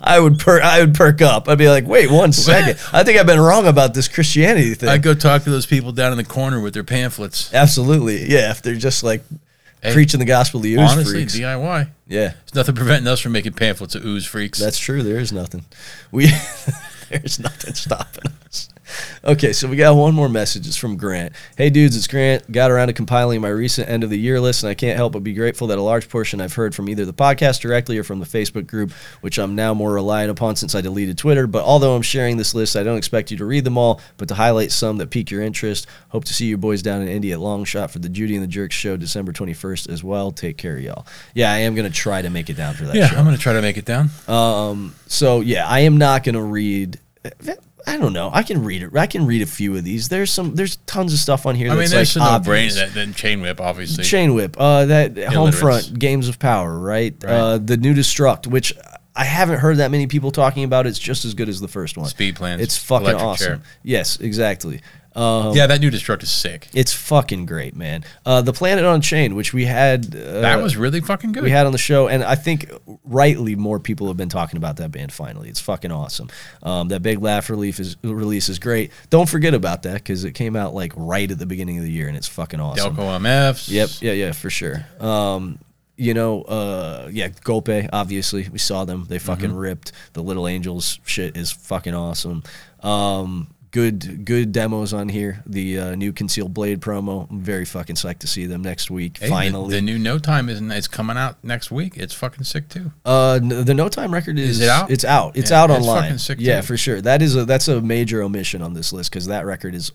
Speaker 2: I would per I would perk up. I'd be like, wait one second. I think I've been wrong about this Christianity thing.
Speaker 3: I'd go talk to those people down in the corner with their pamphlets.
Speaker 2: Absolutely. Yeah, if they're just like
Speaker 3: Hey,
Speaker 2: preaching the gospel to you as
Speaker 3: Honestly,
Speaker 2: freaks.
Speaker 3: DIY.
Speaker 2: yeah.
Speaker 3: There's nothing preventing us from making pamphlets of ooze freaks.
Speaker 2: That's true. There is nothing. We <laughs> there's nothing stopping us. Okay, so we got one more message. It's from Grant. Hey dudes, it's Grant. Got around to compiling my recent end of the year list, and I can't help but be grateful that a large portion I've heard from either the podcast directly or from the Facebook group, which I'm now more reliant upon since I deleted Twitter. But although I'm sharing this list, I don't expect you to read them all, but to highlight some that pique your interest. Hope to see you boys down in Indy at Long Shot for the Judy and the Jerks show December 21st as well. Take care, y'all. Yeah, I am gonna try to make it down for that.
Speaker 3: yeah,
Speaker 2: show.
Speaker 3: I'm going to try to make it down.
Speaker 2: So yeah, I am not going to read. I don't know. I can read it. I can read a few of these. There's some. There's tons of stuff on here.
Speaker 3: I mean,
Speaker 2: that's
Speaker 3: there's
Speaker 2: like
Speaker 3: no brain
Speaker 2: obvious.
Speaker 3: that then chain whip, obviously.
Speaker 2: Chain whip. Uh, that home
Speaker 3: Illiterates.
Speaker 2: front games of power. Right. Uh, the new destruct, which I haven't heard that many people talking about. It's just as good as the first one.
Speaker 3: Speed plans,
Speaker 2: It's fucking
Speaker 3: electric
Speaker 2: awesome.
Speaker 3: chair.
Speaker 2: Yes, exactly. Um,
Speaker 3: yeah, that new destruct is sick.
Speaker 2: it's fucking great, man. Uh, the Planet on Chain, which we had. Uh,
Speaker 3: That was really fucking good.
Speaker 2: we had on the show, and I think rightly more people have been talking about that band. Finally, it's fucking awesome. Um, that big laugh relief is release is great. Don't forget about that because it came out like right at the beginning of the year, and it's fucking awesome.
Speaker 3: Delco MFs.
Speaker 2: Yep, yeah, yeah, for sure. Um, you know, uh, yeah, Golpe. Obviously, we saw them.
Speaker 3: Mm-hmm.
Speaker 2: They fucking ripped. The Little Angels shit is fucking awesome. Um, good, good demos on here. The uh, new Concealed Blade promo. I'm very fucking psyched to see them next week.
Speaker 3: Hey, the-
Speaker 2: finally,
Speaker 3: the, new No Time isn't. It's coming out next week. It's fucking sick too.
Speaker 2: Uh, n- the No Time record is,
Speaker 3: Is it out?
Speaker 2: It's out. It's
Speaker 3: Yeah,
Speaker 2: out
Speaker 3: it's
Speaker 2: online.
Speaker 3: fucking sick,
Speaker 2: yeah,
Speaker 3: too.
Speaker 2: for sure. That is a that's a major omission on this list because that record is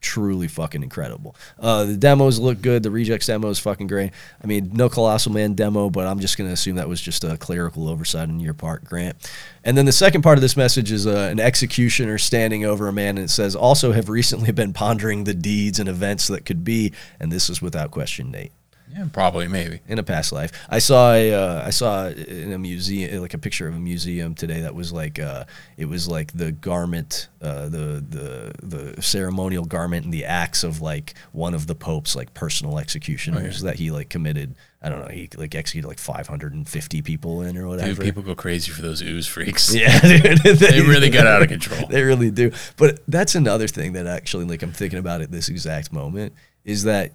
Speaker 2: truly fucking incredible. Uh, the demos look good. The Rejects demo is fucking great. I mean, no Colossal Man demo, but I'm just gonna assume that was just a clerical oversight on your part, Grant. And then the second part of this message is uh, an executioner standing over a man, and it says, "Also have recently been pondering the deeds and events that could be, and this is without question, Nate."
Speaker 3: Yeah, probably maybe.
Speaker 2: in a past life. I saw a, uh, I saw in a museum like a picture of a museum today that was like uh, it was like the garment, uh, the the the ceremonial garment and the acts of like one of the pope's like personal executioners that he like committed. I don't know. He like executed like 550 people in or whatever.
Speaker 3: Dude, people go crazy for those ooze
Speaker 2: <laughs>
Speaker 3: freaks.
Speaker 2: yeah, dude,
Speaker 3: <laughs> They really
Speaker 2: <laughs>
Speaker 3: got out of control.
Speaker 2: They really do. But that's another thing that actually, like, I'm thinking about at this exact moment is that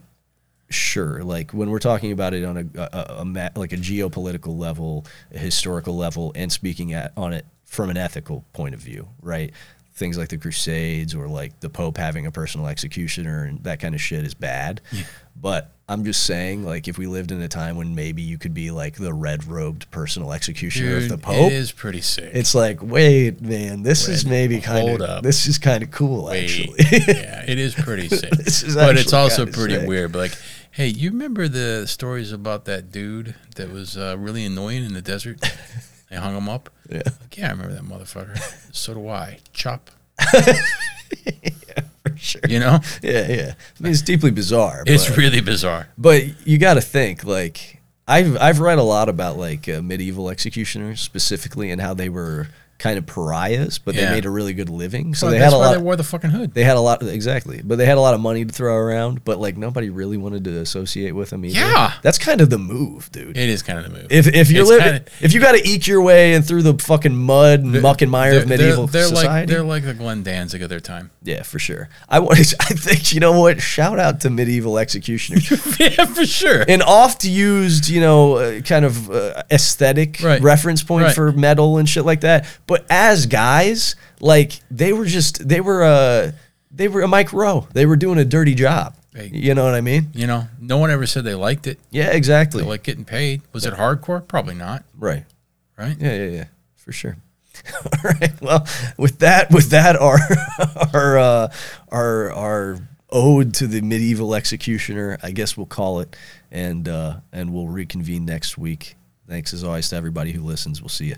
Speaker 2: sure, like, when we're talking about it on a, a, a ma- like a geopolitical level, a historical level, and speaking at, on it from an ethical point of view, right? Things like the Crusades or like the Pope having a personal executioner and that kind of shit is bad. But I'm just saying, like, if we lived in a time when maybe you could be like the red robed personal executioner
Speaker 3: Dude,
Speaker 2: of the Pope,
Speaker 3: it is pretty sick.
Speaker 2: it's like, wait, man, this is
Speaker 3: Wait,
Speaker 2: maybe
Speaker 3: hold
Speaker 2: kind of
Speaker 3: up.
Speaker 2: this is kind of cool
Speaker 3: Wait,
Speaker 2: actually. <laughs>
Speaker 3: yeah, it is pretty sick.
Speaker 2: This is
Speaker 3: but it's
Speaker 2: actually
Speaker 3: also
Speaker 2: kinda
Speaker 3: pretty
Speaker 2: sick.
Speaker 3: weird. But like, hey, you remember the stories about that dude that was uh, really annoying in
Speaker 2: <laughs>
Speaker 3: the desert? They hung him up. Yeah, like, yeah, I remember that motherfucker. so do I.
Speaker 2: <laughs>
Speaker 3: Chop.
Speaker 2: sure.
Speaker 3: You know,
Speaker 2: yeah, yeah. I mean, it's deeply bizarre.
Speaker 3: <laughs> it's
Speaker 2: but,
Speaker 3: really bizarre.
Speaker 2: but you got to think like I've I've read a lot about like uh, medieval executioners specifically and how they were kind of pariahs, but
Speaker 3: Yeah.
Speaker 2: they made a really good living. So
Speaker 3: So
Speaker 2: they
Speaker 3: Oh, that's
Speaker 2: had a
Speaker 3: why
Speaker 2: lot.
Speaker 3: they wore the fucking hood.
Speaker 2: they had a lot exactly, but they had a lot of money to throw around. But like nobody really wanted to associate with them either.
Speaker 3: Yeah.
Speaker 2: that's kind of the move, dude.
Speaker 3: It is kind of the move.
Speaker 2: if, if you're
Speaker 3: It's
Speaker 2: living,
Speaker 3: kinda-
Speaker 2: if you got to eke your way and through the fucking mud and muck and mire of medieval
Speaker 3: like
Speaker 2: society,
Speaker 3: they're like the Glenn Danzig of their time. <laughs>
Speaker 2: Yeah, for sure. I wa- <laughs> I think you know what? Shout out to medieval executioners.
Speaker 3: <laughs> yeah, for sure.
Speaker 2: An oft used, you know, uh, kind of uh, aesthetic
Speaker 3: Right.
Speaker 2: reference point
Speaker 3: Right.
Speaker 2: for metal and shit like that. But as guys, like they were just they were uh they were a Mike Rowe. They were doing a dirty job.
Speaker 3: Hey.
Speaker 2: You know what I mean?
Speaker 3: you know, no one ever said they liked it.
Speaker 2: Yeah, exactly.
Speaker 3: They like getting paid. Was it hardcore? Probably not.
Speaker 2: right.
Speaker 3: Right.
Speaker 2: Yeah, yeah, yeah, for sure. <laughs> All right. Well, with that, with that, our <laughs> our uh, our our ode to the medieval executioner, I guess we'll call it, and uh, and we'll reconvene next week. Thanks as always to everybody who listens. We'll see you.